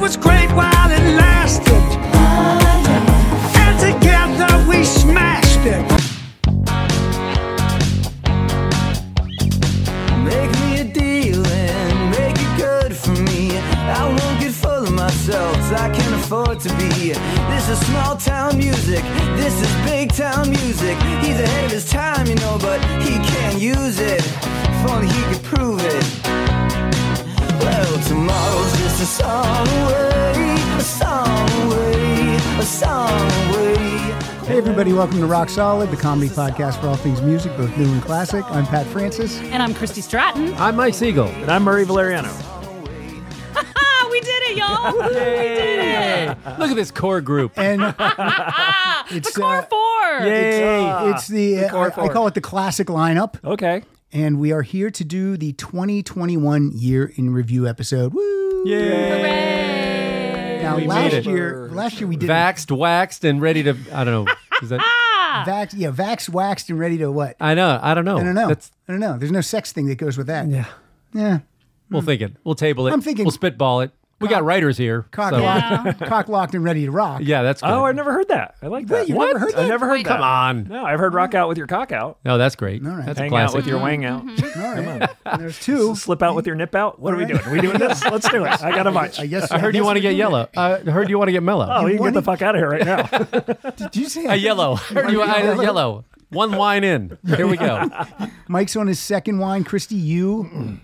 was great while it lasted. And together we smashed it. Make me a deal and make it good for me. I won't get full of myself, 'cause I can afford to be. This is small town music, this is big town music. He's ahead of his time, you know, but he can't use it. If only he could prove it. Well, tomorrow's just a song away, a song away, a song away. Hey, everybody, welcome to Rock Solid, the comedy podcast for all things music, both new and classic. I'm Pat Francis. And I'm Christy Stratton. I'm Mike Siegel. And I'm Murray Valeriano. Ah, we did it, y'all. we did it. Look at this core group. And The it's, core uh, four. it's the, uh, core I, I four. call it the classic lineup. Okay. And we are here to do the 2021 year in review episode. Woo! Hooray. Now, We last made it. year, last year we did Vaxed, waxed, and ready to. I don't know. Is that, Ah. Vax, yeah, vax, waxed, and ready to what? I know. I don't know. I don't know. That's, I don't know. There's no sex thing that goes with that. yeah. Yeah. We'll think it. We'll table it. I'm thinking- We'll spitball it. We got writers here. Cock, so- yeah. locked, cock locked and ready to rock. that's good. Oh, I've never heard that. I like that. you've What? never heard that? I've never heard Wait. that. Come on. No, I've heard rock out with your cock out. No, Oh, that's great. right. That's a Hang classic. out with your wang out. Mm-hmm. All right. There's two. Slip out with your nip out. What are we All right. doing? Are we doing this? Let's do it. I got a bunch. I guess I heard you guess want to we're get doing yellow. I heard you want to get Oh, mellow. you can get the wanted- fuck out of here right now. that. Did you say A yellow. I heard you I- Yellow. yellow. One wine in. Here we go. Mike's on his second wine. Christy, you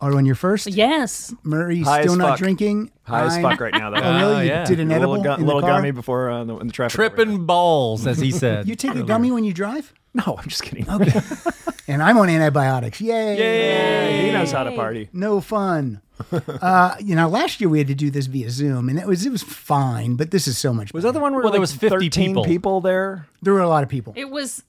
are on your first. Yes. Murray's High still as not fuck. drinking. High as I'm- fuck right now, though. Ah, Oh, really? Oh, you yeah. did an edible little gu- in the little car? gummy before uh, in the, in the traffic. over Tripping balls, as he said. You take a gummy when you drive? here. No, I'm just kidding. And I'm on antibiotics. Yay. He knows how to party. No fun. uh, you know, last year we had to do this via Zoom, and it was it was fine, but this is so much. Was that the one where Well, there was like, 50 13 people. there? there were a lot of people. It was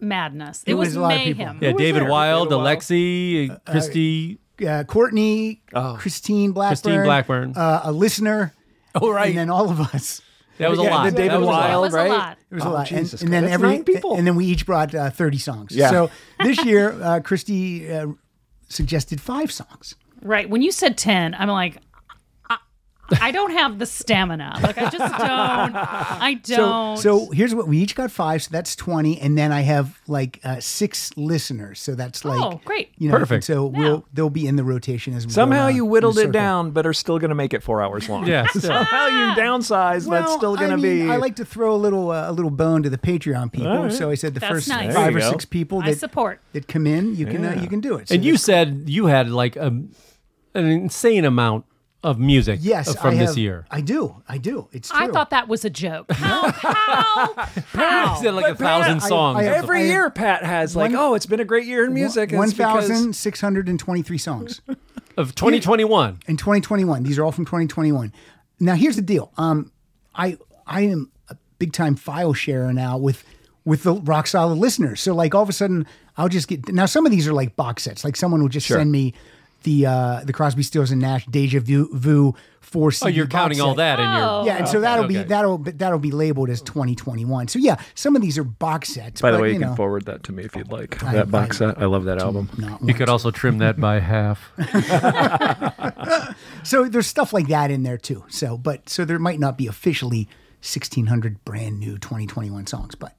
madness. It, It was, was a lot of people. mayhem. Yeah, David there? Wilde, David Wild. Alexi, uh, Christy, Uh, Courtney, uh, Christine Blackburn, Christine Blackburn. uh, a listener, oh right, and then all of us. that was a yeah, lot. the David that was It Wild. a lot. was a right? lot. It was a Oh, lot, Jesus and, and then Christ. That's every nine people. and then we each brought uh, thirty songs. Yeah. So this year, uh, Christy uh, suggested five songs. Right. When you said 10, I'm like, I- I don't have the stamina. Like, I just don't. I don't. So here's what we each got five, so that's twenty, and then I have like uh, six listeners, so that's like Oh, great. you know, Perfect. So Yeah. we'll they'll be in the rotation as we go Somehow around you in a whittled it circle. down, but are still going to make it four hours long. Yeah, still. Somehow you downsize, Ah! Well, but still going I to mean, be. I like to throw a little uh, a little bone to the Patreon people, so I said the That's first nice. five There or you go. six people I that support. that come in, you can uh, you can do it. So and you that's- said you had like a, an insane amount of music. yes uh, from I this have- year. I do, I do. It's true. I thought that was a joke. How? How? How? I said like a But Pat, thousand I- songs. I have- Every year, Pat has like, oh, it's been a great year in music. and one it's because- thousand six hundred and twenty-three songs of 2021. in 2021. These are all from 2021. Now here's the deal. Um, I I am a big time file sharer now with with the rock solid listeners. So like all of a sudden I'll just get now some of these are like box sets. Like someone will just send me the uh the Crosby, Stills and Nash Deja Vu, Vu four CD. Oh, you're box counting all set. that in Oh. your. Yeah, and so that'll be okay. that'll but that'll be labeled as 2021. So yeah, some of these are box sets. By the but, way, you, you can know, forward that to me if you'd like. that box set. I love that album. not You could also trim that by half. So there's stuff like that in there too. So, but so there might not be officially 1,600 brand new 2021 songs, but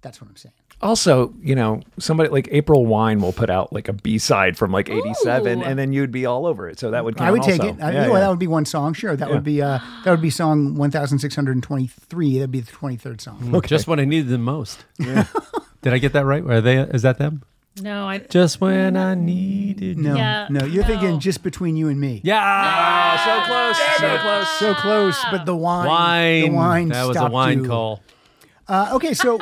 that's what I'm saying. Also, you know, somebody like April Wine will put out like a B side from like '87, Ooh. and then you'd be all over it. So that would count I would take also. it. I, Yeah, well, yeah. that would be one song. Sure, that would be uh, that would be song 1,623. That'd be the 23rd song. Mm. Just when I needed them most. Did I get that right? Are they? Is that them? No, I. Just when I needed. No, Yeah, no, you're thinking no. just between you and me. Yeah. Oh, so close, so close. So close, but the wine, Wine. the wine. That was a stopped wine you. call. Uh, okay, so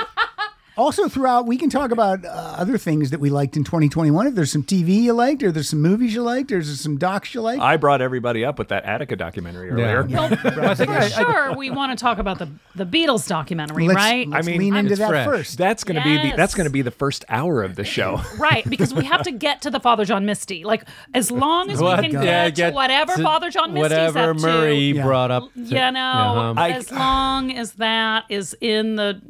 also throughout, we can talk about uh, other things that we liked in 2021. If there's some TV you liked, or there's some movies you liked, or there's some docs you liked. I brought everybody up with that Attica documentary earlier. Yeah. Well, for sure, we want to talk about the the Beatles documentary, Let's- right? Let's I mean, lean into it's that fresh. first. That's gonna be the Yes. that's gonna be the first hour of the show. Right, because we have to get to the Father John Misty. Like as long as What- we can yeah, get, to whatever to Father John Misty's whatever up Murray to, Yeah. brought up. to- you know, Yeah, um, I- as long as that is in the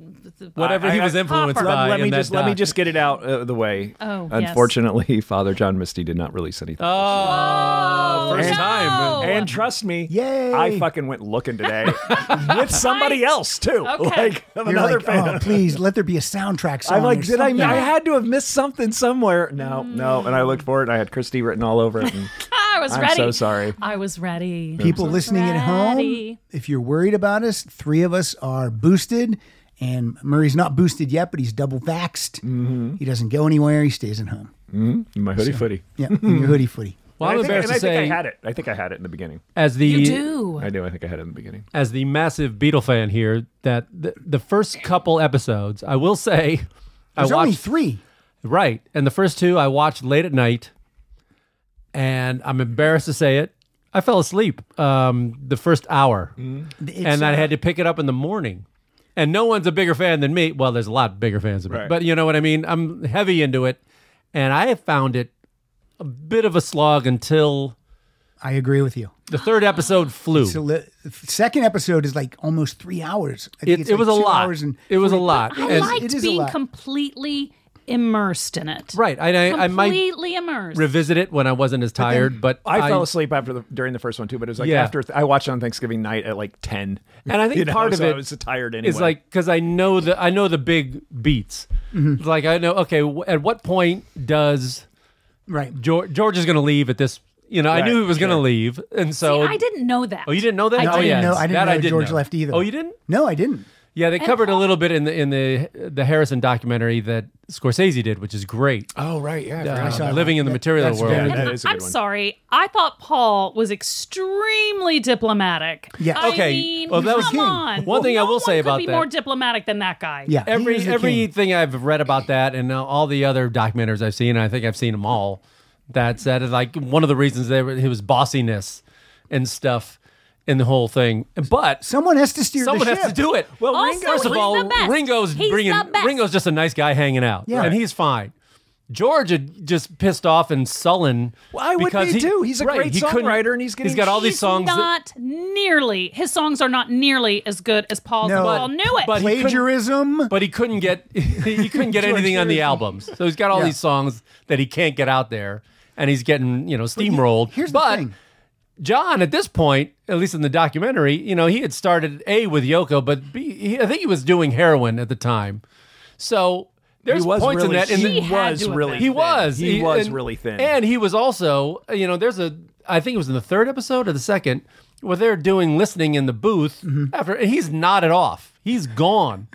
Whatever he I- was I- influenced Popper. by. Let in me that just let me doc. just get it out of the way. Oh, yes. unfortunately, Father John Misty did not release anything. Oh, first no. time. and trust me, Yay. I fucking went looking today with somebody else too. Okay. Like I'm You're another like, fan. oh, please let there be a soundtrack song. I'm like, or did I? something." I had to have missed something somewhere. No, Mm. no. And I looked for it, and I had Christy written all over it. And I was I'm ready. so sorry. I was ready. People listening at home, Ready. if you're worried about us, three of us are boosted, and Murray's not boosted yet, but he's double vaxxed. He doesn't go anywhere. He stays at home. Mm-hmm. My hoodie footy. Yeah, in your hoodie footy. Well, I'm I think, embarrassed and I to say, think I had it. I think I had it in the beginning. as the You do. I do. I think I had it in the beginning. as the massive Beatle fan here, that the, the first couple episodes, I will say, There's I watched only three. right, and the first two I watched late at night, and I'm embarrassed to say it, I fell asleep um, the first hour, Mm-hmm. and uh, I had to pick it up in the morning. And no one's a bigger fan than me. Well, there's a lot bigger fans of me, Right. but you know what I mean. I'm heavy into it, and I found it a bit of a slog until I agree with you. the third episode flew. So the the second episode is like almost three hours. I think It, it's it like was a two lot. hours and It was a lot. I And- it liked is a being lot. completely immersed in it. Right. I, I, I might Completely immersed. revisit it when I wasn't as tired, but, I, fell asleep after the during the first one too, but it was like Yeah. after I watched it on Thanksgiving night at like ten, And I think You know, part of so it I was tired anyway. It's like because I know the I know the big beats. It's Like I know. Okay, w- at what point does right. George, George is going to leave? At this, you know, I Right, knew he was going to sure. leave, and See, so I didn't know that. Oh, you didn't know that? I oh, didn't yeah, know- I didn't that know I did George left either. Oh, you didn't? No, I didn't. Yeah, they covered a little bit in the in the the Harrison documentary that Scorsese did, which is great. oh right, yeah, Uh, living in the material that's world. very Yeah, good. that is a I'm good one. sorry. I thought Paul was extremely diplomatic. Yeah. I Okay, mean, well, that was come king. on. One thing I No will say one about could be that- more diplomatic than that guy. Yeah. he every was the king. everything I've read about that and uh, all the other documentaries I've seen, I think I've seen them all. That said, like one of the reasons they were, it was bossiness and stuff in the whole thing. But Someone has to steer someone the ship. has to do it. Well, Also, Ringo- first of he's all, the best. Ringo's He's bringing the best. Ringo's just a nice guy hanging out, Yeah. and he's fine. George had just pissed off and sullen. Well, I would because be he- too. He's a right, great he couldn't- songwriter, and he's he's getting- got all these He's songs. that- not nearly. His songs are not nearly as good as Paul's. No. and But- Paul knew it. but he couldn't- Plagiarism. but he couldn't get he couldn't get anything on the albums. So he's got all Yeah. these songs that he can't get out there, and he's getting you know steamrolled. Here's but the thing. John, at this point, at least in the documentary, you know he had started a with Yoko, but B, he, I think he was doing heroin at the time. So there's he was points really, in that. In he the, He had was to have really been. he thin. was he, was and- really thin. and he was also you know there's a I think it was in the third episode or the second where they're doing listening in the booth Mm-hmm. after and he's nodded off he's gone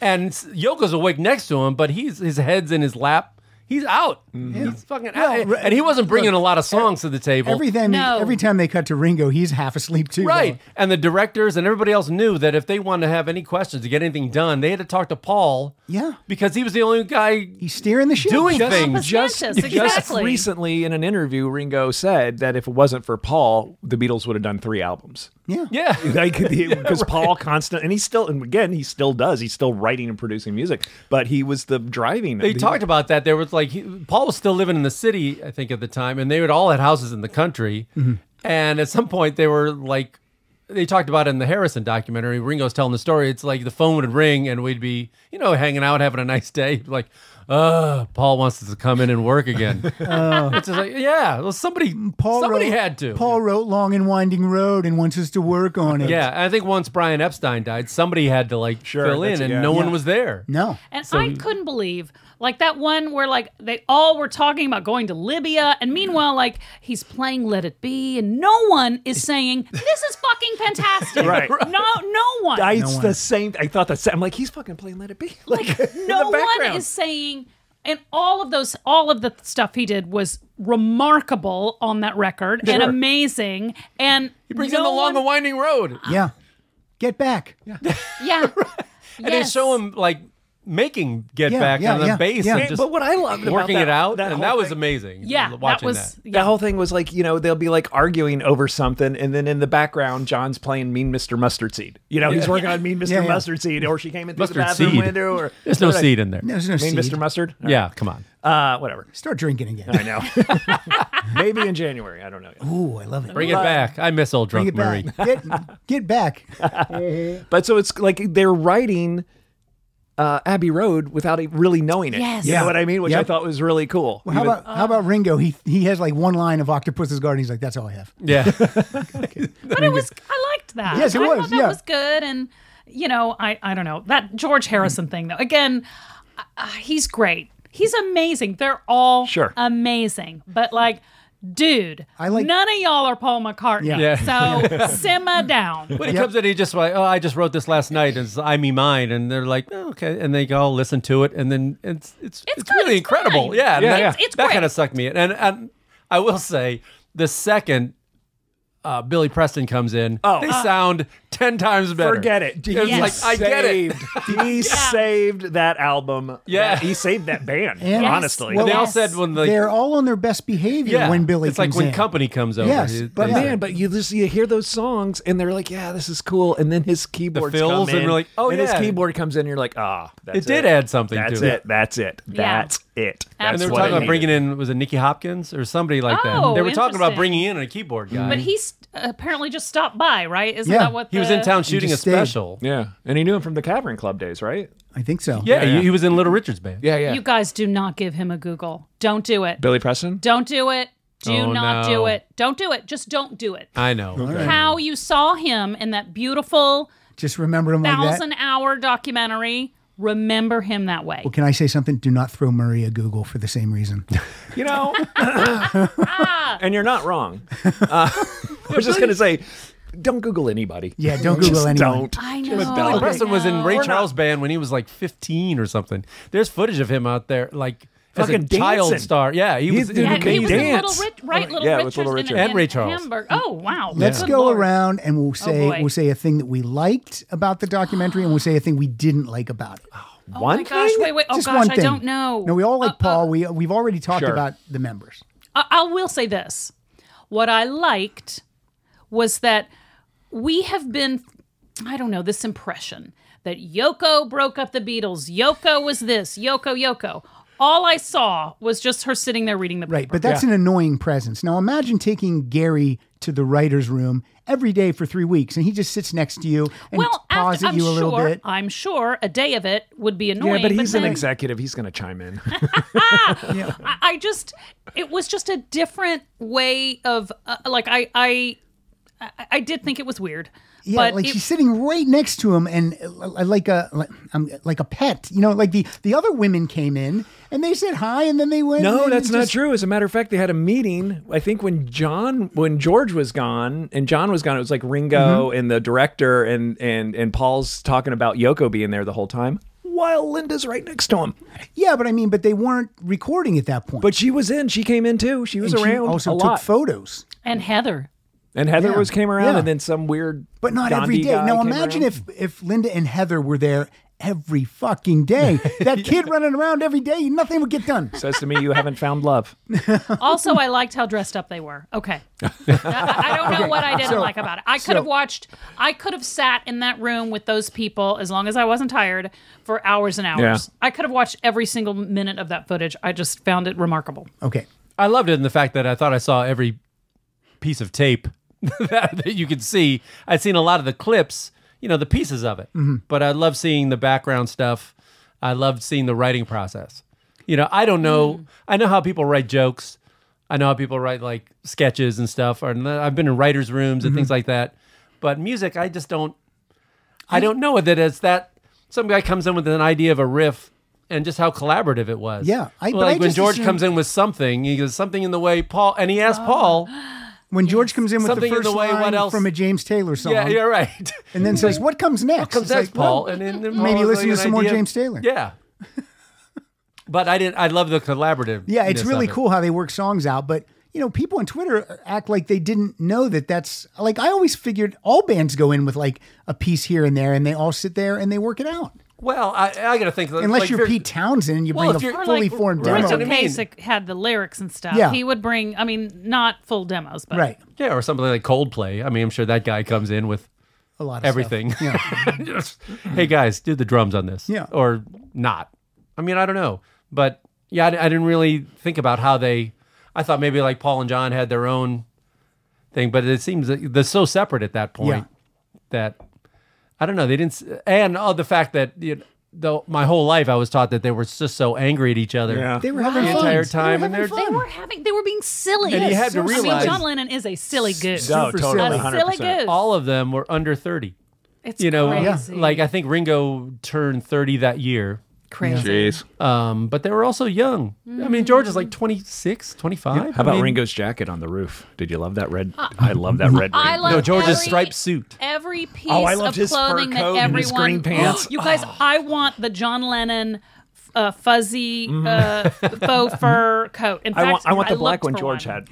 and s- Yoko's awake next to him but he's his head's in his lap he's out he's fucking out Mm-hmm. re- e-, and he wasn't bringing a lot of songs to the table Every time, No. every time they cut to Ringo, he's half asleep too. Right. And the directors and everybody else knew that if they wanted to have any questions to get anything done, they had to talk to Paul. Yeah. Because he was the only guy He's steering the ship. doing Just- things. just, Just exactly. recently in an interview, Ringo said that if it wasn't for Paul, the Beatles would have done three albums. Yeah. Yeah. Like because Paul constant and he still and again he still does he's still writing and producing music, but he was the driving. They talked about that. There was like he, Paul was still living in the city, I think, at the time, and they would all had houses in the country. Mm-hmm. And at some point, they were like, they talked about it in the Harrison documentary. Ringo's telling the story. It's like the phone would ring, and we'd be, you know, hanging out, having a nice day. Like, uh, Paul wants us to come in and work again. Oh. It's just like, yeah, well, somebody, Uh, Paul somebody wrote, had to. Paul wrote "Long and Winding Road" and wants us to work on it. yeah, I think once Brian Epstein died, somebody had to like Sure, fill in, that's- and yeah. no one Yeah. was there. No. And I couldn't believe like that one where like they all were talking about going to Libya and meanwhile like he's playing Let It Be and no one is saying this is fucking fantastic. Right. No no one. I, it's one. the same. I thought that. I'm like he's fucking playing Let It Be. Like in no the one background. is saying and all of those all of the stuff he did was remarkable on that record and Sure. amazing and he Brings in the long and winding road. uh, Yeah. Get back. Yeah. And they show him like making Get Yeah, Back yeah, on the yeah, bass yeah. and Yeah, just but what I loved about working that- it out, that and whole that was thing- amazing. Yeah, that watching was that. yeah. The whole thing was like, you know, they'll be like arguing over something, and then in the background, John's playing Mean Mr. Mustard Seed. You know, he's working on Mean Mr. Yeah, yeah. Mustard Seed, or she came in through Mustard the bathroom Seed. window, or There's no What did I- seed in there. There's no Mean seed. Mr. Mustard. Yeah, come on. Uh, whatever. Start drinking again. I know. Maybe in January. I don't know. Yet. Ooh, I love it. Bring it back. I miss old Bring drunk it Murray. back. Get, get back. But so it's like they're writing uh, Abbey Road without e- really knowing it. Yes. You Yeah. know what I mean? Which I Yep. thought was really cool. How Even- about how about Ringo? He he has like one line of Octopus's Garden. He's like, that's all I have. Yeah. But it was I liked that. Yes, it I was, Thought that yeah. was good, and you know, I I don't know that George Harrison thing though. Again, uh, uh, he's great. He's amazing. They're all Sure. amazing, but like. Dude, I like- none of y'all are Paul McCartney. Yeah. So simmer down. But he comes in, he just like, oh, I just wrote this last night, and it's I me mine, and they're like, oh, okay, and they all listen to it, and then it's it's it's, good, really it's incredible, fine. yeah, and Yeah, that, yeah. It's that great. kind of sucked me in, and and I will say, the second uh, Billy Preston comes in, Oh. they sound ten times better. Forget it. It's Yes. like I get it. it. He saved that album. Yeah. That- he saved that band. And- Yes. Honestly. And they all Yes. said when the They're all on their best behavior yeah, when Billy. it's like comes when in. company comes over, Yes, it- but it's- Man, but you just you hear those songs and they're like, yeah, this is cool. And then his keyboard fills, comes and in, we're like, oh, and yeah. his keyboard comes in. And you're like, ah, that's It did add something That's to it. it. That's it. That's it. That's and they were what talking I about bringing needed. in was it Nicky Hopkins or somebody like that. Oh, They were talking about interesting. bringing in a Mm. keyboard guy. But he st- apparently just stopped by, right? Isn't Yeah. that what He was the- in town shooting a just stayed. special. Yeah, and he knew him from the Cavern Club days, right? I think so. Yeah, Yeah, he- yeah. he was in Little Richard's band. Yeah, yeah. You guys do not give him a Google. Don't do it. Billy Preston. Don't do it. Do Oh, not no. do it. Don't do it. Just don't do it. I know. How you saw him in that beautiful Just remember him like that. thousand hour documentary, remember him that way. Can I say something? Do not throw Murray a Google for the same reason. You know, and you're not wrong. Uh, I was just gonna say, don't Google anybody. Yeah, don't Just Google anyone. Don't. I Just know. don't. Okay. Preston was in Ray We're Charles' not- band when he was like 15 or something. There's footage of him out there, like as a Fucking child dancing. star. Yeah, he was. He's doing Yeah, in he the was band. in Dance. Little Rich, right? Little Oh, Yeah, Richard, with Little in- Richard. in And Ray Charles. Hamburg. Oh wow! Let's Good go Lord. Oh, around and we'll say boy. we'll say a thing that we liked about the documentary and we'll say a thing we didn't like about it. One Oh my gosh! thing? Wait, wait. Oh Just gosh, one I thing. don't know. No, we all like Uh, Paul. we we've already talked Sure. about the members. I, I will say this. What I liked was that we have been, I don't know, this impression that Yoko broke up the Beatles. Yoko was this, Yoko, Yoko. All I saw was just her sitting there reading the paper. Right, but that's an annoying presence. Now imagine taking Gary to the writer's room every day for three weeks, and he just sits next to you and well, paws after, at I'm you a little sure, bit. I'm sure a day of it would be annoying. Yeah, but he's an then- executive. He's gonna chime in. I, I just it was just a different way of uh, like I I I- I did think it was weird. Yeah, but like it- she's sitting right next to him, and uh, li- like a like, um, like a pet, you know. Like the the other women came in and they said hi, and then they went. and No, then that's it not just- true. As a matter of fact, they had a meeting. I think when John, when George was gone, and John was gone, it was like Ringo Mm-hmm. and the director, and and and Paul's talking about Yoko being there the whole time, while Linda's right next to him. Yeah, but I mean, but they weren't recording at that point. But she was in. She came in too. She was And she around also a took lot. photos, and Heather. and Heather Yeah. was came around, Yeah. and then some weird, but not every Gandhi day. guy Now came imagine around. if if Linda and Heather were there every fucking day. That kid running around every day, nothing would get done. says to me, "You haven't found love." Also, I liked how dressed up they were. Okay, I, I don't know what I didn't like about it. I could have watched. I could have sat in that room with those people as long as I wasn't tired for hours and hours. Yeah. I could have watched every single minute of that footage. I just found it remarkable. Okay, I loved it in the fact that I thought I saw every piece of tape that, that you could see. I'd seen a lot of the clips, you know, the pieces of it. Mm-hmm. But I love seeing the background stuff. I loved seeing the writing process. You know, I don't know. I know how people write jokes. I know how people write like sketches and stuff. Or I've been in writers' rooms and Mm-hmm. things like that. But music, I just don't. I don't know that it's that some guy comes in with an idea of a riff and just how collaborative it was. Yeah, I- I, but I like when just George assume- Uh, comes in with something, he goes something in the way Paul, and he asked Paul, when George comes in with Something in the the first way, what line else? from a James Taylor song, yeah, you're right. and then says, "What comes next?" comes It's like, next, Paul, well, and then, then maybe Paul has, like, listen to an some more idea. James Taylor. Yeah, but I didn't. I love the collaborative. Yeah, it's really cool how they work songs out, but you know, people on Twitter act like they didn't know that that's like I always figured all bands go in with like a piece here and there and they all sit there and they work it out. Well, I, I got to think Unless like, you're very- Pete Townsend and you Well, bring if a you're- Or, fully like, formed That's demo. what I Richard mean. Kasich had the lyrics and stuff. Yeah. He would bring. I mean, not full demos, but Right. Yeah, or something like Coldplay. I mean, I'm sure that guy comes in with A lot of stuff. everything. Just, hey guys, do the drums on this. Yeah. Or not. I mean, I don't know. But yeah, I, I didn't really think about how they. I thought maybe like Paul and John had their own thing, but it seems that they're so separate at that point Yeah. that I don't know. They didn't. s- And oh, the fact that you know, though my whole life I was taught that they were just so angry at each other. Yeah. They were Wow. having The fun. entire They were time, and having they're- They fun. were having, they were being silly. And you had to I mean, realize- John Lennon is a silly goose. No, Super totally. silly. a silly 100%. goose. All of them were under 30. it's You know, crazy. like I think Ringo turned 30 that year. crazy. Jeez. Um, but they were also young. I mean, George is like 26, 25. How about I mean, Ringo's jacket on the roof? Did you love that red? I love that red. I ring. love No, George's every- striped suit. Every piece Oh, I of loved his fur clothing that coat and everyone. his green pants. Oh. you guys, I want the John Lennon uh, fuzzy uh, faux fur coat. In fact, Mm-hmm. I want, I want the black one looked for George had.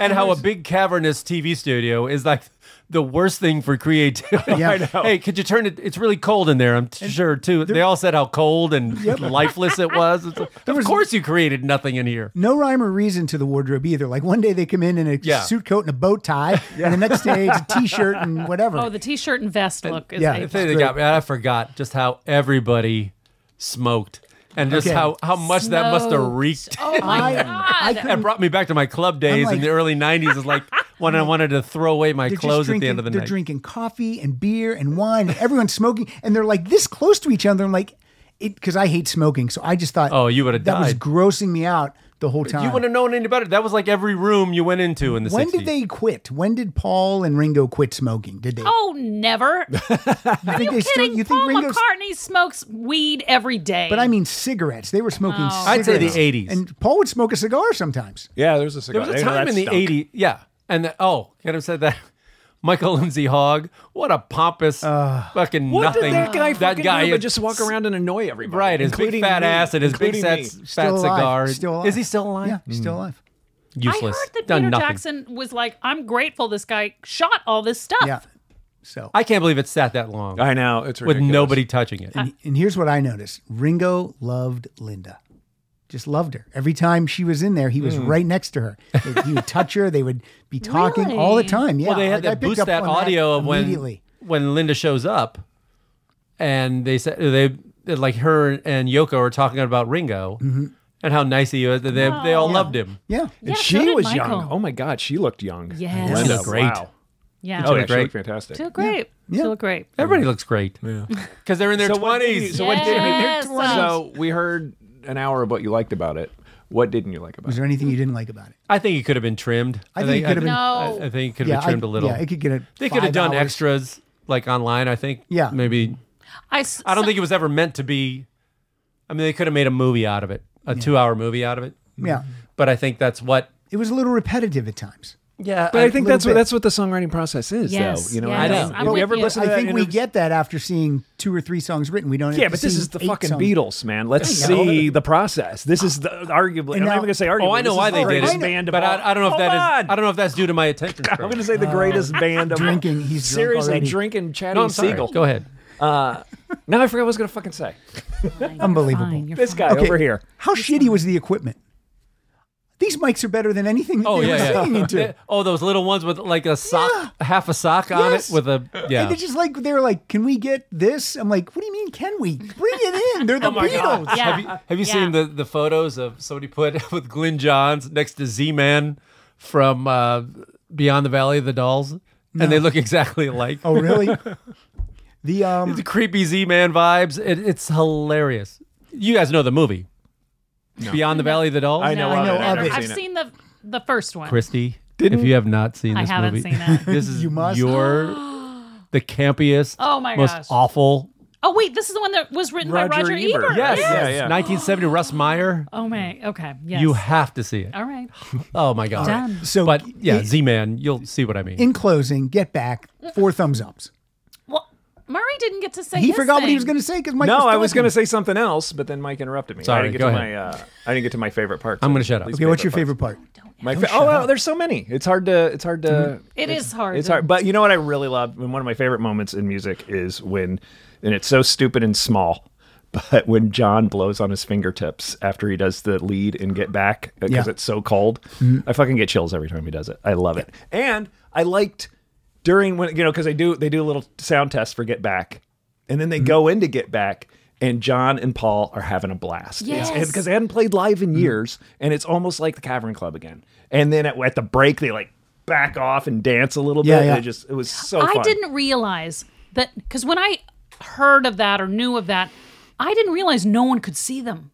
and how a big cavernous TV studio is like the worst thing for creativity. Yeah. I know. Hey, could you turn it? It's really cold in there. I'm t- sure too. They all said how cold and lifeless it was. It's like, of course, you created nothing in here. No rhyme or reason to the wardrobe either. Like one day they come in in a Yeah. suit coat and a bow tie, and the next day it's a t-shirt and whatever. Oh, the t-shirt and vest look. Is yeah. The a- thing that got me, I forgot just how everybody smoked and just Okay. how how much that must have Smoked. reeked. Oh my I- I god! That brought me back to my club days in like- the early '90s. Is like when I wanted to throw away my They're just clothes at drinking- the end of the they're night. drinking coffee and beer and wine. And everyone's smoking, and they're like this close to each other. I'm like, it because I hate smoking, so I just thought, Oh, you would've that was died. grossing me out the whole time. You wouldn't have known any better. That was like every room you went into in the when 60s. did they quit? When did Paul and Ringo quit smoking? Did they? Oh, never. you think they Kidding. You think Paul Ringo? McCartney smokes weed every day. But I mean cigarettes. They were smoking. I'd say the 80s. cigarettes. And Paul would smoke a cigar sometimes. Yeah, there's a There cigar. was a They know time that in the stunk. 80s. Yeah. And the, oh, could have said that. Michael Lindsay Hogg. What a pompous Uh, fucking What nothing. did that guy that guy do but is- just walk around and annoy everybody? Right. His big including fat me, ass and his big including fat, me. fat Still alive. cigar. Still alive. Is he still alive? Hmm. Yeah, he's still alive. I heard Useless. that Done Peter nothing. Jackson was like, "I'm grateful this guy shot all this stuff." Yeah. So I can't believe it sat that long I know it's with ridiculous. nobody touching it. And, and here's what I noticed Ringo loved Linda. Just loved her. Every time she was in there, he was Mm. right next to her. They- He would touch her. They would be talking all the Really? time. Yeah. Well, they like, had I to picked boost up that on audio of when immediately. when Linda shows up, and they said they like her and Yoko are talking about Ringo and how nice he was. They they all loved him. Mm-hmm. Yeah. Oh. Yeah, And so she did was Michael. young. Oh my God, she looked young. Yes. She Linda, looked great. Wow. Yeah. Oh, yeah, great. she looked fantastic. She looked great. Yeah. She looked great. Everybody looks great because they're in their So what didn't you- twenties. so what didn't you- Yes. So we heard an hour of what you liked about it. What didn't you like about Was it? there anything you didn't like about it? I think he could have been trimmed. I think it could have been- I, No. I think it could have been trimmed I- a little. Yeah, it could get a. they could have five done hours. extras like online. I think. Yeah. maybe. I, s- I don't think it was ever meant to be. I mean, they could have made a movie out of it, a two-hour movie out of it. Mm-hmm. Yeah. But I think that's what. It was a little repetitive at times. Yeah, But I think little that's what bit. that's what the songwriting process is, Yes, though. You know, yes. I know. If I'm you with ever you. listen I to that think we interv- get that after seeing two or three songs written. We don't have Yeah, to but this see is the eight fucking songs. Beatles, man. Let's I know. see the process. This is the arguably. And I'm now- not even gonna say arguably. Oh, I know this why is the they did greatest it, Band of but all. Uh, I, I don't know if Hold that is. on! I don't know if that's due to my attention. span. I'm gonna say the greatest band of Drinking, he's drunk seriously already. drinking. Chatty no, I'm sorry. Siegel. Go ahead. Now I forgot what I was gonna fucking say. Unbelievable. Fine, you're This fine. guy over here. How shitty was the equipment? These mics are better than anything that Oh they yeah, were yeah. singing into. They- oh, those little ones with like a sock, half a sock on Yes. it with a yeah. And they're just like they were like, "Can we get this?" I'm like, "What do you mean? Can we bring it in?" They're the Beatles. Oh Yeah. Uh, Have you, have you Yeah. seen the, the photos of somebody put with Glenn Johns next to Z Man from uh, Beyond the Valley of the Dolls? And they look exactly alike. Oh, really? the um, The creepy Z Man vibes. It, it's hilarious. You guys know the movie Beyond the Valley of the Dolls? I know. No, of know it. I've of never it. I've seen it. seen the the first one. Christy, if you have not seen I this haven't movie, seen it. this is You must. your the campiest, Oh my most gosh. awful. Oh wait, this is the one that was written by Roger Roger Ebert. Ebert. Yes, Yeah, yes. yeah. 1970 Russ Meyer. Oh my. Okay. Yes. You have to see it. All right. Oh my god. Done. So, but yeah, i- Z Man, you'll see what I mean. in closing, get back four thumbs ups. Well, Murray didn't get to say. He his forgot what he thing. was going to say because Mike. No, I was going gonna say something else, but then Mike interrupted me. Sorry, I didn't get go to ahead. my. Uh, I didn't get to my favorite part. I'm gonna shut up. Least Okay, what's your parts. favorite part? My fa- oh, wow, there's so many. It's hard to. It's hard to. It is hard. It's to- hard, but you know what I really love, and one of my favorite moments in music is when, and it's so stupid and small, but when John blows on his fingertips after he does the lead and Get Back because Yeah. it's so cold, Mm-hmm. I fucking get chills every time he does it. I love it, and I liked during when you know because they do they do a little sound test for Get Back, and Mm-hmm. then they go into Get Back. And John and Paul are having a blast. It's- Yes. because they hadn't played live Mm-hmm. in years, and it's almost like the Cavern Club again. And then at, at the break, they like back off and dance a little Yeah, bit. and yeah. it just it was so I fun. didn't realize that because when I heard of that or knew of that, I didn't realize no one could see them.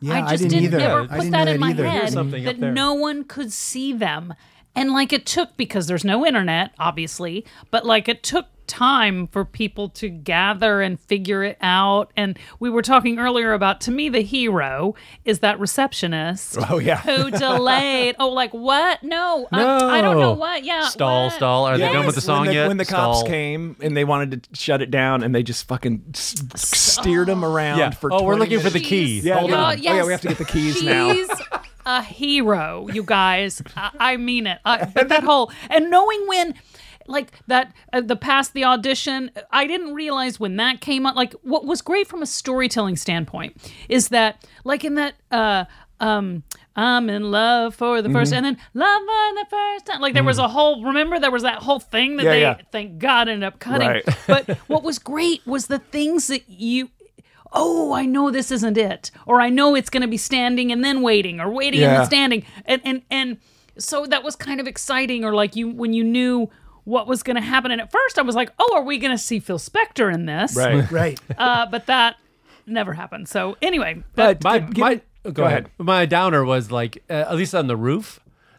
Yeah, I I just didn't didn't either. ever I put didn't that, know in that my either. head Here's something up that there. no one could see them. And like it took because there's no internet, obviously, but like it took time for people to gather and figure it out. And we were talking earlier about to me the hero is that receptionist. Oh yeah. Who delayed? Oh, like what? No, I, I don't No. know what. Yeah, Stall, what? stall. Are they done with the Yes. song when the, yet? When the stall. cops came and they wanted to shut it down, and they just fucking s- steered them around Yeah. for. Oh, we're 20 looking for the minutes. key. She's- Yeah, Hold yeah. on. Oh, yeah, we have to get the keys now. She's a hero, you guys. I, I mean it. I, but that whole and knowing when, like that, uh, the past the audition. I didn't realize when that came up. Like what was great from a storytelling standpoint is that, like in that. uh um, I'm in love for the 1st Mm-hmm. and then love for the first time. Like there was a whole. Remember, there was that whole thing that Yeah, they, yeah. thank God, ended up cutting. Right. but what was great was the things that you oh i know this isn't it or i know it's going to be standing and then waiting or waiting and Yeah. then standing and and and so that was kind of exciting or like you when you knew what was going to happen and at first i was like oh are we going to see phil spector in this Right. Right. uh, but that never happened so anyway but, But my, give- my give- oh, go, go ahead. ahead. My downer was like uh, at least on the roof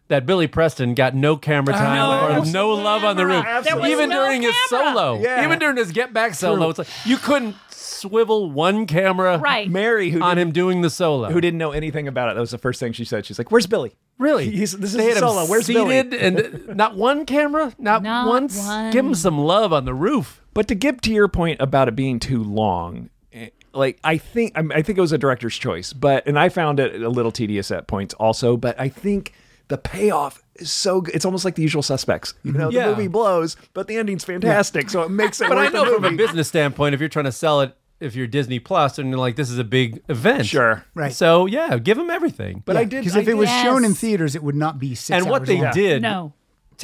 that Billy Preston got no camera time or no absolutely. love on the roof. Camera. There was Even no during his camera. solo, Yeah. even during his Get Back solo, it's like you couldn't swivel one camera Right. Mary, who on didn't, him doing the solo. who didn't know anything about it, that was the first thing she said. She's like, "Where's Billy? Really? He's, this They is had a him solo. Where's seated Billy?" and not one camera, not, Not once. one. Give him some love on the roof. But to give to your point about it being too long, eh, like I think I, mean, I think it was a director's choice, but and I found it a little tedious at points also. But I think the payoff is so good. It's almost like The Usual Suspects. You know, Yeah. the movie blows, but the ending's fantastic, so it makes it. But I worth know the from a movie. business standpoint, if you're trying to sell it, if you're Disney Plus, and you're like, this is a big event. Sure. Right. So yeah, give them everything. But But I I, did Because if I it was did- shown in Yes. theaters, it would not be six and what hours they long. did, no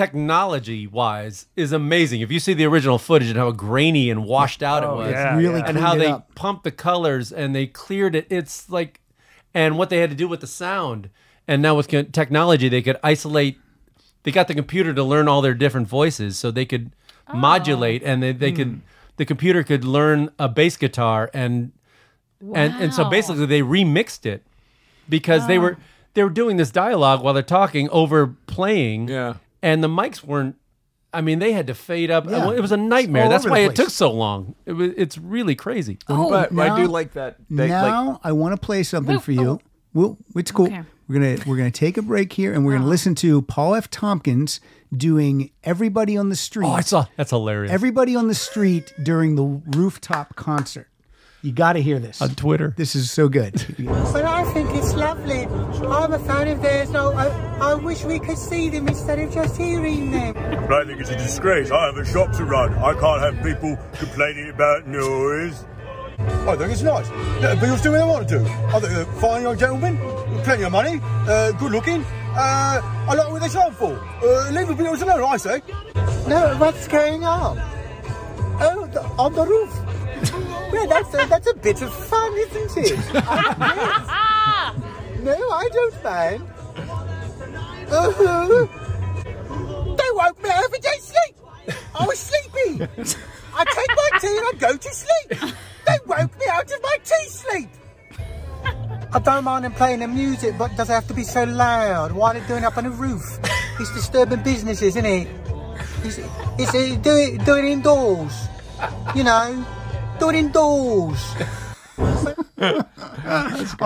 technology wise, is amazing. If you see the original footage and how grainy and washed out it was, yeah, Oh, Really and cleaned how it they up. pumped the colors and they cleared it. It's like, and what they had to do with the sound. And now with co- technology, they could isolate. They got the computer to learn all their different voices, so they could modulate, and they, they Hmm. could. The computer could learn a bass guitar, and and and so Wow. basically they remixed it because Ah. they were they were doing this dialogue while they're talking over playing. Yeah. and the mics weren't. I mean, they had to fade up. Yeah. It was a nightmare. all That's over why the it place. took so long. It was, it's really crazy. Oh, Oh, But I do now- like that. They, like, Now I want to play something Wait, for you. oh. Well, it's cool. Okay. Oh. We're gonna we're gonna take a break here, and we're gonna listen to Paul F. Tompkins doing "Everybody on the Street." Oh, I saw. That's hilarious. Everybody on the street during the rooftop concert. You got to hear this. on Twitter. This is so good. But I think it's lovely. I'm a fan of theirs. I, I, I wish we could see them instead of just hearing them. I think it's a disgrace. I have a shop to run. I can't have people complaining about noise. Oh, I think it's nice. Let people do what they want to do. I think they're fine young gentlemen, with plenty of money, uh, good looking. Uh, I like what they stand for. Uh, leave the videos alone, I say. No, what's going on? Oh, the, on the roof. Well, that's a, that's a bit of fun, isn't it? Yes. No, I don't mind. Uh-huh. They woke me every day sleep. I was sleepy. I take my tea and I go to sleep. They woke me out of my tea sleep. I don't mind them playing the music, but does it have to be so loud? Why are they doing it up on a roof? It's disturbing business, isn't it? It's, it's, uh, do it, do it indoors. You know, do it indoors. All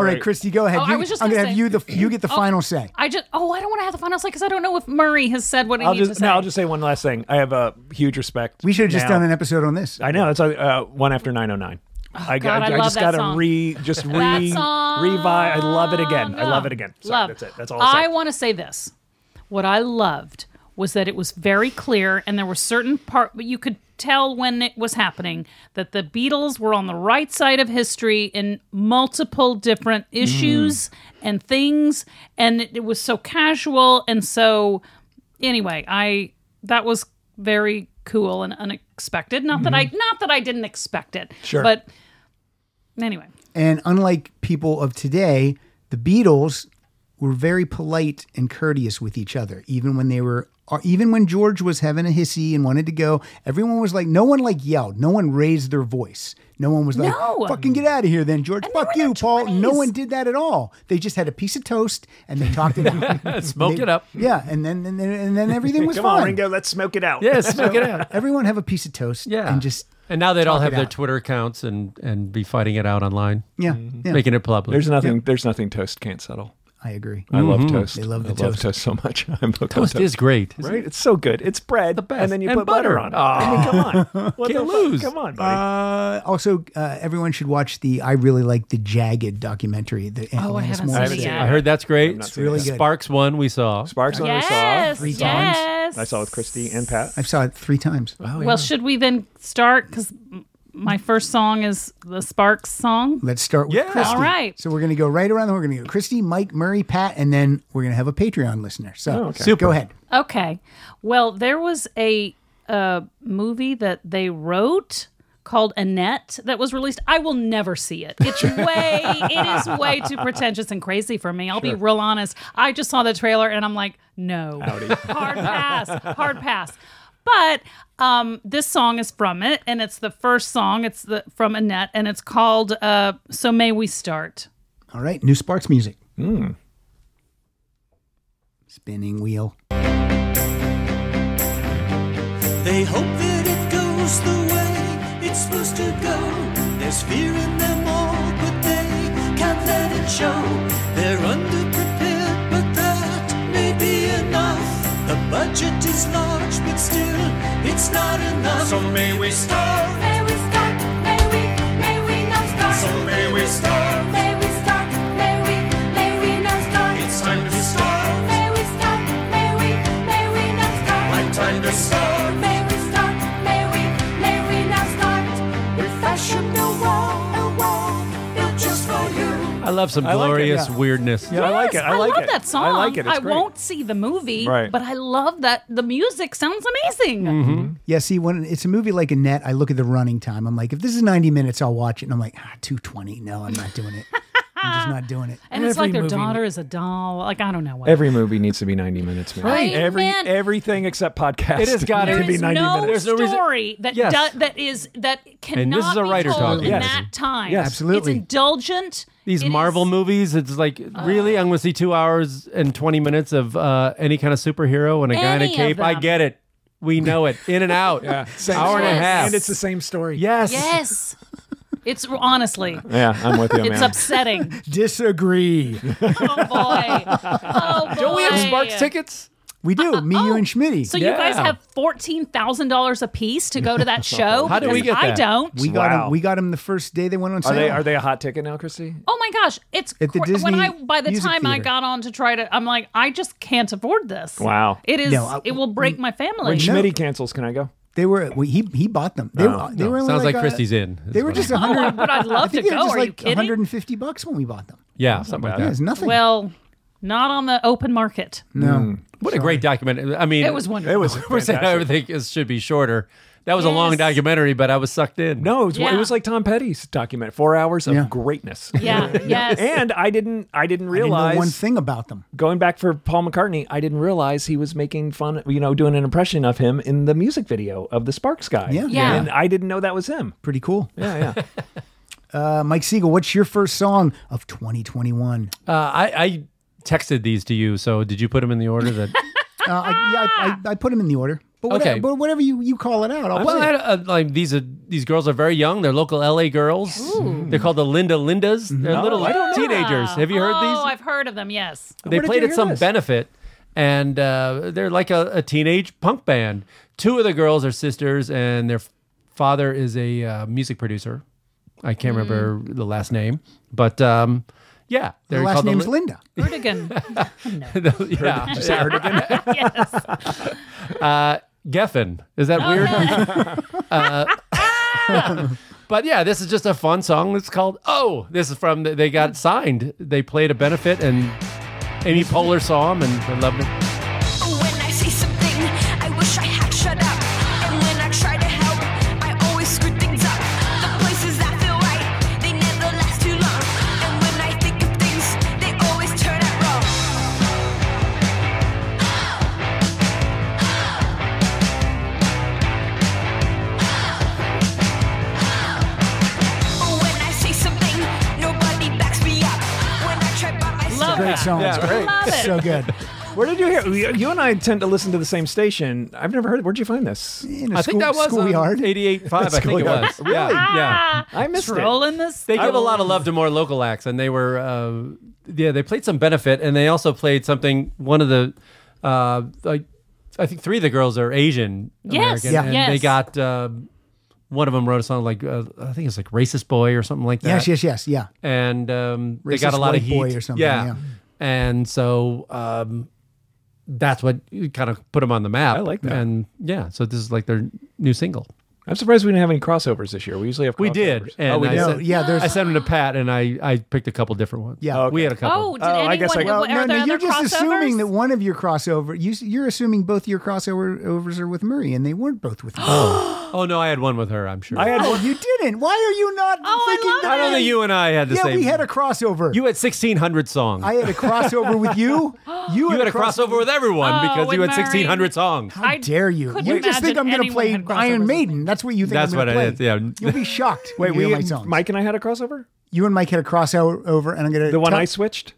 right, Christy, go ahead. Oh, I you, was just I'm gonna gonna have say- you the you get the final say. i just oh i don't want to have the final say because i don't know if murray has said what i I'll need to just say no. I'll just say one last thing. I have a huge respect. We should have just now. done an episode on this. I know. That's uh, one after nine oh nine. I, God, I I, love just that gotta song. re, just re, That revive. song. I love it again. I love it again. Sorry, love. That's it. That's all. I'll say. want to say this. What I loved was that it was very clear, and there were certain part, but you could tell when it was happening that the Beatles were on the right side of history in multiple different Mm. issues and things, and it, it was so casual and so. Anyway, I that was very cool and unexpected. Not that I Mm-hmm. not that I didn't expect it, sure, but anyway, And unlike people of today, the Beatles were very polite and courteous with each other, even when they were, or even when George was having a hissy and wanted to go. Everyone was like, no one like yelled, no one raised their voice, no one was like, No. "Fucking get out of here, then George, And they were fuck in you, their Paul." No 20s. one did that at all. They just had a piece of toast and they talked it out, Smoked They- it up. Yeah, and then and then, and then everything was Come fine. on, Ringo, let's smoke it out. Yeah, smoke it out. Everyone have a piece of toast, Yeah, and just and now they'd all talk have it their out. Twitter accounts and and be fighting it out online, yeah, yeah. making it public. Mm-hmm. There's nothing. There's nothing toast can't settle. I agree. I love toast. They love the I toast. so much. I'm hooked on Mm-hmm. toast is great. Isn't right. It's so good. It's bread, best. and then you And put butter, butter. on it. I mean, come on, what Can't the fuck? lose. Come on, buddy. Ah. Uh, also, uh, everyone should watch the I really like the Jagged documentary. The Atlantis Oh, haven't Morning seen it Star. it? yet. I heard that's great. not seen Really good. Sparks one we saw. Sparks on yes, saw. Three times. yes. I saw with Christy and Pat. I saw it three times. Well, should we then start? Because my first song is the Sparks song. Let's start with Yeah. Christy. All right. So we're going to go right around. the- We're going to go Christy, Mike, Murray, Pat, and then we're going to have a Patreon listener. So Oh, Super. go ahead. Okay. Well, there was a uh, movie that they wrote called Annette that was released. I will never see it. It's way, it is way too pretentious and crazy for me. I'll be real honest. I just saw the trailer and I'm like, no, hard pass, hard pass. But um, this song is from it, and it's the first song. It's the from Annette, and it's called uh, "So May We Start." All right. New Sparks music. Hmm. Spinning wheel. They hope that it goes the way it's supposed to go. There's fear in them all, but they can't let it show. They're underprepared, but that may be enough. The budget is large, but still, it's not enough. So may we start. May we start. May we. May we not start. So may we start. May we start. May we. May we not start. It's time to start. May we start. May we. May we not start. My time to start. May we start. May we. May we not start. We fashioned a wall, a wall built just for you. I love some like it, glorious yeah. weirdness. Yeah, I like it. Yes, I like love it. that song. I like it. It's I great. won't see the movie, Right. but I love that the music sounds amazing. Mm-hmm. Yeah, see, when it's a movie like Annette, I look at the running time. I'm like, if this is 90 minutes, I'll watch it. And I'm like, ah, 220. No, I'm not doing it. I'm just not doing it. And it's like their daughter is a doll. Like I don't know what. Every movie needs to be 90 minutes, man. Right, Every man. everything except podcast. It has got there to needs is be be 90 no minutes. There's no reason- story that Yes. do- that is that cannot this is a be writer told talking. in Yes. that time. Yes. Absolutely. it's indulgent. These It Marvel is- movies, it's like really, I'm going to see two hours and 20 minutes of uh, any kind of superhero and a guy in a Any of cape. I them. get it. We know it. In and out. Hour and a Yes. half. and it's the same story. yes. Yes, it's honestly. Yeah, I'm with you, It's man. upsetting. Disagree. Oh boy. Oh boy. Don't we have Sparks tickets? We do. Me, you, and Schmitty. Uh, oh, So you guys Yeah. have fourteen thousand dollars a piece to go to that show? How do we Because get I that? don't. we got Wow. him. We got him the first day they went on sale. Are they are they a hot ticket now, Christy? Oh my gosh, it's At the cra- when Disney I by the Music time I Theater. got on to try to I'm like I just can't afford this. Wow. It is No, I- mm, it will break my family. when Schmitty No. cancels. Can I go? They were well, he he bought them. They, Oh, they were only Sounds like, uh, Christie's in. is They were what just I- Oh, 100. but I'd I love to think they were go. just Are you like kidding? 150 bucks when we bought them. yeah, something like bad. Yeah, that. it's nothing. well, not on the open market. no, What a great documentary. I mean, It was wonderful. It was We're saying fantastic. everything is, should be shorter. That was a long Yes. documentary, but I was sucked in. No, it was, it Yeah. was like Tom Petty's document. Four hours of Yeah. greatness. Yeah, yes. And I didn't. Mm, I didn't I didn't know realize one thing about them. going back for Paul McCartney. I didn't realize he was making fun. You know, doing an impression of him in the music video of the Sparks guy. Yeah. Yeah. And I didn't know that was him. Pretty cool. Yeah, yeah. Uh, Mike Siegel, what's your first song of 2021? Uh, I, I texted these to you. So did you put them in the order that? Uh, I, yeah, I, I, I put them in the order. But whatever, Okay. but whatever you, you call it out, I'll well, play I, it. uh, like these are these girls are very young. They're local LA girls. They're called the Linda Lindas. They're little teenagers. Have you heard oh, these? I've heard of them. Yes. they Where did played at you hear some this? benefit and uh, they're like a, a teenage punk band two of the girls are sisters and their f- father is a uh, music producer i Hmm. can't remember the last name but um, yeah The they're last called name's the, Lin- Linda. Erdogan. yeah, yeah. yes. geffen is that weird uh, Ah! but yeah this is just a fun song it's called oh this is from they got signed they played a benefit and amy poehler saw them and I loved it When I see something, I wish I had shut up. And when I try to help, I always screw things up. The places that feel right, they never last too long. And when I think of things, they always turn out wrong. a great song. Yeah, right. Love it. So good. Where did you hear? you- You and I tend to listen to the same station. I've never heard. Where'd you find this? In a I school- think that was um, schoolyard. 88.5, I think it was. really? Yeah. yeah. I missed it. Rolling Ah, this. They give a lot of love to more local acts, and they were, uh, yeah, they played some benefit, and they also played something. One of the, uh, like, I think three of the girls are Asian Yes, American, Yeah. and yes. they got. Uh, one of them wrote a song like uh, I think it's like "Racist Boy" or something like that. Yes, yes, yes. Yeah. and um, they got a Racist lot of white heat boy or something, yeah. and so um, that's what kind of put them on the map. I like that. and yeah, so this is like their new single. I'm surprised we didn't have any crossovers this year. We usually have. We crossovers. did, and oh, we I did. No, sent, yeah, there's- I sent them to Pat, and I I picked a couple different ones. Yeah. we had a couple. Oh, did Oh, anyone? I guess I- are Well, there no, no, other you're just assuming crossovers? that one of your crossover. You, you're assuming both your crossovers are with Murray, and they weren't both with. Murray. Oh no, I had one with her. I'm sure. I had oh, you didn't. Why are you not Oh, I thinking love that? I don't think you and I had the yeah, same. we had a crossover. you had 1,600 songs. I had a crossover with you. You you had a crossover with everyone Oh, because you with had Murray. 1,600 songs. How I dare you? couldn't You just think imagine I'm going to anyone play had crossovers Iron with me. Maiden. That's what you think. That's I'm gonna what it play. is, yeah. you'll be shocked. Wait, when you we hear my songs. Mike and I had a crossover. you and Mike had a crossover, and I'm going to The one tell- I switched.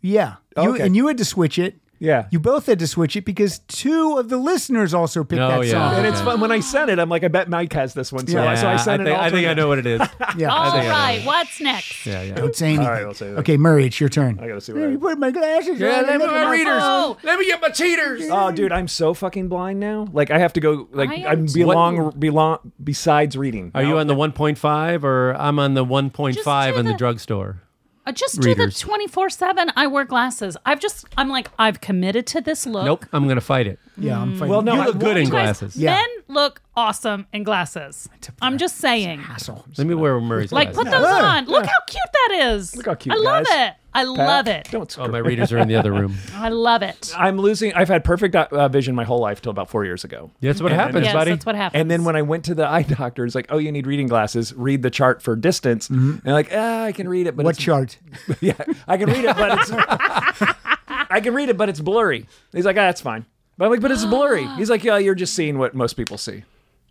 Yeah, Oh, you okay. and you had to switch it. Yeah. You both had to switch it because two of the listeners also picked Oh, that yeah. song. and it's Okay. fun when I sent it. I'm like, I bet Mike has this one. So, Yeah. I- so I sent I it. think, all I, to think I him. know what it is. yeah. All think I know. right, what's next? yeah, yeah. Don't say anything. right, I'll say anything. Okay, Murray, it's your turn. I gotta see what. Let me I- put my glasses Yeah, on. let and me look my at readers. Oh. Let me get my cheaters. Oh, dude, I'm so fucking blind now. Like, I have to go. Like, I am I too. belong, belong. Besides reading, Are you on the 1.5 or I'm on the 1.5 do in the the- drugstore? Uh, just Readers. do the 24 7. I wear glasses. I've just, I'm like, I've committed to this look. Hmm. Nope, I'm gonna fight it. Yeah, I'm fine. Well, no, You I- look good in You guys, glasses. Yeah. Mm. Men look awesome in glasses. I'm just saying. asshole. Let me wear Murray's Like, put glasses. those on. Look how cute that is. Look how cute, I love guys. it. I Pat, love it. Don't. Screw Oh, my readers are in the other room. I love it. I'm losing. I've had perfect uh, vision my whole life till about four years ago. That's what And- happens, Yes, buddy. that's what happens. And then when I went to the eye doctor, it's like, oh, you need reading glasses. Read the chart for distance. Mm-hmm. And like, ah, I can read it, but What it's, chart? yeah, I can read it, but it's I can read it, but it's blurry. He's like, ah, that's fine. But I'm like, but it's blurry. He's like, yeah, you're just seeing what most people see. I'm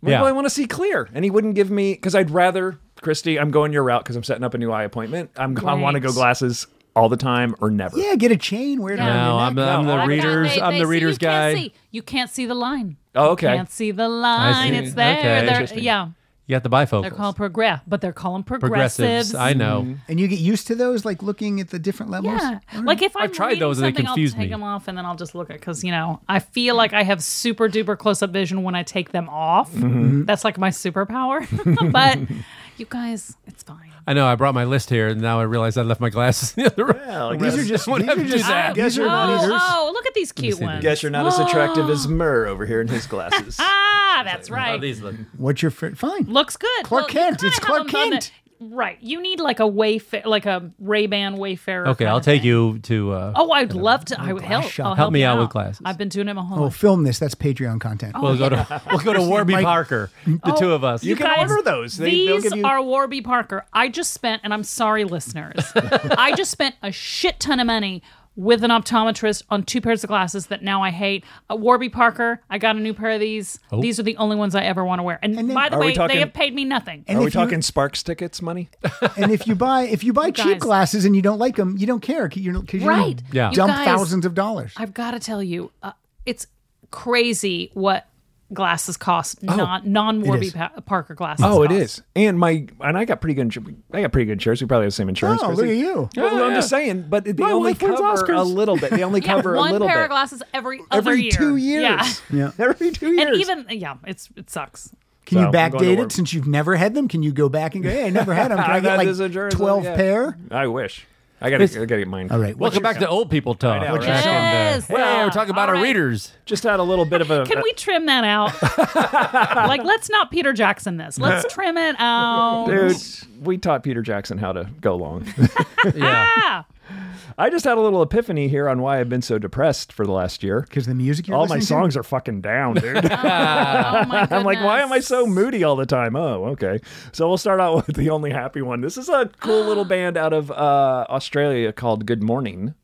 like, Yeah. Well, I want to see clear, and he wouldn't give me because I'd rather Christy. I'm going your route because I'm setting up a new eye appointment. I'm I want to Right. go glasses all the time or never. Yeah, get a chain. Wear it No, No, around I'm, your neck. I'm the I've got- readers. they- I'm they the see- readers you guy. Can't see. You can't see the line. Oh, okay. Can't see the line. see. It's there. Okay. They're, Interesting. yeah. You got the bifocals. They're called progress, but they're calling progressives. progressives. I know. And you get used to those, like looking at the different levels. Yeah, like if I'm tried reading those and they something, confuse I'll take me. them off and then I'll just look at because you know I feel like I have super duper close up vision when I take them off. That's like my superpower. but you guys, it's fine. I know. I brought my list here, and now I realize I left my glasses in the other room. These are just. These are just. Oh, These are oh, readers. oh, look at these cute see ones. Oh. these. Guess you're not as attractive as Murr over here in his glasses. Ah, that's Oh, right. these look- What's your fr- fine? Looks good. Clark you Kent. kinda It's have Clark them on the- Kent. right. You need like a wayfair, like a Ray Ban wayfarer. Okay, kinda I'll take thing. you to. Uh, Oh, I'd love to. I would help. shop. I'll Help help, me you out with glasses. I've been doing it my whole Oh, life. film this. That's Patreon content. Oh, We'll go to we'll go to Warby Parker, the two of us. Oh, You can guys, order those. They, they'll these give you. are Warby Parker. I just spent, and I'm sorry, listeners, I just spent a shit ton of money with an optometrist on two pairs of glasses that now I hate. Uh, Warby Parker, I got a new pair of these. Oh. These are the only ones I ever want to wear. And, then- by the Are we way, talking- they have paid me nothing. And are we if you- talking Sparks tickets money? and if you buy if you buy cheap Oh. guys. glasses and you don't like them, you don't care. 'cause You're because Right. Yeah. You dump guys- thousands of dollars. I've got to tell you, uh, it's crazy what glasses cost, not non Warby is. pa- Parker glasses. Oh, it cost. is. And my and I got pretty good. insur- I got pretty good insurance. We probably have the same insurance. Oh, Chrissy. look at you. Well, Yeah, I'm just yeah. saying, but they My only wife wins cover a Oscars. little bit. They only Yeah, cover one a little pair bit of glasses every other every year. two years. Yeah. every two years. And even yeah, it's it sucks. Can you So, I'm going to backdate work. it since you've never had them? Can you go back and go, hey, I never had them. Can I That get like is a jersey, 12 yeah. pair? I wish. I gotta, I gotta get mine. All right. what's Welcome your- back to old people talk. I know, Back right? on the- Yes. Well, we're talking about All our right. readers. Just had a little bit of a. Can we trim that out? like, let's not Peter Jackson this. Let's trim it out. Dude, we taught Peter Jackson how to go long. Yeah. Ah, I just had a little epiphany here on why I've been so depressed for the last year. Because the music you're All my listening songs to? are fucking down, dude. oh my I'm like, why am I goodness. so moody all the time? Oh, okay. So we'll start out with the only happy one. This is a cool little band out of uh, Australia called Good Morning,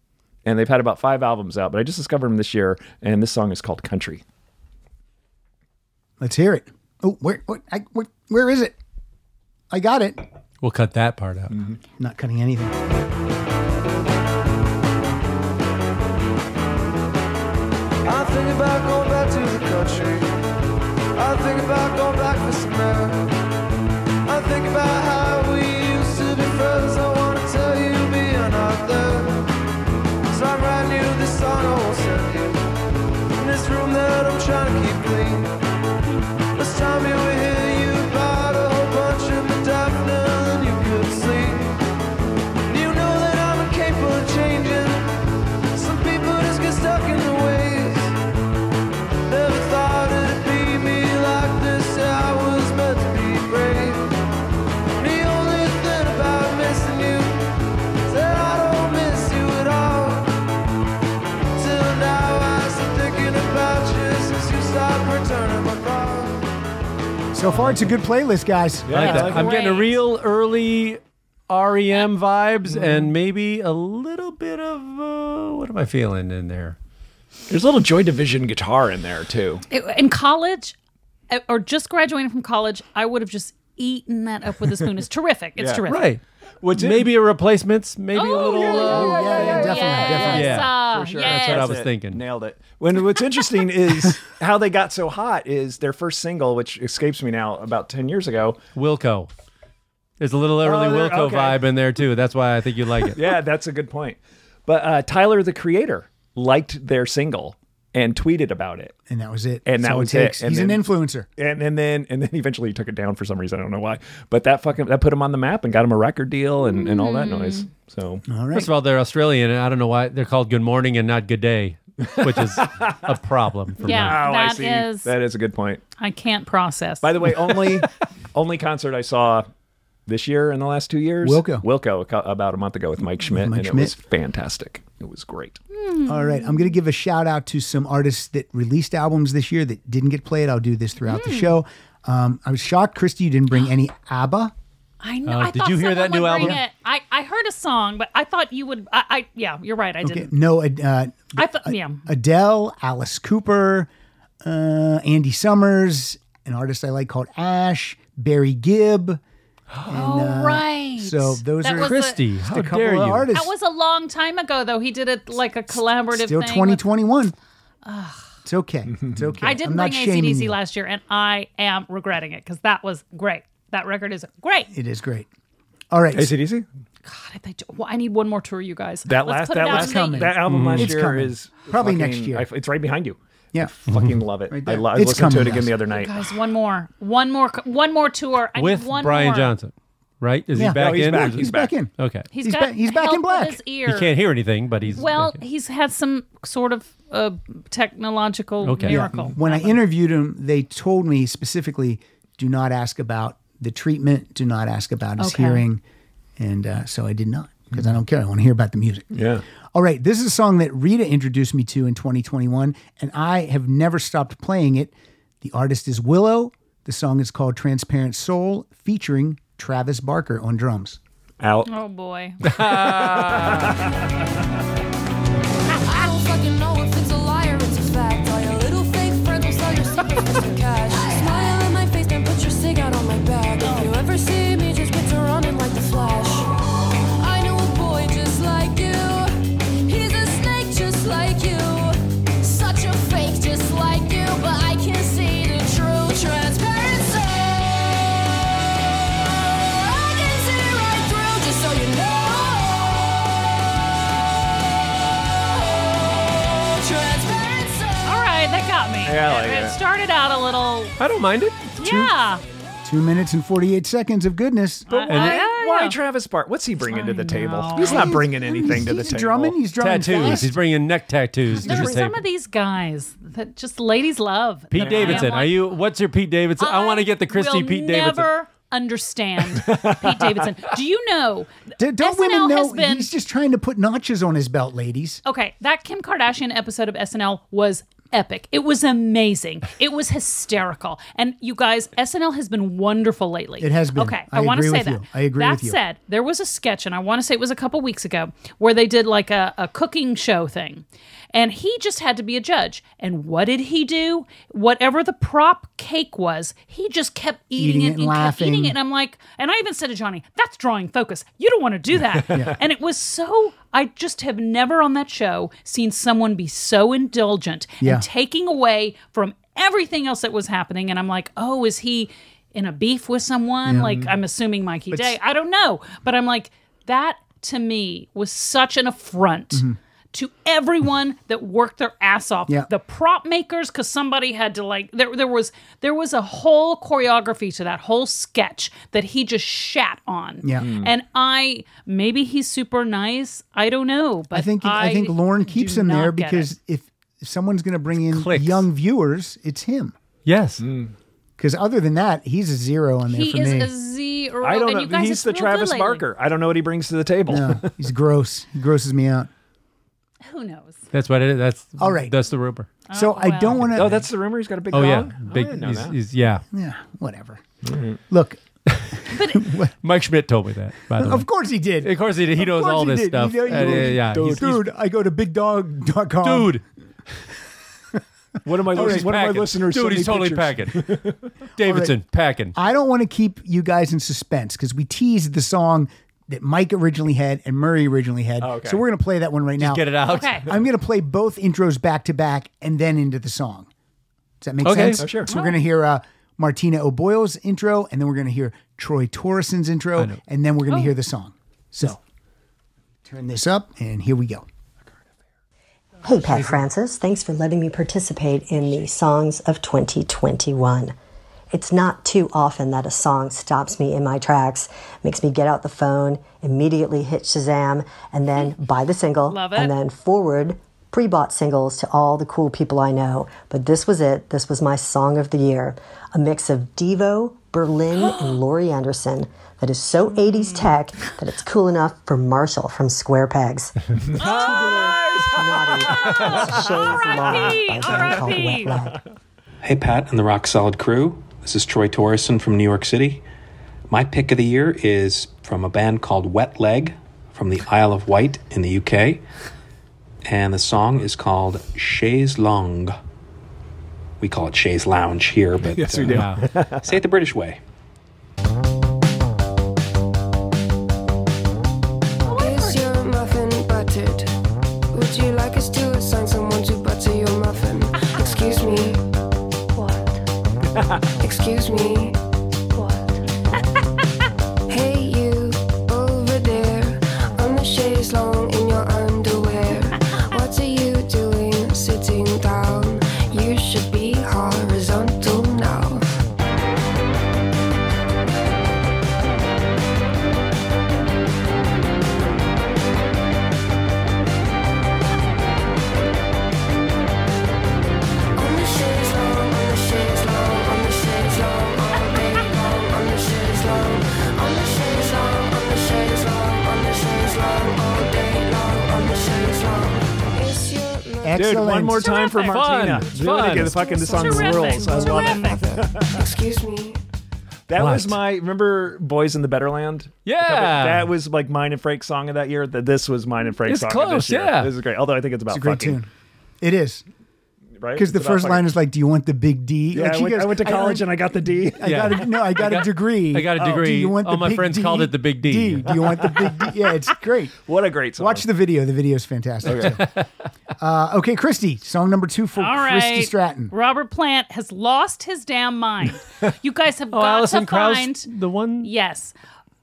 and they've had about five albums out. But I just discovered them this year, and this song is called Country. Let's hear it. Oh, where, what, I, what, where is it? I got it. Mm-hmm. We'll cut that part out. Not cutting anything. think about going back to the country. I think about going back for some air. I think about how we used to be friends. I wanna tell you, me, I'm not there. Cause I'm writing you this song I won't send you. In this room that I'm trying to keep clean. Last time you were here, you bought a whole bunch of modafinil and you could sleep. You know that I'm incapable of changing. Some people just get stuck in their ways. Never thought it'd be me like this. I was meant to be brave. The only thing about missing you is that I don't miss you at all. Till now I still thinking about you since you stopped returning my calls. So far, it's a good playlist, guys. I like That's that. I'm getting a great. real early REM vibes Mm-hmm. and maybe a little bit of uh, what am I feeling in there? There's a little Joy Division guitar in there too. in college uh, or just graduating from college, I would have just eaten that up with a spoon. It's terrific. It's terrific. Right. Which maybe a replacements, maybe a little. uh, Oh, yeah, yeah, definitely, definitely. Yeah, ah, yes. That's what I was thinking. Nailed it. When what's interesting is how they got so hot is their first single, which escapes me now, about ten years ago. Wilco. There's a little early Oh, there- Wilco okay. vibe in there too. That's why I think you like it. Yeah, that's a good point. But uh, Tyler, the creator, liked their single and tweeted about it. And that was it. And That's that all was it it. takes. And He's then- an influencer. and and then and then eventually he took it down for some reason. I don't know why. But that fucking that put him on the map and got him a record deal and, and all that Mm. noise. So All right. First of all, they're Australian, and I don't know why they're called Good Morning and not Good Day, which is a problem. For me. Yeah, Oh, I that see. is. that is a good point. I can't process. By the way, only only concert I saw this year in the last two years. Wilco. Wilco a cou- about a month ago with Mike Schmidt, Mike and Schmidt. it was fantastic. It was great. All right, I'm going to give a shout out to some artists that released albums this year that didn't get played. I'll do this throughout Mm. the show. Um, I was shocked, Christy, you didn't bring any ABBA. I know. Uh, I did thought you hear that someone new would bring album? It. I I heard a song, but I thought you would. I, I yeah, you're right. I Okay, didn't. no, Ad- uh, I thought yeah. Adele, Alice Cooper, uh, Andy Summers, an artist I like called Ash, Barry Gibb. uh, oh right. So those That are was a- Christy, how a couple dare of you? artists. That was a long time ago, though. He did it like a collaborative. Still thing with- 2021. It's okay. It's okay. I didn't I'm not bring shaming ACDC you. last year, and I am regretting it because that was great. That record is great. It is great. All right. ACDC? God, if they do- well, I need one more tour, you guys. That Let's last put that it out last in coming. May. that album last Mm-hmm. It's year coming. is Probably fucking- next year. I- it's right behind you. yeah. Mm-hmm. Fucking love it. Right I, there. lo- I It's listened to it coming, again the guys. other night. Guys, one more, one more, one more tour. I With need one Brian more. Johnson, right? Is Yeah. he back No, he's in? back. Or- He's back in. Okay. He's got ba- he's back in help with black. His He ear. can't hear anything, but he's Well, back in. he's had some sort of uh, technological Okay. Yeah. Oh, miracle. When I interviewed him, they told me specifically, do not ask about the treatment, do not ask about his Okay. hearing, and uh, so I did not because I don't care. I want to hear about the music. Yeah. All right, this is a song that Rita introduced me to in 2021, and I have never stopped playing it. The artist is Willow. The song is called "Transparent Soul," featuring Travis Barker on drums. Out. Oh boy. I don't fucking know if it's a lie or it's a fact. All your little fake friends will sell your secrets just for cash. Smile in my face, then put your cig out on my back. If you ever see me, just picture running like the Flash. I know a boy just like you. He's a snake just like you. Such a fake just like you, but I can see the true transparent soul. I can see right through, just so you know. Transparent soul. All right, that got me. Yeah, I like it, it. started out a little. I don't mind it. Yeah. Two minutes and 48 seconds of goodness. But And why, it- why Travis Bart? What's he bringing to the table? He's not bringing anything to the he's table. drumming. He's drumming Tattoos. fast. He's bringing neck tattoos to There the are some table. of these guys that just ladies love. Pete And I am Davidson. Are like, you? What's your Pete Davidson? I, want to get the Christy will Pete Davidson. never understand Pete Davidson. Do you know? D- don't SNL women has know been he's just trying to put notches on his belt, ladies? okay. That Kim Kardashian episode of SNL was epic. It was amazing. It was hysterical. And you guys, SNL has been wonderful lately. It has been. Okay, I I, want to agree say with that. you. I agree that with you. said, there was a sketch, and I want to say it was a couple weeks ago, where they did like a, a cooking show thing. And he just had to be a judge. And what did he do? Whatever the prop cake was, he just kept Eating eating, it it and and kept eating laughing. it. And I'm like, and I even said to Johnny, that's drawing focus. You don't want to do that. And it was so I just have never on that show seen someone be so indulgent Yeah. and taking away from everything else that was happening. And I'm like, oh, is he in a beef with someone? Like, I'm assuming Mikey Day. I don't know. But I'm like, that to me was such an affront. Mm-hmm. To everyone that worked their ass off, Yeah. the prop makers, because somebody had to like there. There was there was a whole choreography to that whole sketch that he just shat on. Yeah. Hmm. Mm. and I maybe he's super nice. I don't know, but I think I, think Lauren keeps do him there not get it. because if if someone's going to bring in Clicks. young viewers, it's him. Yes. Because other than that, he's a zero on there Hmm. He for is me. a zero. I and don't You know. guys, He's it's the real good Travis lately. Barker. I don't know what he brings to the table. No, he's gross. He grosses me out. Who knows? That's what it is. That's All right. That's the rumor. so I don't want to. Oh, that's the rumor. He's got a big. Oh dong? yeah, I big. didn't know he's, that. Mm-hmm. he's- yeah, yeah, whatever. Look, Mike Schmidt told me that. By the way, of course he did. Of course he did. He Of knows course all he this did. stuff. You know, you Uh, know, yeah, yeah. Dude, He's- he's- I go to bigdog.com. dude. One of my, Dude, listen- he's one of my packing. listeners. Dude, sent he's me totally pictures. packing. Davidson packing. I don't want to keep you guys in suspense because we teased the song that Mike originally had and Murray originally had. okay. So we're going to play that one right now. Oh, Get it out. Okay. I'm going to play both intros back to back and then into the song. Does that make Okay. sense? Oh, sure. So we're going to hear uh, Martina O'Boyle's intro, and then we're going to hear Troy Torreson's intro, and then we're going to hear the song. So turn this up, and here we go. Hey, Pat Francis, thanks for letting me participate in the Songs of 2021. It's not too often that a song stops me in my tracks, makes me get out the phone, immediately hit Shazam, and then buy the single, Love it. and then forward pre bought singles to all the cool people I know. But this was it. This was my song of the year a mix of Devo, Berlin, and Laurie Anderson that is so 80s tech that it's cool enough for Marshall from Square Pegs. R.I.P. R.I.P. Hey, Pat and the Rock Solid crew. This is Troy Torreson from New York City. My pick of the year is from a band called Wet Leg from the Isle of Wight in the UK. And the song is called Chaise Longue. We call it Chaise Lounge here, but uh, yes, we do. say it the British way. Is your muffin buttered? Would you like us to assign someone to butter your muffin? Excuse me. What? Excuse me. What? hey, you over there on the chaise long in your underwear. What are you doing sitting down? You should be horizontal now. On the chaise longue, on the chaise longue, on the chaise longue, all day long. On the chaise longue, on the chaise longue, on the chaise longue, on the chaise longue, all day long. On the chaise longue. It's your Dude, Excellent. one more time for Terrific. Martina. Fun. Really Fun. good. The fucking the song Terrific. rules. I love it. Excuse me. That was What? my remember Boys in the Better Land? Yeah. That was like mine and Frank's song of that year. That this was mine and Frank's It's song of close, this year. yeah. This is great. Although I think it's about It's a great fucking, tune. It is. right? Because the It's about first fucking- line is like, "Do you want the big D?" Yeah, like I, went, I went to college and I got the D. I Yeah. got a, no, I got a degree. Oh, I got a Do degree. you want the All my big friends D? called it the big D. Do you want the big D? Yeah, it's great. what a great song. Watch the video. The video's fantastic. too. Uh, okay, Christy, song number two for All right. Oh, Christy Stratton. Robert Plant has lost his damn mind. You guys have Oh, got Allison to Krauss, find the one. Yes.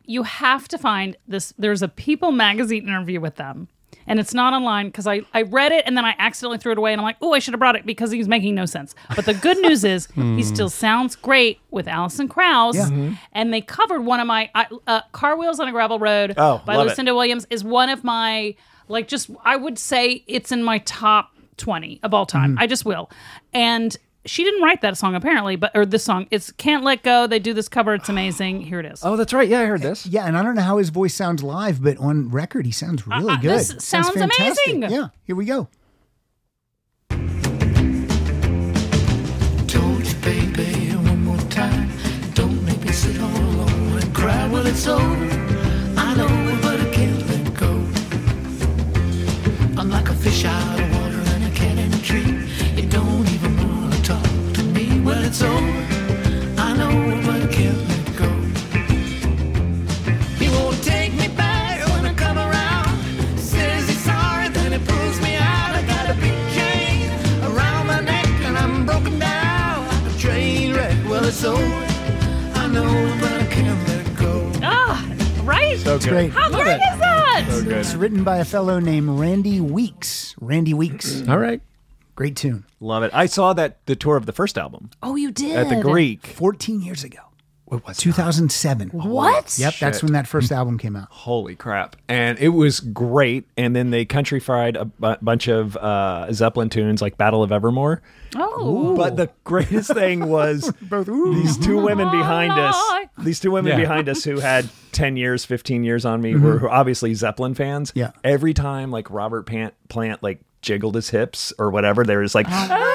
You have to find this. There's a People magazine interview with them, and it's not online because I, I read it and then I accidentally threw it away, and I'm like, oh, I should have brought it because he was making no sense. But the good news is he Hmm. still sounds great with Allison Krauss, Mm-hmm. and they covered one of my I- uh, Car Wheels on a Gravel Road Oh, by love it. Lucinda Williams is one of my, like, just, I would say it's in my top 20 of all time. I just will. And she didn't write that song apparently, but, or this song. It's Can't Let Go. They do this cover. It's amazing. Here it is. Oh, that's right. Yeah, I heard this. Yeah, and I don't know how his voice sounds live, but on record, he sounds really uh, good. this sounds fantastic. amazing. Yeah, here we go. Told you, baby, one more time. Don't make me sit all alone and cry when it's over. I know it, but I can't let go. I'm like a fish out of water and a cat in a tree. You don't even wanna talk to me when it's over. I know it, but I can't let go. You won't take me back when I come around. Says So It's good. great. Ah, How great is that? So good. It's written by a fellow named Randy Weeks. Randy Weeks. All right. Great tune. Love it. I saw that the tour of the first album Oh, you did at the Greek. 14 years ago. What was 2007. What? Yep, that's Shit. when that first album came out. Holy crap! And it was great. And then they country fried a bu- bunch of uh, Zeppelin tunes like "Battle of Evermore." Oh, But the greatest thing was Both ooh. these two women behind us. These two women Yeah. Mm-hmm. behind us who had ten years, fifteen years on me were who obviously Zeppelin fans. Yeah. Every time like Robert Pant Plant like jiggled his hips or whatever, they were just like, "Ah!"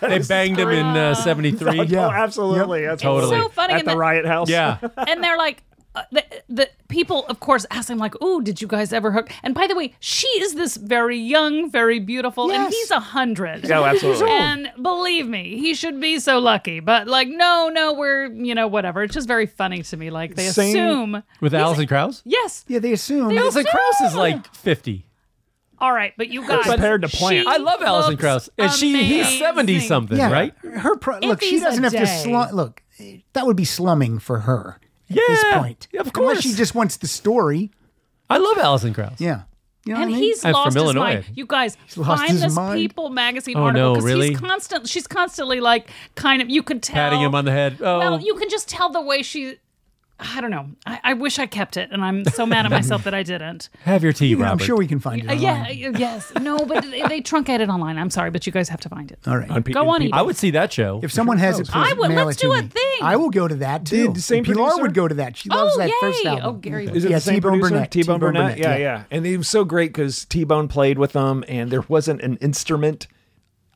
They banged him in uh, 73. Yeah. "Oh, absolutely, that's Totally. totally so funny, at and the that- Riot House." Yeah. and they're like uh, the, the people of course ask him like oh did you guys ever hook and by the way she is this very young very beautiful Yes. Oh, and he's a hundred Yeah, absolutely. and believe me he should be so lucky but like no no we're you know whatever it's just very funny to me like they Same- assume With Alison Krauss? yes Yeah, they assume. Alison Krauss is like 50. all right but you guys compared to Plant. she I love Alison looks Krauss. And she he's 70 amazing. something, yeah, right? Her pro- look, she he's a doesn't have to day. slum. Look, that would be slumming for her at this Yeah, point. of Unless she course. just wants the story. I love Alison Krauss. Yeah. You know And what I mean? he's I'm lost from his Illinois. mind. You guys lost find his this mind. People magazine Oh, article no, because really? he's constant. She's constantly like kind of. You could tell Patting him on the head. Oh, Well, you can just tell the way she. I don't know. I, I wish I kept it, and I'm so mad at myself that I didn't. have your tea, You know, I'm Robert. sure we can find it. Uh, yeah, online. uh, yes, no, but they, they truncate it online. I'm sorry, but you guys have to find it. All right. On P- Go in on, P- Ethan. I would see that show. If someone has it, Shows. please I would- mail let's it to do a me. thing. I will go to that too. Did the same And Pilar producer? would go to that. She loves Oh, that first yay. album. Oh, Gary Oh, Is it yeah, the same T-Bone producer? Burnett. T-Bone, Burnett. Yeah, yeah, And it was so great because T-Bone played with them, and there wasn't an instrument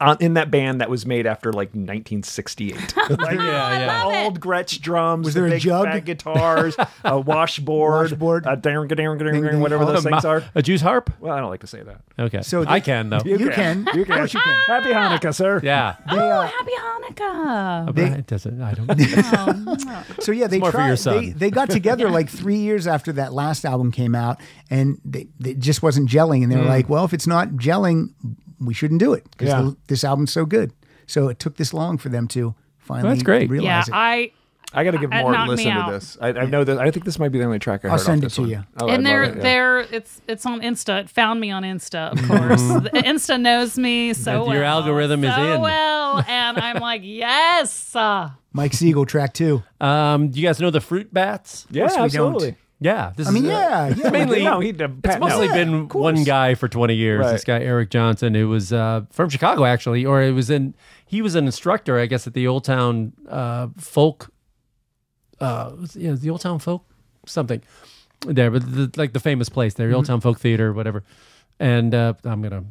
on, in that band that was made after like 1968. yeah, like, yeah. love it. Old Gretsch drums. Was there the a big jug? fat guitars, a washboard, Washboard. a dang, dang, dang, ding. dang, whatever those A things ma- are. A Jew's harp? Well, I don't like to say that. Okay. So So they- I can, though. You can. You can. you can. Happy Hanukkah, sir. Yeah. Oh, They, uh, Oh, Happy Hanukkah. But it doesn't. I don't. know. so yeah, they more for tried. your They, son. they got together like three years after that last album came out, and they, they just wasn't gelling. And they were like, "Well, if it's not gelling, we shouldn't do it because Mm. Yeah. this album's so good." So it took this long for them to finally That's great. Yeah, realize it. I. I got to give Uh, more knock me listen to out. this. I, I know that. I think this might be the only track I heard. I'll off send it this to one. you. Oh, and I they're love it, yeah. they're it's it's on Insta. It found me on Insta, of course. The Insta knows me so Your well, algorithm is so in. well, and I'm like, yes. Uh, Mike Siegel, track two. Um, do you guys know the Fruit Bats? Yeah, we don't. absolutely. Yeah. This I mean, is, uh, yeah, yeah. like- mainly- no, he, uh, It's Pat- no. mostly been one guy for 20 years. Right. This guy Eric Johnson, who was uh, from Chicago actually, or it was in he was an instructor, I guess, at the Old Town uh, Folk. Uh, was- yeah, the Old Town Folk something there, but the, like the famous place there, Mm-hmm. Old Town Folk Theater, whatever. And uh, I'm gonna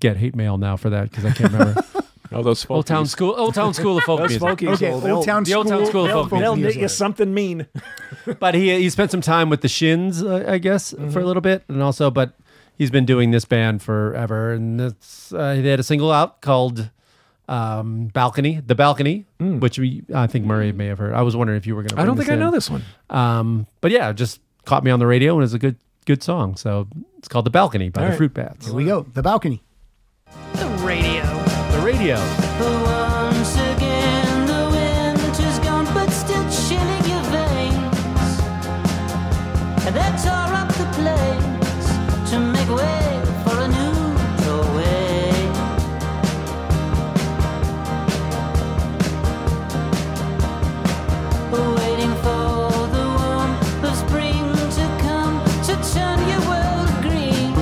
get hate mail now for that because I can't remember Oh, those Old Town folkies. School, Old Town School of Folk Those Music. folkies. okay, will- Old they'll- Town the Old Town School of they'll- Folk They'll Music. knit you something mean. but he he spent some time with the Shins, uh, I guess, for a little bit, and also, but he's been doing this band forever, and that's uh, they had a single out called um, "Balcony," the Balcony, which we, I think Murray may have heard. Mm. I was wondering if you were going to. I don't think I know this one. um, but yeah, it just caught me on the radio, and it's a good good song. So it's called "The Balcony" by All the right. Fruit Bats. Here we go. The balcony. the radio. The radio. Once again, the winter's gone, but still chilling your veins. They tore up the place to make way for a new doorway. Waiting for the warmth of spring to come to turn your world green.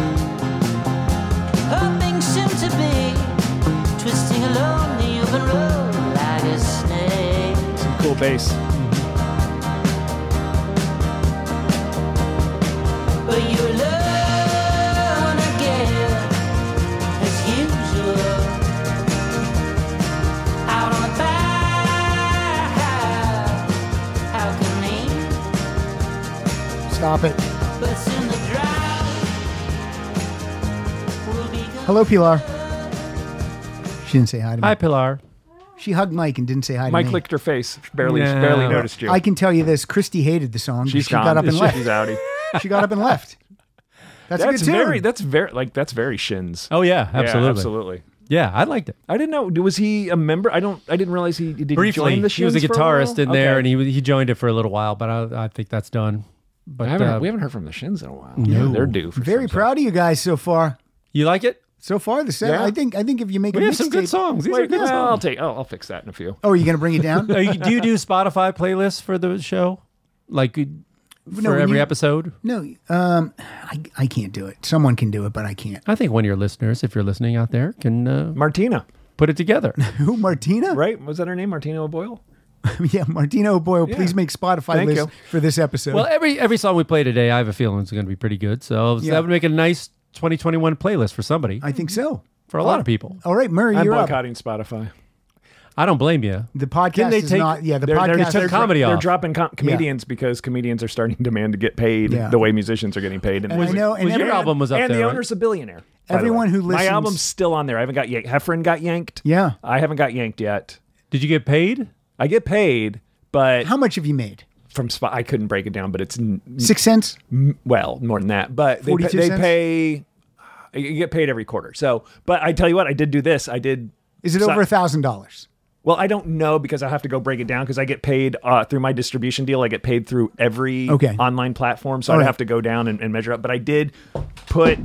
Hoping soon to be twisting along the open road like a snake. Some cool bass. But you learn again, as usual. Out on the back, how can they? Stop it. But soon the drought will be gone. Hello, Pilar. She didn't say hi to me. Hi, Pilar. She hugged Mike and didn't say hi to Mike me. licked her face. Barely, No. barely noticed you. I can tell you this: Christy hated the song. she's she gone. got up and She's left. outie. She got up and left. That's, That's a good tune. very. That's very. Like that's very shins. Oh yeah, Yeah, absolutely. Yeah, absolutely. I liked it. I didn't know. Was he a member? I don't. I didn't realize he did. he Briefly, join the he was a Shins for while? guitarist in there, Okay. and he he joined it for a little while, but I, I think that's done. But I haven't, uh, we haven't heard from the Shins in a while. No. they're due. For Very proud of you guys so far. You like it so far? The set. Yeah. I think. I think if you make We a have some good mixtape- songs. These Wait, are good yeah. songs. I'll take. Oh, I'll fix that in a few. Oh, are you going to bring it down? Uh, you- do you do Spotify playlists for the show? Like you- for when every you- episode? No, um, I, I can't do it. Someone can do it, but I can't. I think one of your listeners, if you're listening out there, can uh, Martina put it together. Who, Martina? Right? Was that her name? Martina O'Boyle. yeah, Martina O'Boyle, please make Spotify Thank list you. for this episode. well, every every song we play today, I have a feeling is going to be pretty good. So Yeah. that would make a nice 2021 playlist for somebody, I think so. for a lot of people. All right, Murray, I'm you're up. boycotting Spotify. I don't blame you. The podcast Didn't they is take- not. Yeah, the They're, they're, podcast. they're, took comedy they're off. dropping com- comedians because comedians are starting to demand to get paid Yeah. the way musicians are getting paid. And I know- and Well, your everyone- album was up and there. the right? owner's a billionaire. by the Everyone way. who my listens- album's still on there. I haven't got yanked. Heffron got yanked. yeah. I haven't got yanked yet. Did you get paid? I get paid, but How much have you made? from spot I couldn't break it down. But it's n- Six cents? m- well more than that. But they, pa- 42 they cents? pay. You get paid every quarter. So, but I tell you what, I did do this. I did. Is it So- over a thousand dollars? Well, I don't know because I have to go break it down because I get paid uh, through my distribution deal. I get paid through every Okay. online platform, so All I'd right. have to go down and, and measure up. But I did put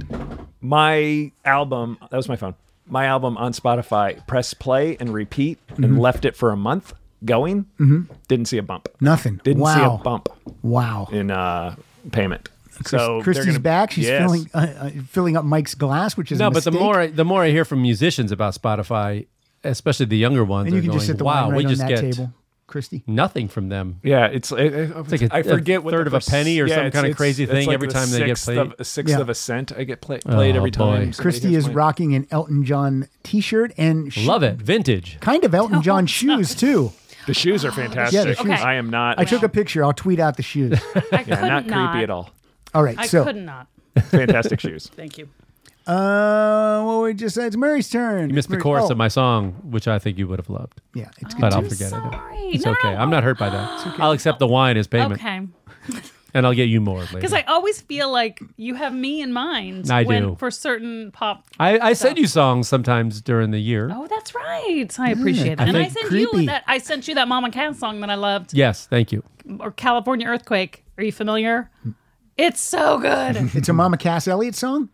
my album. That was my phone. My album on Spotify. Press play and repeat, Mm-hmm. and left it for a month going. Mm-hmm. Didn't see a bump. Nothing. Didn't wow. see a bump Wow. in uh, payment. Chris- So they're Christy's gonna- back. She's Yes. filling uh, uh, filling up Mike's glass, which is No, a but the mistake. more I, the more I hear from musicians about Spotify, especially the younger ones, and they're you can going, just sit the wow, wine we right on just that get table, Christy. nothing from them. Yeah, it's, I- I- I like a- a forget what the third of a perc- penny or some it's- kinda it's- crazy it's thing like every the time they get sixth played. Of, a sixth Yeah. of a cent I get play, played Oh, every time. boy. somebody Christy gets is mine. rocking an Elton John T-shirt and sh- Love it, vintage. kind of Elton John shoes too. The shoes are fantastic. shoes. Okay. I am not. I took a picture. I'll tweet out the shoes. I yeah, could not not creepy at all. All right, I so could not. Fantastic shoes. Thank you. uh, well, we just it's Murray's turn. You missed the chorus of my song, which I think you would have loved, Yeah, it's good. but I'll I'm forget sorry. it. It's No. okay. I'm not hurt by that. I'll accept the wine as payment, Okay. and I'll get you more Because later. I always feel like you have me in mind I when, do. for certain pop. I, I send you songs sometimes during the year. Oh, that's right. I appreciate it. I and I think sent creepy. you that. I sent you that Mama Cass song that I loved, Yes, thank you. or California Earthquake. Are you familiar? It's so good. It's a Mama Cass Elliott song,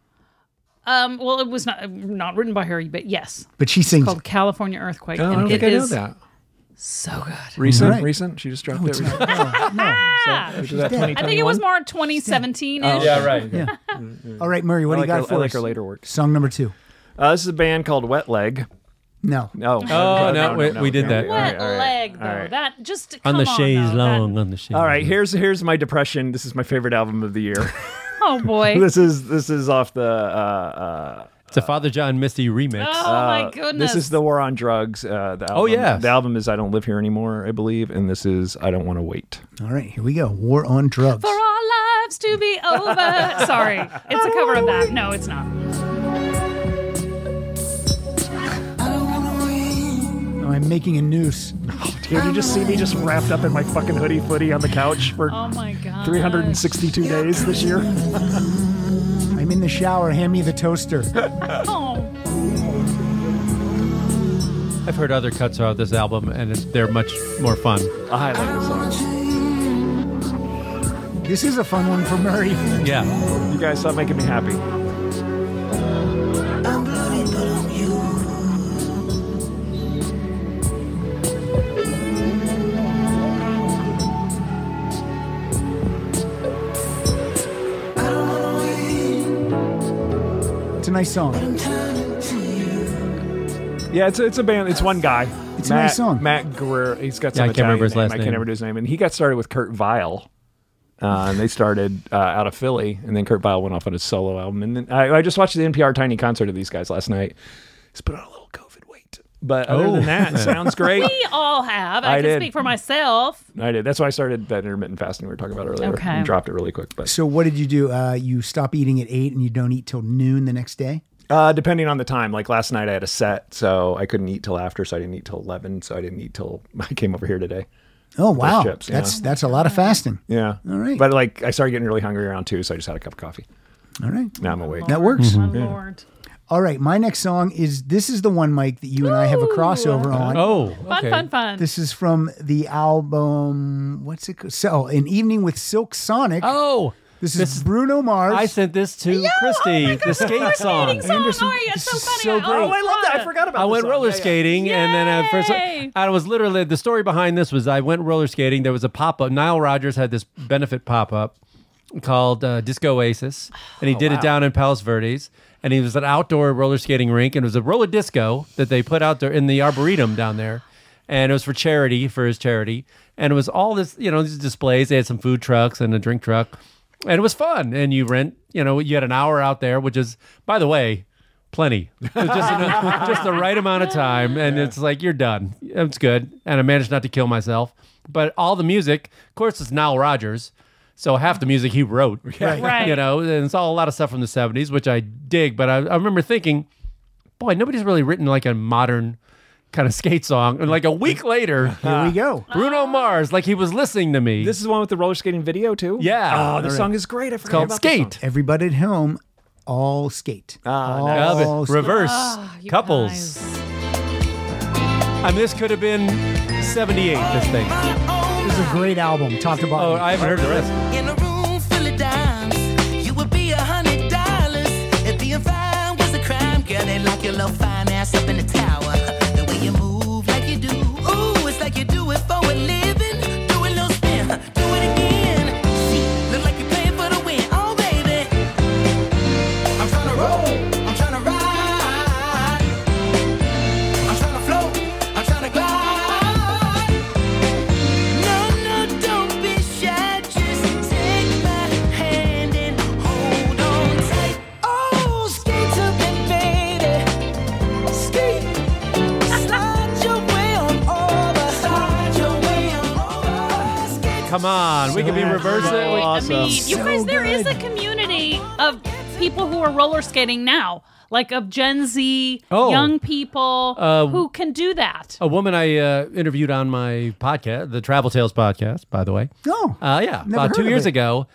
um, well, it was not not written by her, but yes, but she sings. called California Earthquake, Oh, I don't and think it I know is that. so good. Recent, Right. recent. She just dropped it. Recent. No, no. Ah, Is that dead. I I think it was 2021? more 2017 Oh, ish. right. All right, Murray, what Mm-hmm. I like, do you got her, for I us? like her later works. Song number two. Uh, this is a band called Wet Leg. No, Oh, no, we- we did that. All right, Wet all right, leg though. all right. That just On the come on, chaise though. That- long, on the chaise. All right, here's here's my depression. This is my favorite album of the year. oh boy. this is this is off the. Uh, uh, It's a Father John Misty remix. Oh Uh, my goodness. This is the War on Drugs. Uh, the album, Oh, yes. The album is I Don't Live Here Anymore, I believe, and this is I Don't Want to Wait. all right, here we go. War on drugs. for our lives to be over. Sorry, it's a cover of that. No, it's not. Oh, I'm making a noose. Dude, you just see me just wrapped up in my fucking hoodie footy on the couch for Oh my god. 362 days this year. I'm in the shower. Hand me the toaster. Oh, I've heard other cuts of this album, and it's, they're much more fun. I like this song. This is a fun one for Murray. Yeah. You guys stop making me happy. It's a nice song. Yeah, it's a, it's a band. It's one guy. It's a Matt, nice song. Matt Guerrero. He's got Yeah, some I can't remember his Italian last I can't name. remember his name. And he got started with Kurt Vile. Uh, and they started uh, out of Philly, and then Kurt Vile went off on his solo album. And then I, I just watched the NPR Tiny concert of these guys last night. He's put on a little COVID weight, but other Oh. than that, it sounds great. we all have. I, I can did. speak for myself. I did. That's why I started that intermittent fasting we were talking about earlier. Okay. and dropped it really quick, but So what did you do? Uh, you stop eating at eight and you don't eat till noon the next day. Uh, depending on the time, like last night I had a set, so I couldn't eat till after, so I didn't eat till eleven, so I didn't eat till I came over here today. Oh wow, chips, yeah. that's that's a lot of fasting. Yeah. All right. But like I started getting really hungry around two, so I just had a cup of coffee. All right, Mm-hmm. Now I'm awake. that works. My lord. All right, my next song is this is the one, Mike, that you and I have a crossover on. Oh, Fun, okay. fun, fun. This is from the album. What's it called? So, an evening with Silk Sonic. Oh, this is Bruno Mars. I sent this to oh Christy, the skate song. Song, oh, yeah, it's this so is funny. so I great. always Oh, I love love that. it. I forgot about. I this went song. roller Yeah, yeah. skating, and then I first Yay! I was literally the story behind this was I went roller skating. There was a pop up. Nile Rodgers had this benefit pop up called uh, Disco Oasis, and he Oh, did it down in Palos Verdes. And he was an outdoor roller skating rink, and it was a roller disco that they put out there in the arboretum down there. And it was for charity, for his charity. And it was all this, you know, these displays. They had some food trucks and a drink truck. And it was fun. And you rent, you know, you had an hour out there, which is, by the way, plenty. It was just, enough- just the right amount of time, and it's like you're done. It's good, and I managed not to kill myself. But all the music, of course, it's Nile Rodgers, so half the music he wrote, Right. You know, and it's all a lot of stuff from the '70s, which I dig. But I, I remember thinking, boy, nobody's really written like a modern kind of skate song. And like a week later, Here we go. Bruno Mars, like he was listening to me. This is the one with the roller skating video too. Yeah. Oh, this All right. song is great. I it's forgot called about this song. Skate. Everybody at home, all skate. Ah, all Of it. skate. Reverse Oh, Ah, You couples. guys. I mean, this could have been 78, this thing. This is a great album, top to Oh, bottom. I haven't heard the rest. In a room full of dimes, you would be a hundred dollars. If being fine was a crime, girl, they lock your little fine ass up in the tower. The way you move like you do, ooh, it's like you do it for a living. Do a little spin, do it again. See, look like you're playing for the win. Oh, baby, I'm tryna roll, I'm tryna ride, I'm tryna float, I'm tryna glide. No, no, don't be shy. Just take my hand and hold on tight. Oh, skate to me, baby. Skate. Slide your way on over. Slide your way on over. Skate. Come on, we can be reversing. I mean, you Oh, guys, there is a community of people who are roller skating now, like of Gen Z, Oh. young people Uh, who can do that. A woman I uh, interviewed on my podcast, the Travel Tales podcast, by the way. No. Uh, yeah, Never about heard two of years it. ago,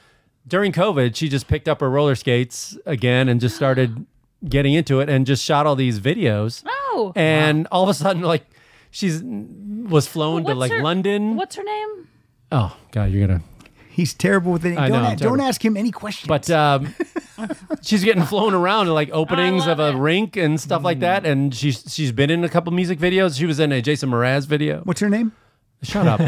during COVID, she just picked up her roller skates again and just started getting into it and just shot all these videos. Oh. And all of a sudden, like, she's was flown to What's like her- London. What's her name? Oh God, you're gonna. He's terrible with it. I Don't, know, a- I'm don't terrible. ask him any questions. But um, she's getting flown around to like openings love of a it. rink and stuff like that. And she's she's been in a couple music videos. She was in a Jason Mraz video. what's her name? Shut up.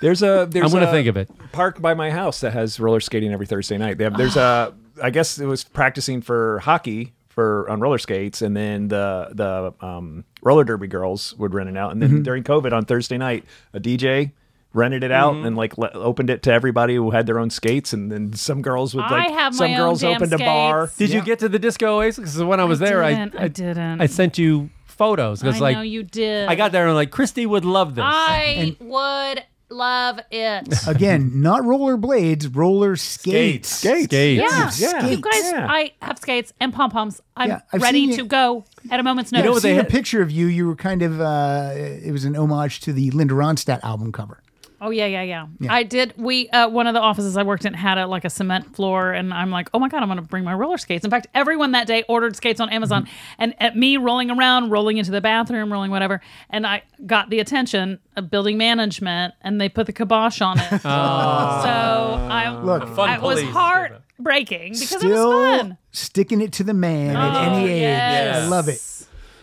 There's a. There's I'm gonna a think of it. Park by my house that has roller skating every Thursday night. They have. There's a. I guess it was practicing for hockey for on roller skates, and then the the um, roller derby girls would rent it out, and Mm-hmm. then during COVID on Thursday night, a DJ rented it out Mm-hmm. and like le- opened it to everybody who had their own skates, and then some girls would I like have some my own girls damn opened a bar. skates. Did you get to the disco oasis? Because when I was there, didn't, I, I didn't. I sent you photos I because like know you did. I got there and I'm like Christy would love this. I would love it. Again, not roller blades, roller skates. skates, skates. Yeah. Yeah. You guys, Yeah. I have skates and pom poms. I'm Yeah, I've ready seen you- to go at a moment's notice. know I've what they seen a had- picture of you. You were kind of, uh, it was an homage to the Linda Ronstadt album cover. Oh yeah, yeah, yeah. I did. We uh, one of the offices I worked in had a like a cement floor, and I'm like, oh my god, I'm gonna bring my roller skates. In fact, everyone that day ordered skates on Mm-hmm. Amazon, and at me rolling around, rolling into the bathroom, rolling whatever, and I got the attention of building management, and they put the kibosh on it. so I Ah. Look, Fun I was police. heartbreaking because it still was fun. Oh, sticking it to the man at any age. yes. I love it.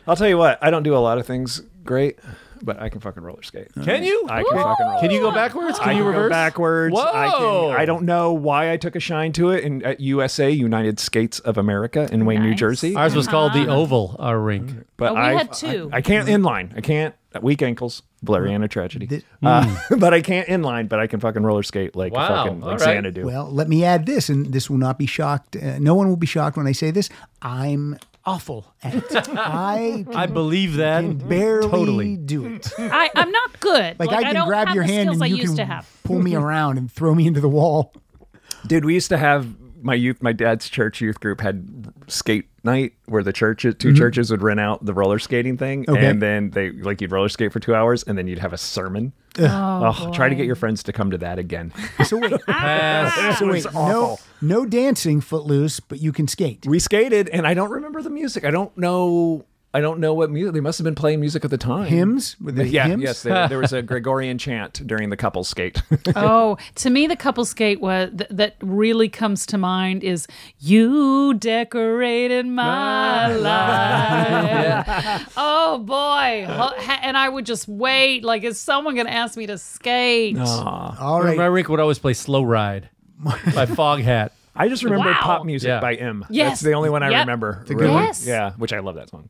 I'll tell you what, I don't do a lot of things great, but I can fucking roller skate. Can you? I can fucking roller. Can you go backwards? Can I you can reverse go backwards. Whoa! I can. I don't know why I took a shine to it. In at USA, United Skates of America, in Wayne, New Nice. Uh-huh. Jersey. Ours was called the Oval, our rink. But Oh, we I, had two. I, I can't inline. I can't weak ankles. Valeriana tragedy. Uh, Mm. but I can't inline. But I can fucking roller skate like Wow, fucking all like right. Xanadu. Well, let me add this, and this will not be shocked. Uh, no one will be shocked when I say this. I'm awful at it. I I believe that can barely totally. do it. I, I'm not good. Like, I can don't grab have your the hand skills and I you used can to have. pull me around and throw me into the wall. Dude, we used to have my youth, my dad's church youth group had skate night where the churches, 2 Mhm. churches would rent out the roller skating thing, Okay. and then they like you'd roller skate for two hours, and then you'd have a sermon. Ugh. Oh, try to boy. get your friends to come to that again. So wait, uh, Pass. so It wait, was no, awful. no dancing, footloose, but you can skate. We skated, and I don't remember the music. I don't know. I don't know what music. They must have been playing music at the time. Hymns? Were they yeah, hymns? yes. There, there was a Gregorian chant during the couple skate. oh, to me, the couple skate was th- that really comes to mind is you decorated my life. Oh boy, Ho- ha- and I would just wait. Like, is someone going to ask me to skate? All right. My rink would always play Slow Ride by Foghat. I just remember Wow. pop music Yeah. by M. Yes. That's the only one I Yep. remember. It's a good one. really. Yes. Yeah, which I love that song.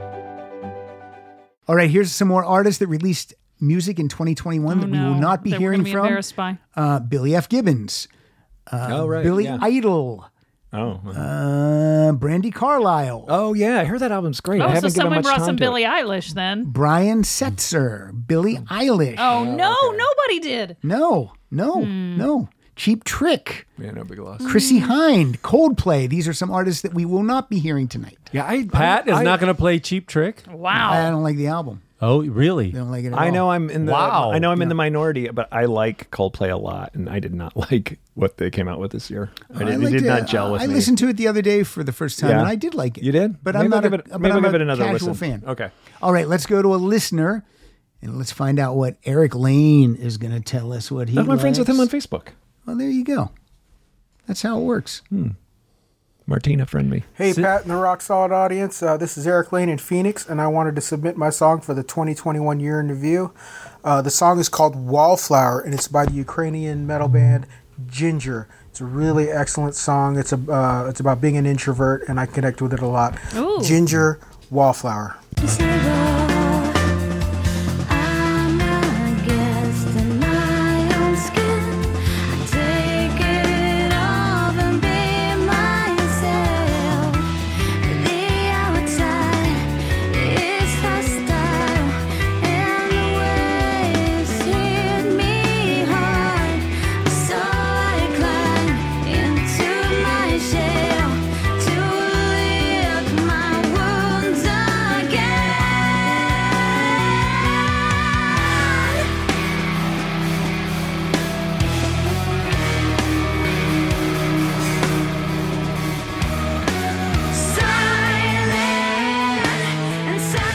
All right, here's some more artists that released music in 2021 that we will not be Oh, that we're hearing gonna be from. embarrassed by. Uh, Billy F. Gibbons. Uh, Oh, right, Billy yeah. Idol. Oh. Uh, Brandy Carlisle. Oh, yeah. I heard that album's great. Oh, so someone brought some Billie Eilish then. Brian Setzer. Billy Eilish. Oh no, nobody did. No, no, Hmm. no. Cheap Trick. Yeah, no big loss. Chrissy Hind. Coldplay. These are some artists that we will not be hearing tonight. Yeah, I Pat is I- not going to play Cheap Trick. Wow. I don't like the album. Oh, really? don't like it at I all. know I'm in the Wow. I know I'm in the minority, but I like Coldplay a lot, and I did not like what they came out with this year. I did, it liked did it. not gel with I me. listened to it the other day for the first time, Yeah. and I did like it. You did? but Maybe I'm I'll not give a, it- but maybe I'm I'll give a it another casual listen. fan. Okay. All right, let's go to a listener, and let's find out what Eric Lane is going to tell us. What he. I'm friends with him on likes. Facebook. Well, there you go. That's how it works. Hmm. Martina, friend me. Hey, Sit- Pat and the Rock Solid audience. Uh, this is Eric Lane in Phoenix, and I wanted to submit my song for the 2021 year in review. Uh, the song is called Wallflower, and it's by the Ukrainian metal band Ginger. It's a really excellent song. It's, a, uh, it's about being an introvert, and I connect with it a lot. Ooh. Ginger Wallflower.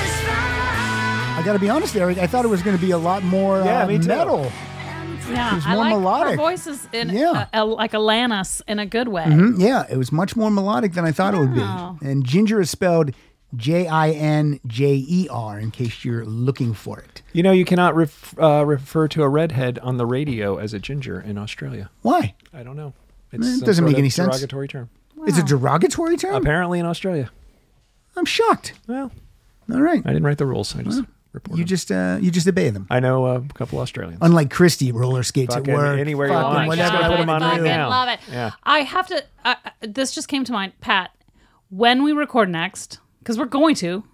I got to be honest, Eric. I thought it was going to be a lot more Yeah, uh, me too. metal. Yeah, It was I more like her melodic. voices in Yeah. uh, uh, like Alanis in a good way. Mhm, Yeah, it was much more melodic than I thought it would Wow. be. And ginger is spelled J I N J E R in case you're looking for it. You know, you cannot ref, uh, refer to a redhead on the radio as a ginger in Australia. Why? I don't know. Eh, it some doesn't sort make of any sense. Derogatory term. It's a derogatory term? Apparently in Australia. I'm shocked. Well, all right. I didn't write the rules. I just You just uh, you just obey them. I know uh, a couple Australians. Unlike Christy, roller skates Fucking at work. anywhere you fucking want. whatever. Just gotta put 'em on fucking right now. love it. Yeah. I have to. I I- this just came to mind, Pat. When we record next, because we're going to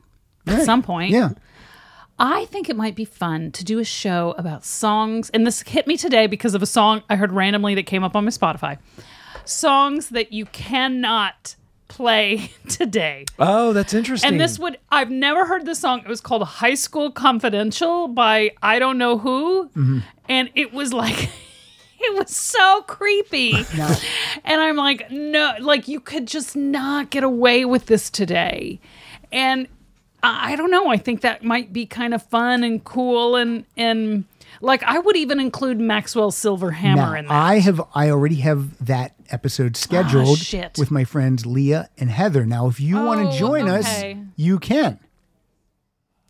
at Right. some point. Yeah. I think it might be fun to do a show about songs, and this hit me today because of a song I heard randomly that came up on my Spotify. Songs that you cannot play today. Oh, that's interesting. And this would I've never heard this song. It was called High School Confidential by I don't know who. Mm-hmm. And it was like it was so creepy. And I'm like, no, like you could just not get away with this today. And I I don't know, I think that might be kind of fun and cool and and like I would even include Maxwell Silverhammer Now, in that. Ah, I have I already have that episode scheduled shit. Oh, with my friends Leah and Heather. Now, if you want to join us, okay. you can.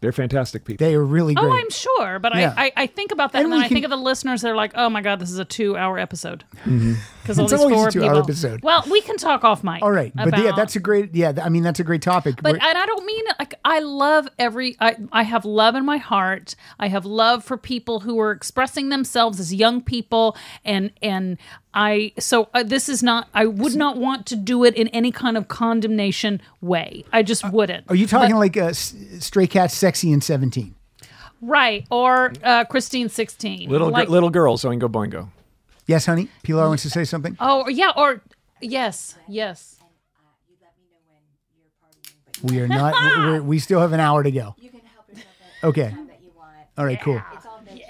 They're fantastic people. They are really Oh, I'm sure, but Yeah. I, I, I think about that, and, And then we I can- think of the listeners. They're like, "Oh my god, this is a two-hour episode." Mhm. Because all It's these always a four two-hour people. episode. Well, we can talk off mic. All right, but yeah, about- that's a great yeah. th- I mean, that's a great topic. But We're- and I don't mean like I love every. I I have love in my heart. I have love for people who are expressing themselves as young people, and and I so uh, this is not. I would not want to do it in any kind of condemnation way. I just wouldn't. Uh, are you talking like uh, S- Stray Cat, Sexy and Seventeen? right? Or uh, Christine sixteen, Little like, gir- little girls, Oingo Boingo. Yes, honey. Pilar wants to say something. Oh yeah, or yes, yes. We are not. we're, we still have an hour to go. You can help yourself. Okay. All right, cool.